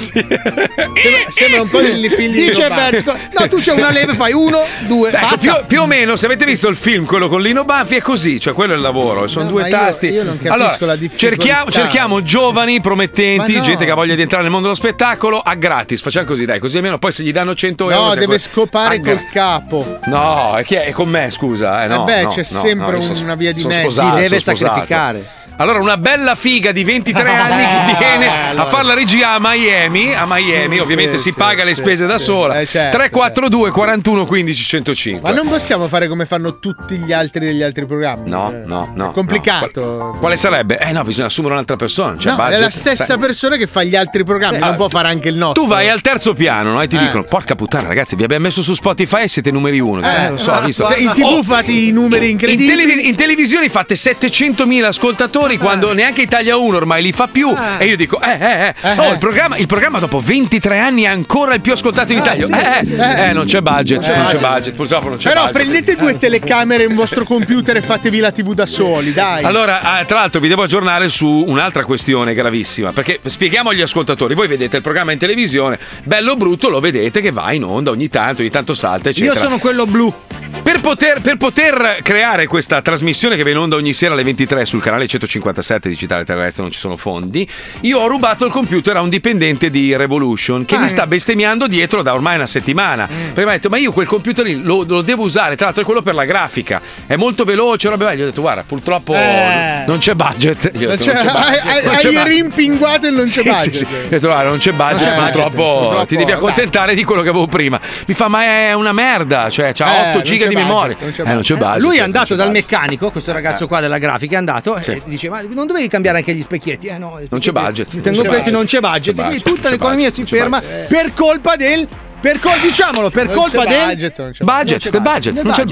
S6: Sembra, sembra un po' degli figli di
S2: Dice
S6: Leopardi.
S2: Bersko, no, tu c'è una leve, fai 1, 2,
S3: Beh, ecco, più,
S2: basta.
S3: più o meno, se avete visto il film, quello con Lino Banfi, è così, cioè quello è il lavoro, sono
S6: No,
S3: due
S6: ma io-
S3: tasti.
S6: io non capisco
S3: allora,
S6: la difficoltà.
S3: Cerchiamo, cerchiamo giovani, promettenti,
S6: Ma no.
S3: gente che ha voglia di entrare nel mondo dello spettacolo a gratis. Facciamo così, dai, così almeno poi se Ah, gli danno 100 euro.
S6: No,
S3: sai
S6: deve
S3: cosa-
S6: scopare
S3: a
S6: col capo.
S3: No, e chi è? È con me, scusa. Eh, no,
S6: Eh beh,
S3: no,
S6: c'è
S3: no,
S6: sempre
S3: no, io
S6: una via di
S3: sono
S6: mezzo.
S3: sposato,
S6: Si deve
S3: sono sposato.
S6: sacrificare.
S3: Allora, una bella figa di 23 anni che viene a fare la regia a Miami. Eh, A Miami,
S6: Sì,
S3: ovviamente
S6: sì,
S3: si paga le
S6: sì,
S3: spese da
S6: sì.
S3: sola.
S6: Eh, certo,
S3: 342 41 15 105.
S6: Ma non possiamo fare come fanno tutti gli altri degli altri programmi.
S3: No, no, no.
S6: È complicato.
S3: no. Qual- Quale sarebbe? Eh no, bisogna assumere un'altra persona. Cioè
S6: no,
S3: budget.
S6: è la stessa
S3: Sai,
S6: persona che fa gli altri programmi,
S3: Sì.
S6: non
S3: Ah,
S6: può fare anche il nostro.
S3: Tu vai al terzo piano no? e ti
S6: Eh.
S3: dicono: Porca puttana, ragazzi, vi abbiamo messo su Spotify e siete numeri uno.
S6: Eh,
S3: Eh, lo so, ho visto.
S6: se in tv
S3: Oh,
S6: fate i numeri
S3: in,
S6: incredibili.
S3: televis- in televisione fate 700.000 ascoltatori quando neanche Italia 1 ormai li fa più.
S6: Eh.
S3: E io dico: Eh, eh, eh. Oh, il, programma, il programma dopo 23 anni è ancora il più ascoltato in
S6: Eh,
S3: Italia.
S6: sì,
S3: eh,
S6: sì, sì,
S3: eh,
S6: sì.
S3: eh, non c'è budget,
S6: Eh,
S3: non c'è
S6: budget.
S3: budget. Purtroppo non c'è Eh.
S6: Però
S3: budget.
S6: prendete due telecamere e un vostro computer e fatevi la TV da soli, dai.
S3: Allora, ah, tra l'altro, vi devo aggiornare su un'altra questione gravissima. Perché spieghiamo agli ascoltatori: voi vedete il programma in televisione, bello o brutto, lo vedete che va in onda ogni tanto, ogni tanto salta, eccetera.
S2: Io sono quello blu.
S3: Per poter, per poter creare questa trasmissione che viene in onda ogni sera alle 23 sul canale 157 Digitale Terrestre, non ci sono fondi, io ho rubato il computer a un dipendente di Revolution
S6: Ah.
S3: che mi sta bestemmiando dietro da ormai una settimana.
S6: Mm.
S3: Perché mi ha detto, ma io quel computer lì lo, lo devo usare, tra l'altro è quello per la grafica, è molto veloce, roba varia. Gli ho detto, guarda, purtroppo
S6: Eh.
S3: non c'è budget. Gli ho
S6: Non
S3: detto,
S6: c'è-
S3: "Non c'è
S6: hai
S3: budget,
S6: hai-
S3: non c'è
S6: hai
S3: budget."
S6: rimpinguato e non c'è
S3: Sì, sì,
S6: budget.
S3: sì. Ho detto, "Guarda, non c'è budget,
S6: Non c'è
S3: purtroppo,
S6: budget, purtroppo,
S3: ti devi
S6: dai."
S3: accontentare di quello che avevo prima. Mi fa, ma è una merda, cioè
S2: Eh,
S3: c'ha 8
S2: non
S3: giga
S2: c'è
S3: di
S2: budget,
S3: memoria. eh, non c'è budget.
S2: Lui è andato dal meccanico, questo ragazzo qua della grafica è andato
S3: Sì.
S2: e dice: Ma non dovevi cambiare anche gli specchietti? Eh no,
S3: Non c'è budget.
S2: ti tengo questi, non c'è budget.
S3: Non c'è
S2: Quindi tutta
S3: non c'è
S2: l'economia
S3: budget,
S2: si
S3: non c'è
S2: ferma
S3: budget.
S2: per colpa del. Per colpa, diciamolo, per
S3: Non
S2: colpa
S3: c'è
S2: del.
S3: budget, Budget, del budget, non c'è budget, non c'è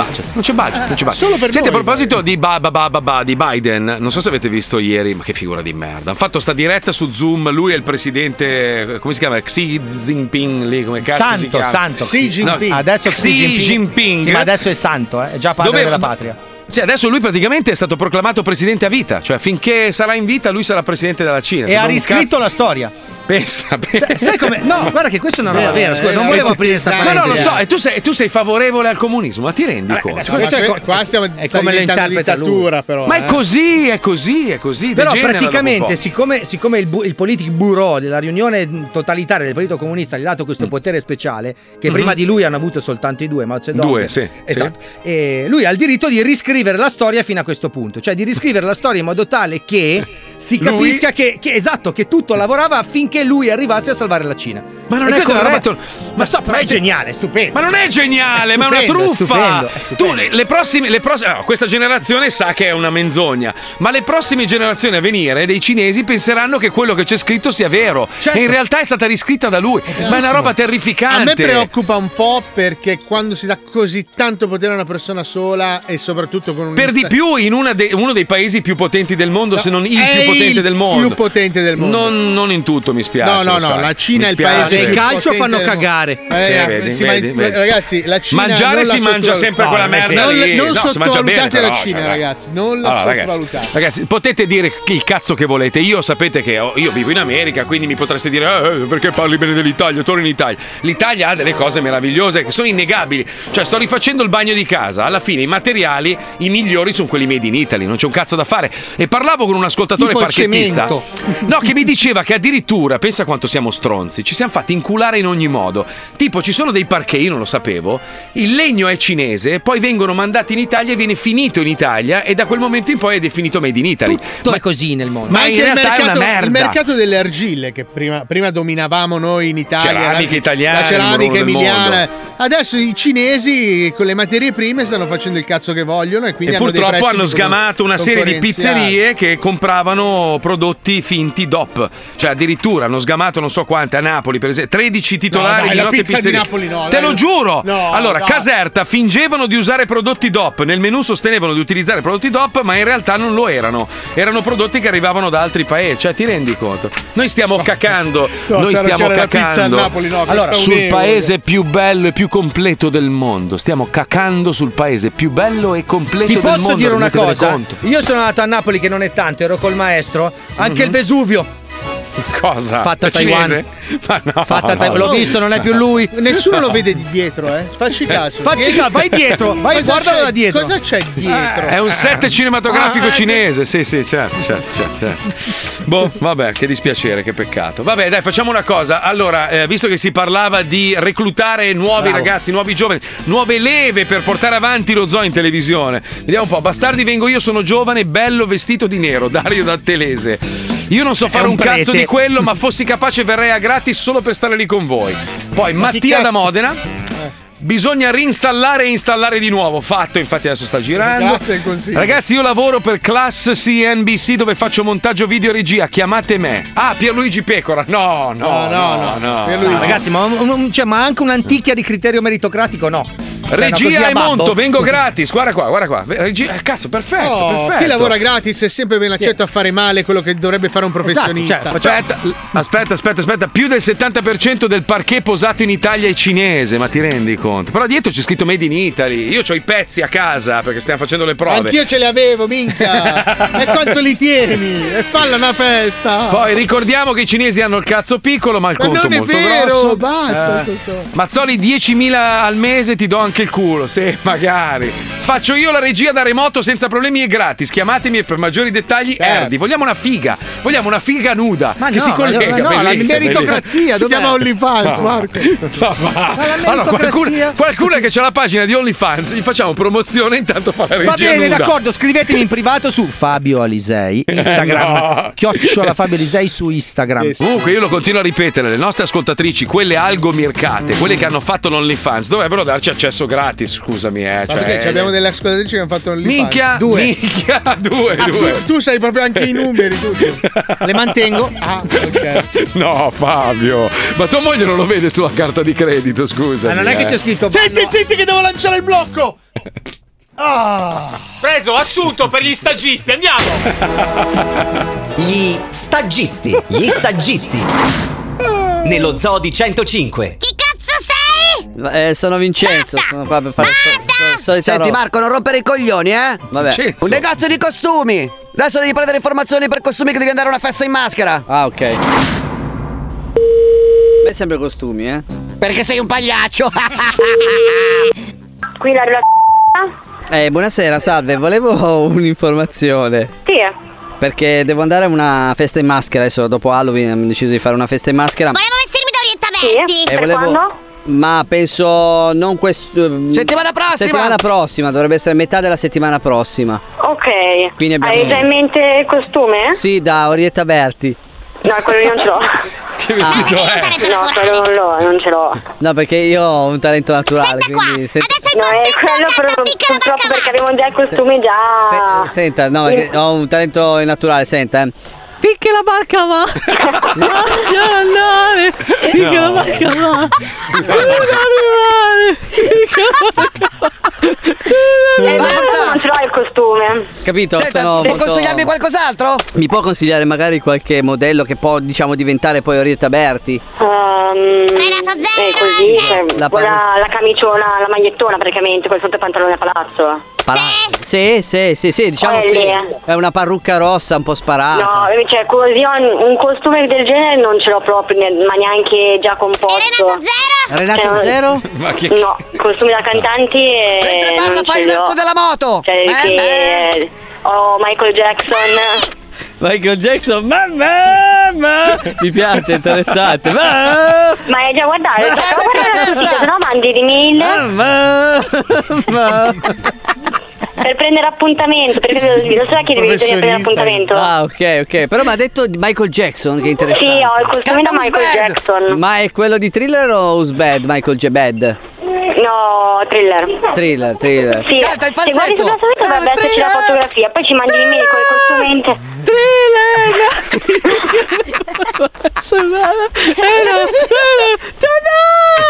S3: budget, non c'è budget.
S2: Solo per
S3: Senti,
S2: noi,
S3: a proposito di ba, ba, ba, ba, ba, di Biden, non so se avete visto ieri, ma che figura di merda. Hanno fatto sta diretta su Zoom, lui è il presidente, eh, come si chiama? Xi Jinping lì, come cazzo si
S5: Santo,
S3: chiama?
S5: santo.
S3: No,
S5: Adesso
S3: Xi Jinping.
S5: Sì, ma adesso è santo, eh, è già padre
S3: Dove-
S5: della patria.
S3: Sì, adesso lui praticamente è stato proclamato presidente a vita, cioè finché sarà in vita lui sarà presidente della Cina. cioè
S5: E ha riscritto la storia.
S3: Pensa, pensa.
S2: Sai come? No, guarda che questa è una
S6: Eh,
S2: roba vera. Scusa, non volevo aprire questa
S3: Ma no, lo so, e tu sei, e tu sei favorevole al comunismo, ma ti rendi conto?
S6: scusa, Questo è que- co- eh, qua stiamo- è stai come lo diventando interpreta lui. dittatura, però,
S3: Ma
S6: eh.
S3: è così, è così, è così.
S2: Però
S3: degenera dopo un
S2: praticamente,
S3: po'.
S2: siccome, siccome il, bu- il Politic Bureau della riunione totalitaria del Partito Comunista gli ha dato
S3: Mm.
S2: questo potere speciale, che
S3: Mhm.
S2: prima di lui hanno avuto soltanto i due, Mao Zedong.
S3: Due, sì,
S2: Esatto. E lui ha il diritto di riscrivere la storia fino a questo punto, cioè di riscrivere la storia in modo tale che si
S3: Lui-
S2: capisca che, che- esatto, che tutto lavorava affinché lui arrivasse a salvare la Cina.
S3: Ma non
S2: E
S3: è
S2: questa una
S3: corretto.
S2: roba- Ma, so, però è geniale, è stupendo.
S3: Ma non è geniale,
S2: È
S3: ma è una
S2: stupendo,
S3: truffa.
S2: è stupendo, è
S3: Tu le, le prossime, le prossime- allora, questa generazione sa che è una menzogna, ma le prossime generazioni a venire dei cinesi penseranno che quello che c'è scritto sia vero. E in realtà è stata riscritta da lui. ma è una roba terrificante.
S6: Certo. A me preoccupa un po' perché quando si dà così tanto potere a una persona sola e soprattutto con un
S3: Per di più in una de- uno dei paesi più potenti del mondo, se non il
S6: è
S3: più potente
S6: il
S3: del mondo.
S6: più potente del mondo.
S3: Non, non in tutto, mi spiace.
S6: No, no,
S3: lo
S6: no,
S3: sai.
S6: la Cina
S3: Mi
S6: è il paese
S3: spiace.
S6: del potente del mondo. Eh,
S3: Sì,
S6: eh,
S3: vedi,
S6: sì,
S3: vedi,
S6: ma-
S3: vedi.
S6: ragazzi, la Cina
S3: Mangiare
S6: non la
S3: si mangia
S6: sottovalut-
S3: sempre
S6: No,
S3: quella
S6: non è
S3: merda
S6: vero.
S3: lì.
S6: Non- non
S3: No, si mangia bene,
S6: sottovalutate la
S3: però, cioè,
S6: Cina,
S3: dai.
S6: ragazzi, non la
S3: Allora, ragazzi,
S6: sottovalutate.
S3: ragazzi, potete dire il cazzo che volete. Io sapete che ho- io vivo in America, quindi mi potreste dire "Eh, perché parli bene dell'Italia, torni in Italia. L'Italia ha delle cose meravigliose che sono innegabili. Cioè, sto rifacendo il bagno di casa. Alla fine i materiali, i migliori sono quelli made in Italy, non c'è un cazzo da fare. E parlavo con un ascoltatore
S6: Tipo il
S3: parchettista.
S6: cemento.
S3: No, che mi diceva che addirittura, pensa quanto siamo stronzi, ci siamo fatti inculare in ogni modo. Tipo, ci sono dei parquet, io non lo sapevo, il legno è cinese, poi vengono mandati in Italia e viene finito in Italia e da quel momento in poi è definito made in Italy. ma è
S2: così nel mondo.
S6: Ma
S3: eh, Ma, in
S6: anche il
S3: realtà è
S6: mercato,
S3: una merda.
S6: il mercato delle argille che prima, prima dominavamo noi in Italia,
S3: Ceramica
S6: la-
S3: italiana,
S6: la ceramica
S3: numero uno del
S6: emiliana. Adesso i cinesi con le materie prime stanno facendo il cazzo che vogliono e quindi
S3: e
S6: hanno dei
S3: purtroppo
S6: prezzi
S3: hanno
S6: di concor-
S3: sgamato una serie di
S6: concorrenziali.
S3: pizzerie che compravano prodotti finti DOP. Cioè, addirittura hanno sgamato non so quante a Napoli, per esempio, 13 titolari
S6: No, dai,
S3: di
S6: la
S3: note
S6: pizza di
S3: pizzerie.
S6: Napoli no,
S3: Te
S6: dai.
S3: lo giuro.
S6: No,
S3: allora,
S6: dai.
S3: Caserta fingevano di usare prodotti DOP. Nel menu sostenevano di utilizzare prodotti DOP, ma in realtà non lo erano. Erano prodotti che arrivavano da altri paesi. Cioè, ti rendi conto? Noi stiamo cacando.
S6: No,
S3: noi
S6: per
S3: stiamo
S6: arrocchiare la pizza a
S3: cacando.
S6: Napoli, no,
S3: allora,
S6: costa un
S3: sul
S6: euro.
S3: paese più bello e più completo del mondo. Stiamo cacando sul paese più bello e completo
S2: Ti
S3: del
S2: posso
S3: mondo,
S2: dire una
S3: rendetene
S2: cosa?
S3: conto.
S2: Io sono andato a Napoli che non è tanto, ero col maestro, anche
S3: Mhm.
S2: il Vesuvio.
S3: Cosa?
S2: Fatto a
S3: È cinese?
S2: Taiwan.
S3: Ma no,
S2: Fatta a
S3: no,
S2: Taiwan.
S3: no.
S2: L'ho visto, non è più lui.
S6: Nessuno lo vede di dietro, eh. Facci caso.
S2: Facci caso, vai dietro, vai,
S6: Cosa
S2: guardalo
S6: c'è-
S2: da dietro.
S6: Cosa c'è dietro?
S3: È un set cinematografico
S6: Ah,
S3: cinese, sì, sì, certo, certo, certo, certo. Boh, vabbè, che dispiacere, che peccato. Vabbè, dai, facciamo una cosa. Allora, eh, visto che si parlava di reclutare nuovi
S18: Bravo.
S3: ragazzi, nuovi giovani, nuove leve per portare avanti lo zoo in televisione. Vediamo un po', bastardi vengo io, sono giovane, bello, vestito di nero, Dario Dattelese. Io non so fare
S18: un
S3: un, cazzo
S18: prete.
S3: di quello, ma fossi capace verrei a gratis solo per stare lì con voi. Poi
S18: Ma chi
S3: Mattia da
S18: cazzo?
S3: Modena. Bisogna reinstallare e installare di nuopo. Fatto, infatti adesso sta girando.
S6: Grazie del consiglio.
S3: Ragazzi, io lavoro per Class CNBC dove faccio montaggio video e regia. Chiamate me. Ah, Pierluigi Pecora. No, no, no, no.
S2: Ah, ragazzi, ma, un- un- cioè, ma anche un'antichia di criterio meritocratico, no. Cioè, no, così
S3: Regia
S2: a
S3: e
S2: babbo.
S3: monto, vengo gratis. Guarda qua, guarda qua. Regia, eh, cazzo, perfetto,
S6: Oh,
S3: perfetto.
S6: Chi lavora gratis è sempre ben accetto a fare male quello che dovrebbe fare un
S3: Esatto,
S6: professionista.
S3: Cioè, aspetta, aspetta, aspetta, aspetta. Più del 70% del parquet posato in Italia è cinese, ma ti rendi conto? Però dietro c'è scritto Made in Italy. Io ho i pezzi a casa perché stiamo facendo le prove.
S6: Anch'io ce li avevo, minchia! e quanto li tieni? E falla una festa!
S3: Poi ricordiamo che i cinesi hanno il cazzo piccolo, ma il
S6: Ah. Ma
S3: conto
S6: non è
S3: molto
S6: vero,
S3: grosso.
S6: basta,
S3: Eh, Mazzoli 10.000 al mese ti do anche anche il culo, sì, magari. Faccio io la regia da remoto senza problemi e gratis. Chiamatemi e per maggiori dettagli Erdi. Vogliamo una figa. Vogliamo una figa nuda.
S6: Certo. Ma
S3: che
S6: no,
S3: si
S6: ma-
S3: collega.
S6: no, la
S3: bellissimo,
S6: meritocrazia,
S3: bellissimo.
S6: Si dov'è? chiama OnlyFans, Marco.
S3: Ma va.
S6: Ma la
S3: Allora, qualcuno,
S6: meritocrazia?
S3: qualcuno che c'ha la pagina di OnlyFans, gli facciamo promozione intanto fa la regia
S18: Va bene,
S3: nuda.
S18: d'accordo, scrivetemi in privato su Fabio Alisei, Instagram,
S3: Eh, no.
S18: chiocciola Fabio Alisei su Instagram.
S3: Comunque io lo continuo a ripetere, le nostre ascoltatrici, quelle algomircate, quelle che hanno fatto l'OnlyFans, dovrebbero darci accesso gratis, scusami, eh.
S6: Ma perché
S3: Cioè,
S6: ci abbiamo delle ascoltatrici che hanno fatto un
S3: Minchia,
S6: due.
S3: minchia, due,
S6: Ah,
S3: due.
S6: Tu, tu sai proprio anche i numeri, tu. Le
S3: mantengo.
S6: Ah, ok.
S3: eh, No, Fabio, ma tua moglie non lo vede sulla carta di credito, scusa.
S6: Ma non è che c'è scritto. Senti, senti che devo lanciare il blocco!
S4: Preso, assunto per gli stagisti, andiamo!
S22: Gli stagisti, gli stagisti. Nello zoo di 105.
S23: Chi cazzo sei?
S24: Eh, sono Vincenzo, sono qua per fare
S23: Senti Marco, non rompere i coglioni, eh?
S24: Vabbè. Vincenzo.
S23: Un negozio di costumi. Adesso devi prendere informazioni per costumi che devi andare a una festa in maschera.
S24: Ah, ok. Beh, sempre costumi, eh.
S23: Perché sei un pagliaccio.
S25: Qui la rela...
S24: Eh, buonasera, salve, volevo un'informazione.
S25: Sì,
S24: Perché devo andare a una festa in maschera adesso, dopo Halloween ho deciso di fare una festa in maschera.
S23: Volevo vestirmi da orientamenti.
S24: E Eh, volevo- Ma penso non questo.
S23: Settimana prossima!
S24: Settimana prossima, dovrebbe essere metà della settimana prossima.
S25: Ok.
S24: Quindi abbiamo-
S25: Hai già in mente il costume?
S24: Sì, da Orietta Berti.
S25: No, quello io non ce l'ho.
S3: Che vestito è?
S25: No, quello non l'ho, non ce l'ho.
S24: No, perché io ho un talento naturale. quindi se-
S25: No, è quello però, purtroppo perché avevo già il costume già...
S24: Senta, no, perché ho un talento naturale, senta, eh. Finché la barca va, lascia andare. Finché la
S19: No.
S24: barca va, tu non arrivare. Finché la barca va.
S25: Eh, ma forse non ce l'ho il costume.
S24: Capito? Sono
S23: puoi
S24: molto-
S23: consigliarmi qualcos'altro?
S24: Mi può consigliare magari qualche modello che può, diciamo, diventare poi Orietta Berti?
S25: Ehm, eh, così, cioè,
S24: La
S25: la,
S24: parru-
S25: la camiciona, la magliettona praticamente, quel sottopantalone a palazzo.
S24: Parà- Sì, sì, sì, sì, diciamo sì.
S25: Quelle.
S24: È una parrucca rossa un po' sparata.
S25: No, cioè così un, un costume del genere non ce l'ho proprio, ne- ma neanche già composto. Renato Zero?
S24: Renato Zero?
S3: Ma che-
S25: No, costume da cantanti e...
S23: Mentre parla
S25: non
S23: fai
S25: ce
S23: il
S25: l'ho.
S23: verso della moto.
S25: Cioè,
S23: Eh,
S25: che-
S23: beh.
S25: ho Michael Jackson...
S24: Michael Jackson, mamma, mamma. Mi piace, interessante. Mamma,
S25: Ma hai già guardato?
S24: Ma-
S25: Cioè, guarda, se no mandi l'email
S24: mamma, mamma.
S25: per prendere appuntamento, perché lo sai che devi bisogna prendere appuntamento.
S24: Ah, ok, ok. Però mi ha detto di Michael Jackson, che è interessante.
S25: Sì, ho il costume da Michael Jackson.
S24: Ma è quello di thriller o Who's Bad? Michael J. Bad?
S25: No, thriller.
S24: Thriller, thriller.
S25: Sì, se guardi sulla salita
S23: Eh,
S25: dovrebbe esserci la fotografia, poi ci mandi l'email con il costume inter-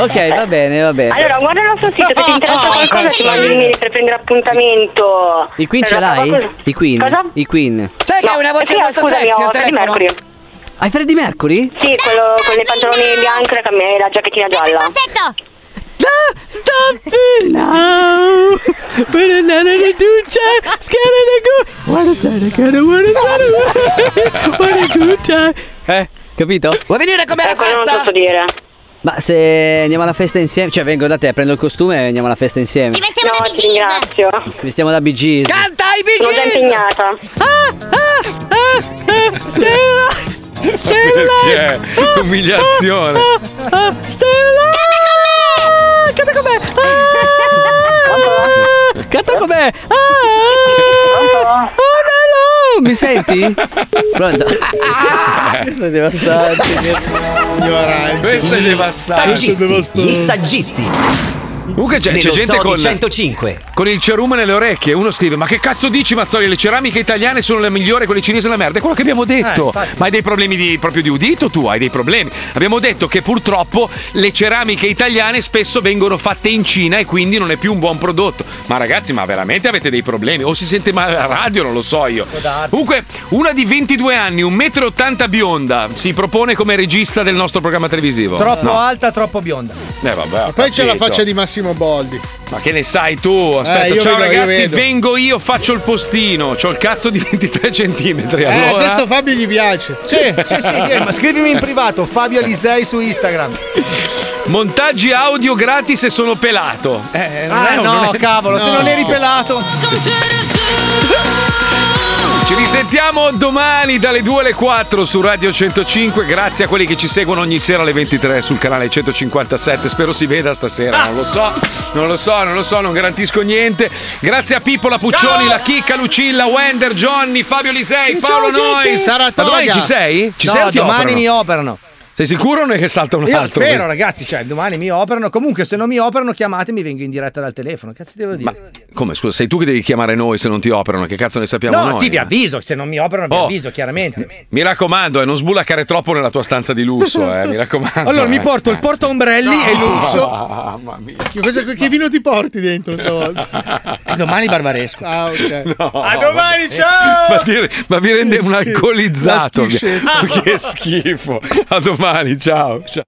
S24: ok, va bene, va bene.
S25: Allora, guarda il nostro sito, se ti interessa qualcosa ti mandi l'email per prendere appuntamento.
S24: I Queen
S25: Per
S24: ce
S25: una roba
S24: l'hai?
S25: così.
S24: I Queen?
S25: Cosa? Eh,
S24: I Queen.
S25: Sai che hai una voce molto sexy al telefono? Eh,
S24: Hai Freddie Mercury?
S25: Sì, quello con le pantaloni bianche, la cam- e la giacchettina gialla.
S24: Stop it now! Banana do chat, scatter go! What is that? I gotta, what is that? What a good time! Eh, capito?
S23: Vuoi venire con me alla
S25: Eh, Quello non
S23: festa?
S25: posso dire.
S24: Ma se andiamo alla festa insieme, cioè vengo da te, prendo il costume e andiamo alla festa insieme.
S25: No, ti ringrazio.
S24: Vestiamo da Bee Gees.
S23: Dai,
S25: Sono già impegnata. Ah,
S24: Stella!
S3: Perché? Umiliazione. Ah!
S24: Stella! Canta com'è? Ah! Canta com'è? Ah! Oh no, no! Mi senti? Pronto?
S6: Esatto.
S24: Questo è devastante.
S3: Questo è devastante.
S22: Stagisti, gli stagisti.
S3: Comunque c'è, c'è
S22: Nello
S3: gente
S22: zoo di
S3: con
S22: 105.
S3: con il cerume nelle orecchie. Uno scrive: Ma che cazzo dici, Mazzoli? Le ceramiche italiane sono le migliori, quelle cinesi sono la merda. È quello che abbiamo
S14: Eh,
S3: detto.
S14: infatti.
S3: Ma hai dei problemi di- proprio di udito? Tu hai dei problemi. Abbiamo detto che purtroppo le ceramiche italiane spesso vengono fatte in Cina e quindi non è più un buon prodotto. Ma ragazzi, ma veramente avete dei problemi? O si sente male la radio? Non lo so io. Comunque, una di 22 anni, 1,80 m bionda, si propone come regista del nostro programma televisivo.
S2: Troppo
S3: No.
S2: alta, troppo bionda.
S3: Eh, vabbè, ho
S6: Poi c'è la
S3: capito.
S6: faccia di Massimo Boldi.
S3: Ma che ne sai tu? Aspetta,
S9: Eh, io
S3: ciao
S9: vedo, io
S3: ragazzi,
S9: vedo.
S3: vengo io, faccio il postino. C'ho il cazzo di 23 centimetri.
S9: Eh,
S3: allora.
S9: questo Fabio gli piace.
S3: Sì, sì, sì, vieni, ma scrivimi in
S9: privato Fabio Alisei su Instagram.
S3: Montaggi audio gratis e sono pelato. Eh, non
S9: Ah
S3: è-
S9: no,
S3: non è-
S9: cavolo, se
S3: No.
S9: non eri pelato.
S3: Ci risentiamo domani dalle 2 alle 4 su Radio 105. Grazie a quelli che ci seguono ogni sera alle 23 sul canale 157. Spero si veda stasera, non lo so, non lo so, non lo so, non garantisco niente. Grazie a Pippola Puccioni, la Chicca, Lucilla, Wender, Johnny, Fabio Lisei, Paolo Noi. Ma domani ci sei? Ci
S2: no,
S3: sei o ti
S2: domani
S3: operano?
S2: mi operano.
S3: Sei sicuro o ne che salta un
S2: Io
S3: altro?
S2: spero, ragazzi, cioè, domani mi operano. Comunque, se non mi operano, chiamatemi, vengo in diretta dal telefono. Cazzo, devo dire?
S3: Come scusa, sei tu che devi chiamare noi se non ti operano? Che cazzo ne sappiamo
S2: no,
S3: noi? eh.
S2: sì, vi avviso. Se non mi operano, vi
S3: Oh.
S2: avviso, chiaramente.
S3: Mi raccomando, eh, non sbulaccare troppo nella tua stanza di lusso, eh, mi raccomando.
S2: Allora, mi
S3: eh.
S2: porto il porto ombrelli e l'usso.
S3: Mamma mia.
S6: Che, cosa- che vino ti porti dentro stavolta?
S2: Domani barbaresco.
S6: Ah, ok.
S3: No,
S6: a domani,
S3: vabbè.
S6: ciao!
S3: Ma, dire- ma vi rende
S6: Che
S3: un
S6: schifo.
S3: alcolizzato.
S6: La schiscetta.
S3: Che schifo. A domani, ciao. ciao.